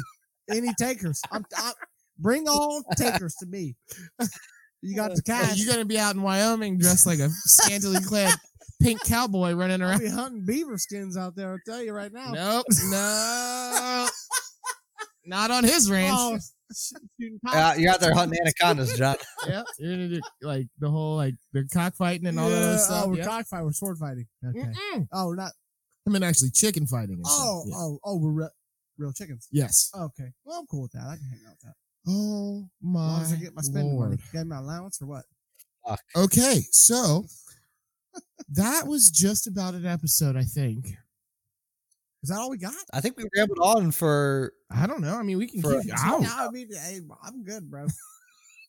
S2: Any takers? I'm, i bring all takers
S1: <laughs>
S2: to me. You got the cash.
S1: you gonna be out in Wyoming dressed like a scantily clad pink cowboy running
S2: <laughs> I'll
S1: around.
S2: be hunting beaver skins out there. I'll tell you right now.
S1: Nope,
S2: <laughs>
S1: no, not on his ranch.
S2: Oh, sh- shooting cock.
S3: Uh, you're out there hunting anacondas, John.
S1: <laughs> Yeah, you're gonna do like the whole like the cockfighting and all that
S2: Yeah,
S1: other
S2: Oh,
S1: stuff.
S2: we're
S1: yeah.
S2: cockfighting. We're sword fighting. Okay.
S1: Mm-mm.
S2: Oh, we're not.
S1: I mean, actually, chicken fighting. and stuff,
S2: Oh,
S1: yeah.
S2: oh, oh, we're re- real chickens.
S1: yes.
S2: Okay. Well, I'm cool with that. I can hang out with that.
S1: Oh
S2: As long
S1: my
S2: as I get my spending
S1: lord.
S2: money. Get my allowance or what?
S1: Okay, so that was just about an episode, I think.
S2: Is that all we got?
S3: I think we rambled on for.
S1: I don't know. I mean, we can
S3: For-
S1: keep.
S2: No,
S1: Ow.
S2: I mean, hey, I'm
S1: <laughs>
S2: good, bro.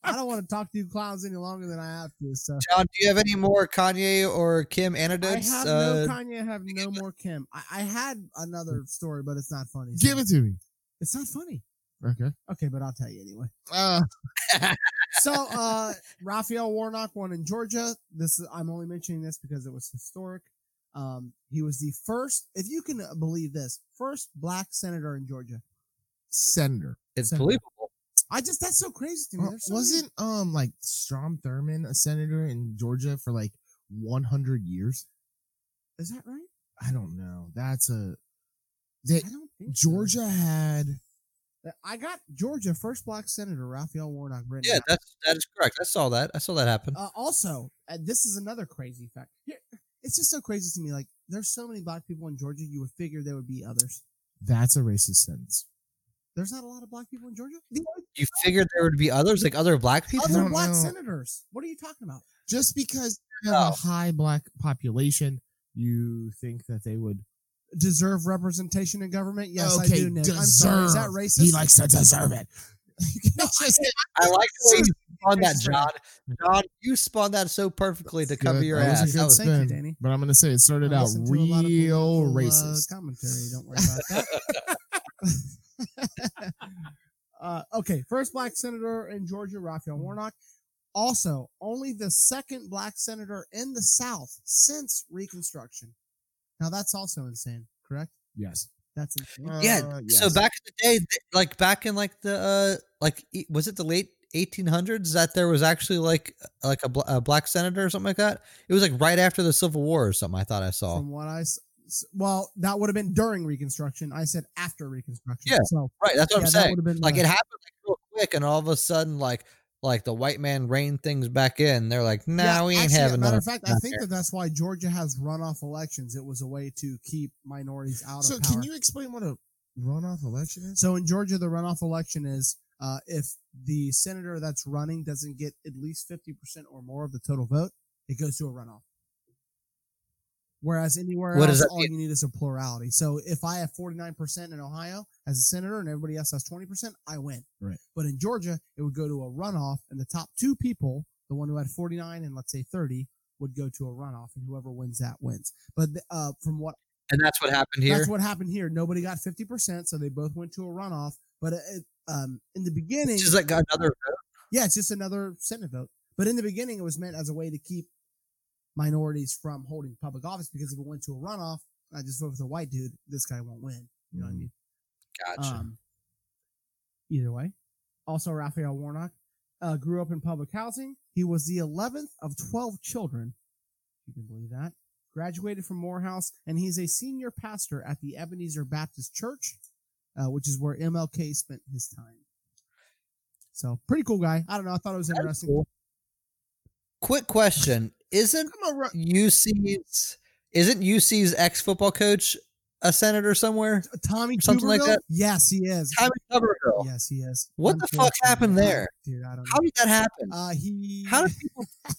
S2: I don't want to talk to you clowns any longer than I have to. So
S3: John, do you have any more Kanye or Kim
S2: I
S3: anecdotes?
S2: have
S3: uh,
S2: no Kanye. I have no more Kim. I, I had another story, but it's not funny. so-
S1: Give it to me.
S2: It's not funny.
S1: Okay.
S2: Okay, but I'll tell you anyway.
S1: Uh,
S2: So, uh, Raphael Warnock won in Georgia. This is, I'm only mentioning this because it was historic. Um, he was the first, if you can believe this, first black senator in Georgia.
S1: Senator.
S3: it's
S1: Senator.
S3: believable.
S2: I just that's so crazy to me.
S1: Uh,
S2: There's so many-
S1: wasn't um like Strom Thurmond a senator in Georgia for like 100 years?
S2: is that right?
S1: I don't know. That's a that
S2: I don't think so.
S1: Georgia had
S2: I got Georgia first black senator Raphael Warnock. written
S3: Yeah,
S2: down.
S3: that's that is correct. I saw that. I saw that happen.
S2: Uh, also, uh, this is another crazy fact. Here, it's just so crazy to me. Like, there's so many black people in Georgia. You would figure there would be others.
S1: that's a racist sentence.
S2: There's not a lot of black people in Georgia.
S3: You figured there would be others, like other black people.
S1: I
S2: Other
S1: don't
S2: black
S1: know.
S2: senators. What are you talking about?
S1: Just because they have a
S3: Oh.
S1: high black population, you think that they would?
S2: Deserve representation in government? Yes,
S1: okay,
S2: I do. Nick.
S1: deserve.
S2: I'm sorry. Is that racist?
S1: He
S2: <laughs>
S1: likes to deserve it. You can't just
S3: I like the way you spun that,
S2: That's
S3: John. John, you spun that so perfectly to cover
S1: Good.
S3: your
S1: That was a
S3: ass.
S1: good
S3: That was-
S2: Thank you,
S1: spin.
S2: Danny.
S1: But I'm gonna say it started
S2: I
S1: out
S2: listen to a lot of
S1: real
S2: political, uh,
S1: racist.
S2: commentary. Don't worry about that. <laughs> uh, okay, first black senator in Georgia, Raphael
S1: Hmm.
S2: Warnock. Also, only the second black senator in the South since Reconstruction. Now that's also insane, correct?
S1: yes.
S2: That's insane.
S3: yeah.
S1: Uh,
S3: So
S1: yes.
S3: back in the day, th- like back in like the uh, like e- was it the late 1800s that there was actually like like a, bl- a black senator or something like that? It was like right after the Civil War or something. I thought I saw.
S2: From what I, s- s- well, that would have been during Reconstruction. I said after Reconstruction.
S3: Yeah,
S2: so
S3: right. That's what
S2: yeah,
S3: I'm
S2: that
S3: saying.
S2: would have been
S3: Like
S2: the-
S3: it happened like, real quick, and all of a sudden, like like the white man reined things back in. They're like, nah,
S2: Yeah,
S3: we ain't
S2: actually,
S3: having
S2: Matter
S3: none.
S2: of fact, I
S3: that
S2: think
S3: there.
S2: that that's why Georgia has runoff elections. It was a way to keep minorities out
S1: So
S2: of power.
S1: can you explain what a runoff election is?
S2: so in Georgia, the runoff election is uh, if the senator that's running doesn't get at least fifty percent or more of the total vote, it goes to a runoff. Whereas anywhere
S3: What
S2: else,
S3: does that
S2: all you need is a plurality. So if I have forty nine percent in Ohio as a senator and everybody else has twenty percent, I win.
S1: Right.
S2: But in Georgia, it would go to a runoff, and the top two people, the one who had forty nine and let's say thirty, would go to a runoff, and whoever wins that wins. But uh, from what
S3: and that's what happened here.
S2: that's what happened here. Nobody got 50%, so they both went to a runoff. But it, um, in the beginning,
S3: Just like another
S2: yeah, it's just another Senate vote. But in the beginning, it was meant as a way to keep minorities from holding public office because if it went to a runoff, I just vote for the white dude, this guy won't win. You know what I mean?
S3: gotcha.
S2: Um, either way. Also, Raphael Warnock uh, grew up in public housing. He was the 11th of 12 children. You can believe that. Graduated from Morehouse, and he's a senior pastor at the Ebenezer Baptist Church, uh, which is where MLK spent his time. So, pretty cool guy. I don't know. I thought it was
S3: That's
S2: interesting.
S3: cool. Quick question: Isn't
S2: I'm a ru-
S3: UC's isn't UC's ex football coach a senator somewhere?
S2: Tommy
S3: Something like
S2: Tuberville?
S3: that.
S2: Yes, he is.
S3: Tommy Tuberville.
S2: Yes, he is.
S3: What the fuck
S2: Unfortunately.
S3: happened there?
S2: Dude, I don't
S3: How
S2: know.
S3: did that happen?
S2: <laughs> Uh, he,
S3: How did people? <laughs>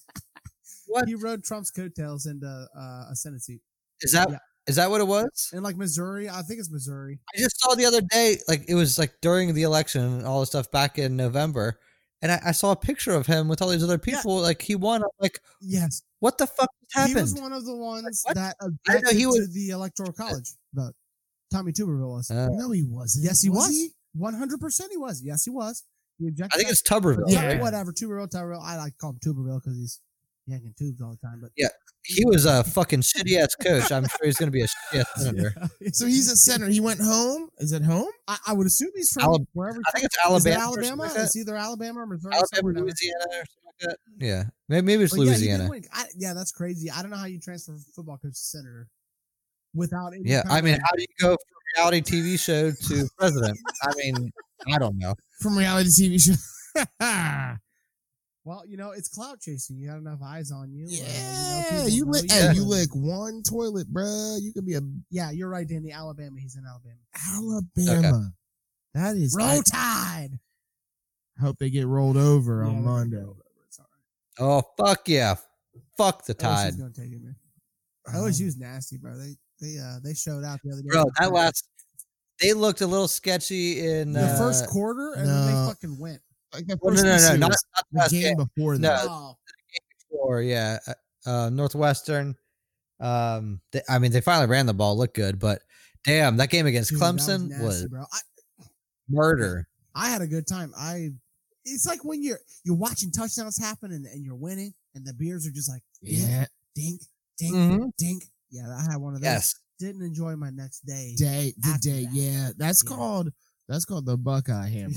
S3: what
S2: he rode Trump's coattails into uh, a Senate seat.
S3: is that?
S2: yeah.
S3: Is that what it was?
S2: in like Missouri. I think it's Missouri.
S3: I just saw the other day, like it was like during the election and all this stuff back in November, and I, I saw a picture of him with all these other people. Like he won. I'm like,
S2: Yes,
S3: what the fuck happened?
S2: he was one of the ones
S3: what?
S2: that
S3: I didn't know
S2: objected
S3: he
S2: to
S3: was-
S2: the electoral college vote. Tommy Tuberville was.
S3: Uh,
S1: no, he wasn't.
S2: yes, he was.
S1: he?
S2: One hundred percent, he was. Yes, he was. He objected.
S3: I think
S2: to
S3: it's Tuberville.
S2: that.
S1: Yeah.
S3: right?
S2: whatever. Tuberville, Tuberville. I like to call him Tuberville because he's yanking tubes all the time. But
S3: He was a fucking shitty ass coach. I'm sure he's gonna be a shitty
S2: <laughs>
S3: ass senator.
S1: <laughs> So he's a senator. He went home. Is it home?
S2: I, I would assume he's from
S3: Alab-
S2: wherever.
S3: I think it's
S2: Is it
S3: Alabama. or something
S2: Alabama?
S3: like that.
S2: It's either Alabama or Missouri.
S3: Alabama,
S2: somewhere down there.
S3: Louisiana, or something like that. Yeah, maybe, maybe it's
S2: But yeah, he did
S3: Louisiana.
S2: win. I- yeah, that's crazy. I don't know how you transfer from football coach to senator without any.
S3: Yeah,
S2: kind
S3: I
S2: of-
S3: mean, how do you go from reality TV show to president? I mean, I don't know.
S1: From reality TV show. <laughs> yeah,
S2: Well, you know, it's clout chasing. You got enough eyes on you. uh, people
S1: you
S2: know
S1: lick.
S2: you.
S1: Hey, you lick one toilet, bruh. You could be a
S2: Yeah, you're right, Danny. Alabama. He's in Alabama.
S1: Alabama. That is.
S2: Roll Tide.
S1: I hope they get rolled over
S2: Yeah,
S1: on
S2: we're gonna
S1: Monday.
S2: go over. It's all
S3: Oh fuck yeah, fuck the
S2: right.
S3: tide,
S2: I wish he was gonna take it, man. I wish
S1: Um,
S2: he was nasty, bro. They they uh they showed out the other day.
S3: bro. That last they looked a little sketchy in
S2: the
S3: uh,
S2: first quarter, and then
S1: no.
S2: they fucking went.
S1: Like the
S3: No, no,
S1: first
S3: no, no,
S1: series,
S3: not, not the
S1: the
S3: last
S1: game
S3: game
S1: before
S3: No.
S1: that.
S2: oh,
S3: before. Yeah, uh, Northwestern. Um, they, I mean, they finally ran the ball, looked good, but damn, that game against
S2: dude, that was
S3: Clemson
S2: nasty,
S3: was
S2: bro. I,
S3: murder.
S2: I had a good time. I it's like when you're you're watching touchdowns happen and, and you're winning, and the beers are just like
S1: Yeah,
S2: dink, dink,
S1: Mm-hmm.
S3: Mhm.
S2: dink. Yeah, I had one of those.
S3: Yes,
S2: Didn't enjoy my next day.
S1: day the
S2: After
S1: day.
S2: that.
S1: Yeah, that's
S2: Yeah.
S1: called that's called the Buckeye
S2: <laughs>
S1: Hammer.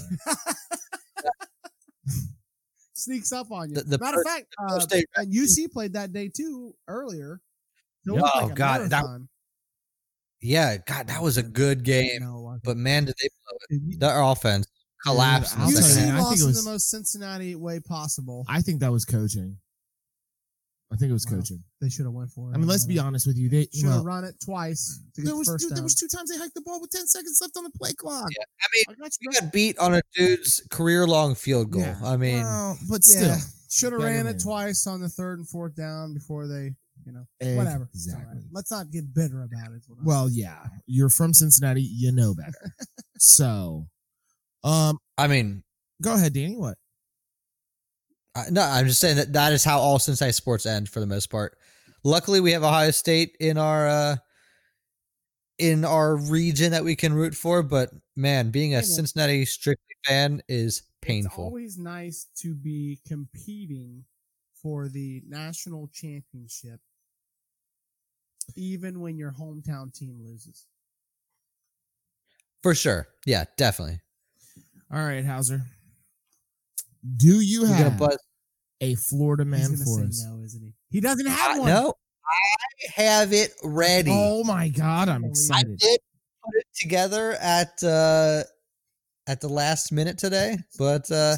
S2: sneaks up on you.
S3: The- the
S2: Matter of
S3: per-
S2: fact, uh,
S3: State
S2: and UC played that day too earlier. It
S1: Yeah.
S2: looked
S3: Oh,
S2: a
S3: God, that-
S2: marathon.
S3: Yeah, God, that was a good game,
S2: No, it wasn't.
S3: but man, did they blow it.
S2: Dude,
S3: Their offense collapsed. in the
S1: I'll
S3: second
S1: tell you,
S3: half.
S2: UC
S1: I think
S2: lost
S1: it
S2: in
S1: was-
S2: the most Cincinnati way possible.
S1: I think that was coaching. I think it was
S2: Wow.
S1: coaching.
S2: They should have went for it.
S1: I mean, let's be honest with you. They
S2: Should have
S1: well, mm,
S2: run it twice to get
S1: there was
S2: Mm. the first
S1: dude, there
S2: down.
S1: was two times they hiked the ball with ten seconds left on the play clock.
S3: Yeah. I mean,
S1: I got you.
S3: we got beat on a dude's career long field goal.
S2: Yeah.
S3: I mean,
S1: Well, but still,
S2: yeah, should have
S1: better
S2: ran it
S1: than-
S2: twice on the third and fourth down before they, you know, whatever. It's all right.
S1: Exactly.
S2: Let's not get bitter about it. is what I'm
S1: Well, yeah, you're from Cincinnati, you know better. so, um,
S3: I mean,
S1: go ahead, Danny. What?
S3: I, no, I'm just saying that that is how all Cincinnati sports end for the most part. Luckily, we have Ohio State in our uh, in our region that we can root for. But man, being
S2: Yeah,
S3: a
S2: but-
S3: Cincinnati strictly fan is
S2: It's
S3: painful.
S2: always nice to be competing for the national championship, even when your hometown team loses.
S3: For sure. Yeah, definitely.
S1: All right, Hauser. Do you
S3: You're
S2: <sighs>
S1: have
S3: gonna buzz.
S1: a Florida man
S2: He's gonna
S1: for us?
S2: say no, isn't he? He doesn't
S3: I,
S2: have one.
S3: no, I have it ready.
S1: Oh my God, I'm
S3: I
S1: excited.
S3: did put it together at uh, at the last minute today, but uh,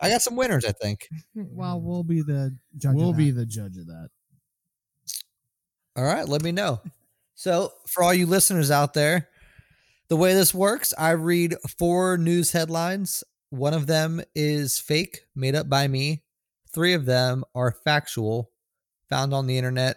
S3: I got some winners. I think.
S2: Well, we'll be the judge.
S1: we'll
S2: of
S1: be
S2: that.
S1: the judge of that.
S3: All right, let me know. So, for all you listeners out there, the way this works, I read four news headlines. One of them is fake, made up by me. Three of them are factual, found on the internet.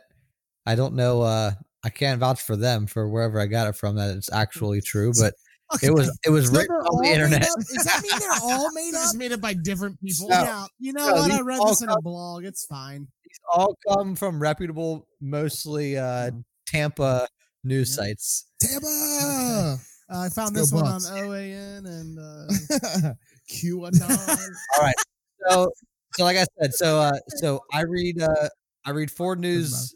S3: I don't know. Uh, I can't vouch for them for wherever I got it from that it's actually true, but
S2: Okay.
S3: it was it was
S2: So
S3: written
S2: they're
S3: on
S2: all
S3: the
S2: made
S3: internet.
S2: up? Does that
S3: <laughs>
S2: mean they're all made
S1: It's
S2: up?
S1: made up by different people.
S3: No.
S2: Yeah. You know
S3: No,
S2: what?
S3: these
S2: I read
S3: all
S2: this in a
S3: come-
S2: blog. It's fine.
S3: These all come from reputable, mostly uh, Tampa news
S2: Mm. Yeah.
S3: sites.
S1: Tampa.
S2: Uh, I found
S1: Let's
S2: this
S1: go
S2: one
S1: Bucks.
S2: on OAN and
S3: <laughs>
S2: uh, QAnon.
S3: so so like I said, so
S2: <laughs>
S3: uh so I read uh I read four news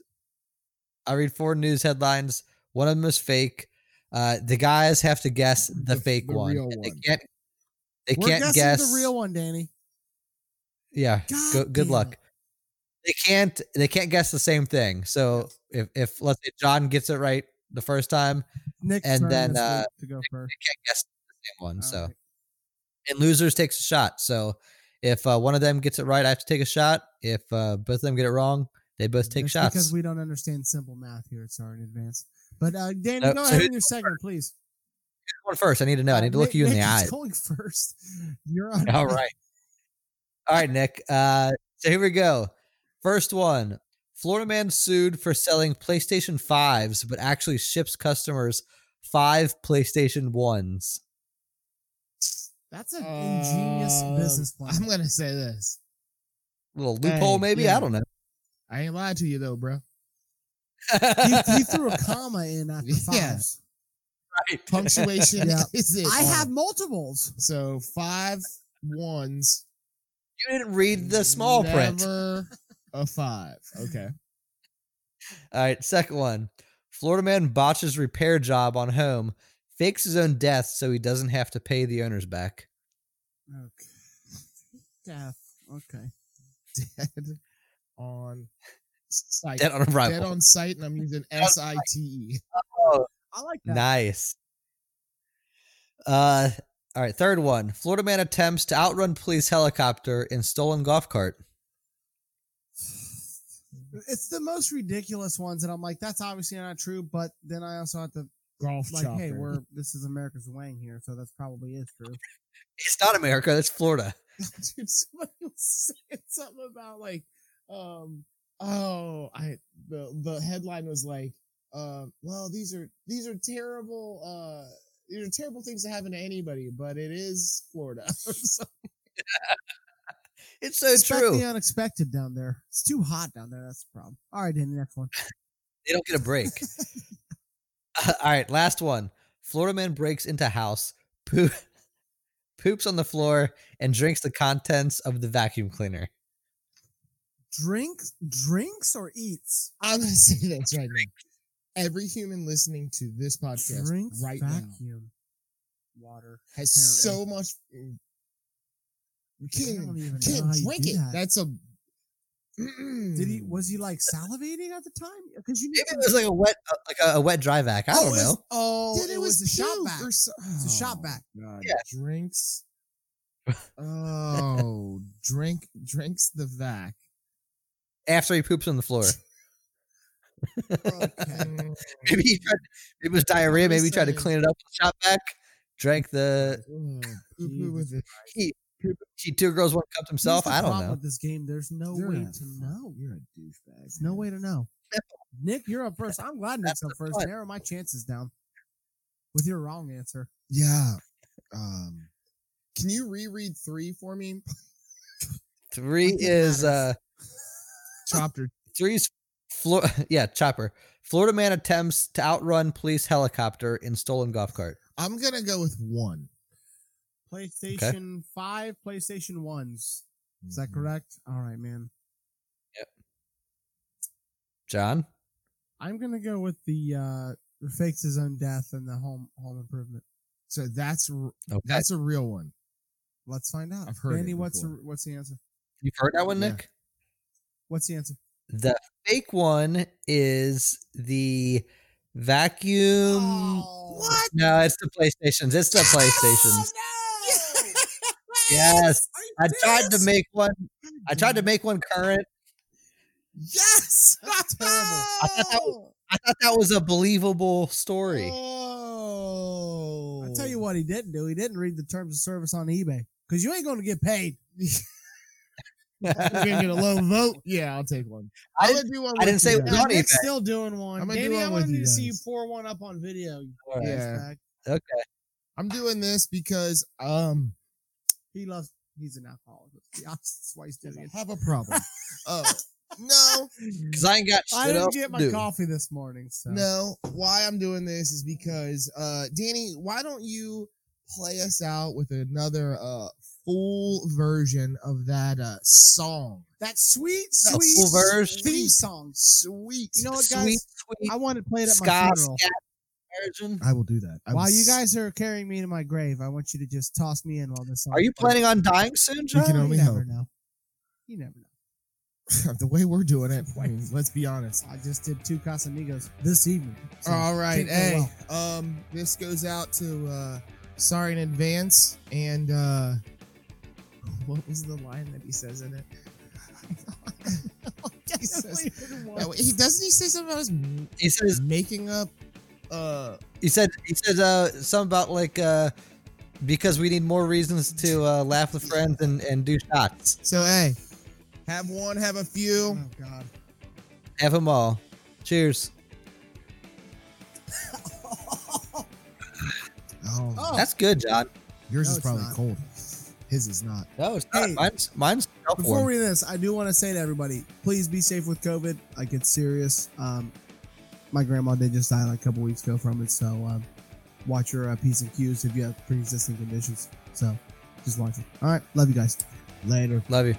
S3: I read four news headlines. One of them is fake. Uh the guys have to guess the,
S1: The-
S3: fake
S1: the
S3: one.
S1: real
S3: and They
S1: one.
S3: can't they
S2: We're
S3: can't
S2: guessing
S3: guess
S2: the real one, Danny.
S3: Yeah.
S2: God
S3: Go, good
S2: damn
S3: luck.
S2: it.
S3: They can't they can't guess the same thing. So if if let's say John gets it right the first time,
S2: Nick's
S3: And
S2: turn
S3: then,
S2: this
S3: uh,
S2: week to go first.
S3: they can't guess the same one. so
S2: Alright.
S3: and losers takes a shot. So if uh, one of them gets it right, I have to take a shot. If uh, both of them get it wrong, they both take
S2: That's
S3: shots.
S2: because we don't understand simple math here. Sorry in advance. But uh, Danny,
S3: No,
S2: go
S3: so
S2: ahead
S3: who's
S2: in your segment, please.
S3: one first. I need to know. I
S2: Uh,
S3: need to look
S2: Nick-
S3: you in
S2: Nick
S3: the
S2: is
S3: eyes.
S2: Going first. <laughs> You're on.
S3: All right. All right, Nick. Uh, so here we go. First one Florida man sued for selling PlayStation 5s, but actually ships customers five PlayStation 1s.
S2: That's an ingenious
S1: Um,
S2: business plan.
S1: I'm gonna say this.
S3: Little loophole,
S1: Dang,
S3: maybe?
S1: yeah.
S3: I don't know.
S1: I ain't lied to you though, bro.
S2: he, he threw a comma in after
S1: Yeah.
S2: fives.
S1: Punctuation
S3: <laughs>
S2: Yeah.
S1: is it.
S2: I have multiples.
S1: so five ones.
S3: <laughs> you didn't read the small print.
S1: Never a five. <laughs> Okay.
S3: All right, second one. Florida man botches repair job on home, fakes his own death so he doesn't have to pay the owners back. <laughs>
S2: Okay. Death. Okay.
S1: Dead on site.
S3: Dead on arrival.
S1: Dead on site, and I'm using S I T E.
S3: Oh.
S2: I like that.
S3: Nice. Uh, all right. Third one. Florida man attempts to outrun police helicopter in stolen golf cart.
S2: It's the most ridiculous ones, and I'm like, that's obviously not true. But then I also have to
S1: Golf
S2: like, hey,
S1: chopper.
S2: we're this is America's Wang here, so that's probably is true.
S3: It's not America. That's Florida.
S1: dude, somebody was
S2: <laughs>
S1: saying something about like, um, oh, I the the headline was like,
S2: uh,
S1: um, well, these are these are terrible, uh, these are terrible things to happen to anybody, but it is Florida.
S2: <laughs>
S1: So-
S3: It's so
S2: Expect
S3: true.
S2: The unexpected down there. It's too hot down there. That's the problem. All right, Danny, next one.
S3: They don't <laughs> get a break. Uh, all right. Last one. Florida man breaks into house, poo- <laughs> poops on the floor, and drinks the contents of the vacuum cleaner.
S2: Drink, drinks or eats?
S1: I'm gonna say this right now. Every human listening to this podcast
S2: drinks
S1: right now
S2: vacuum. Water.
S1: has so
S2: apparently.
S1: much. You
S2: I
S1: can't,
S2: don't even know
S1: can't
S2: how you
S1: drink
S2: do
S1: it.
S2: that.
S1: That's a. Mm.
S2: Did he? Was he like salivating at the time? Because you
S3: Maybe it was like a wet, uh, like a, a wet dry vac. I
S2: Oh,
S3: don't
S2: it was-
S3: know.
S2: Oh,
S1: Dude,
S2: it, was, a shot
S1: puke
S2: back.
S1: or so-
S2: It's a shot
S1: Oh.
S2: back.
S1: God,
S3: Yeah.
S1: <laughs> drinks. Oh, drink drinks the vac.
S3: after he poops on the floor. <laughs>
S2: <laughs> Okay.
S3: Maybe he tried, it was diarrhea. Maybe he tried to
S1: saying.
S3: clean it up with a shot back. Drank the
S1: Ugh, poo-poo with it.
S3: he he two girls one cup himself.
S2: Here's the
S3: I don't
S2: problem
S3: know.
S2: With this game, there's no
S1: You're
S2: way
S1: a
S2: to
S1: fuck-
S2: know.
S1: You're a douchebag.
S2: There's no way to know. Nick, you're up first. I'm glad Nick's
S3: That's
S2: up
S3: the
S2: first.
S3: fun.
S2: Narrow my chances down with your wrong answer.
S1: Yeah. Um, can you reread three for me?
S3: Three is uh
S1: Chopper.
S3: three's floor <laughs> yeah chopper. Florida man attempts to outrun police helicopter in stolen golf cart.
S1: <laughs> I'm gonna go with one.
S2: PlayStation Five, PlayStation Ones. Is that
S1: Mhm.
S2: correct? All right, man.
S3: John,
S2: I'm gonna go with the uh fakes his own death and the home home improvement.
S1: Mm-hmm. So that's r-
S3: okay.
S1: that's a real one.
S2: Let's find out.
S1: I've heard it
S2: Andy, what's the,
S1: before.
S2: what's the answer?
S3: you've heard that one,
S1: Yeah.
S3: Nick.
S2: What's
S1: <laughs>
S2: the answer?
S3: The fake one is the vacuum.
S2: Oh!
S1: What?
S3: No, it's the PlayStations. It's
S2: <laughs>
S3: the PlayStations. Yes,
S1: Are you
S3: I
S2: <laughs>
S3: tried to
S1: serious?
S3: make one. I tried
S2: Mm.
S3: to make one current.
S1: Yes. <laughs>
S2: That's terrible.
S3: I thought that was, I thought that was a believable story. <laughs>
S1: Oh.
S2: I tell <laughs> you what, he didn't do. He didn't read the terms of service on eBay because you ain't gonna get paid.
S1: You're gonna get a low vote. Yeah, I'll take one.
S3: I
S1: I'm gonna do one.
S3: I didn't say
S1: you
S3: it was
S1: guys.
S2: Now,
S3: on
S2: Nick's
S3: eBay.
S2: still doing one.
S1: I'm gonna do one
S2: Danny, I
S1: with
S2: wanted
S1: you
S2: to see you
S1: guys.
S2: pour one up on video. you
S3: All right.
S1: Yeah.
S2: douchebag.
S3: Okay.
S1: I'm doing this because um
S2: He loves. He's an alcoholic. Let's be honest. That's why he's doing it.
S1: I have a
S2: <laughs>
S1: problem. Oh no,
S3: Because I ain't got shit
S2: I didn't
S3: else
S2: get
S3: to
S2: my
S3: do.
S2: coffee this morning, so
S1: no. Why I'm doing this is because uh Danny, why don't you play us out with another uh full version of that uh song?
S2: that sweet,
S3: No,
S2: sweet
S3: full verse.
S2: theme song.
S1: Sweet.
S2: You know what, guys?
S3: Sweet, sweet
S2: I want to play it at my
S3: ska
S2: funeral.
S3: scat version.
S1: I will do that. I
S2: While
S1: will
S2: you
S1: s-
S2: guys are carrying me to my grave, I want you to just toss me in while this song.
S3: Are you
S2: plays.
S3: planning on dying soon,
S1: You
S3: John?
S1: can
S2: Oh,
S1: only
S2: you never
S1: hope.
S2: know. You never
S1: <laughs>
S2: know. Mm,
S1: the way we're doing it, I mean, let's be honest.
S2: I just did two Casamigos this evening. so-
S3: Uh,
S1: All right,
S2: can't
S1: hey,
S2: go
S1: um, this goes out to uh, sorry in advance, and
S2: <laughs>
S1: uh, what was the line that he says in it?
S3: <laughs>
S1: he says, <laughs> no, he doesn't. He say something about us m-
S3: He says.
S1: making up. Uh,
S3: He said. He said uh, something about like uh, because we need more reasons to uh, laugh with friends and, and do shots.
S1: so hey, have one, have a
S2: oh
S1: few.
S2: God.
S3: Have them all. Cheers.
S1: Oh,
S2: Oh.
S3: That's good, John.
S1: yours
S2: No,
S1: is
S2: it's
S1: probably
S2: not.
S1: cold. His is not.
S3: No, it's not. Uh,
S2: Hey,
S3: mine's mine's
S2: Before
S3: self-warm.
S2: we do this, I do want to say to everybody, please be safe with COVID. Like it's serious. Um, my grandma did just die like a couple weeks ago from it, so um, watch your uh, p's and q's if you have pre-existing conditions. So just watch it. All right, love you guys.
S1: Later.
S3: Love you.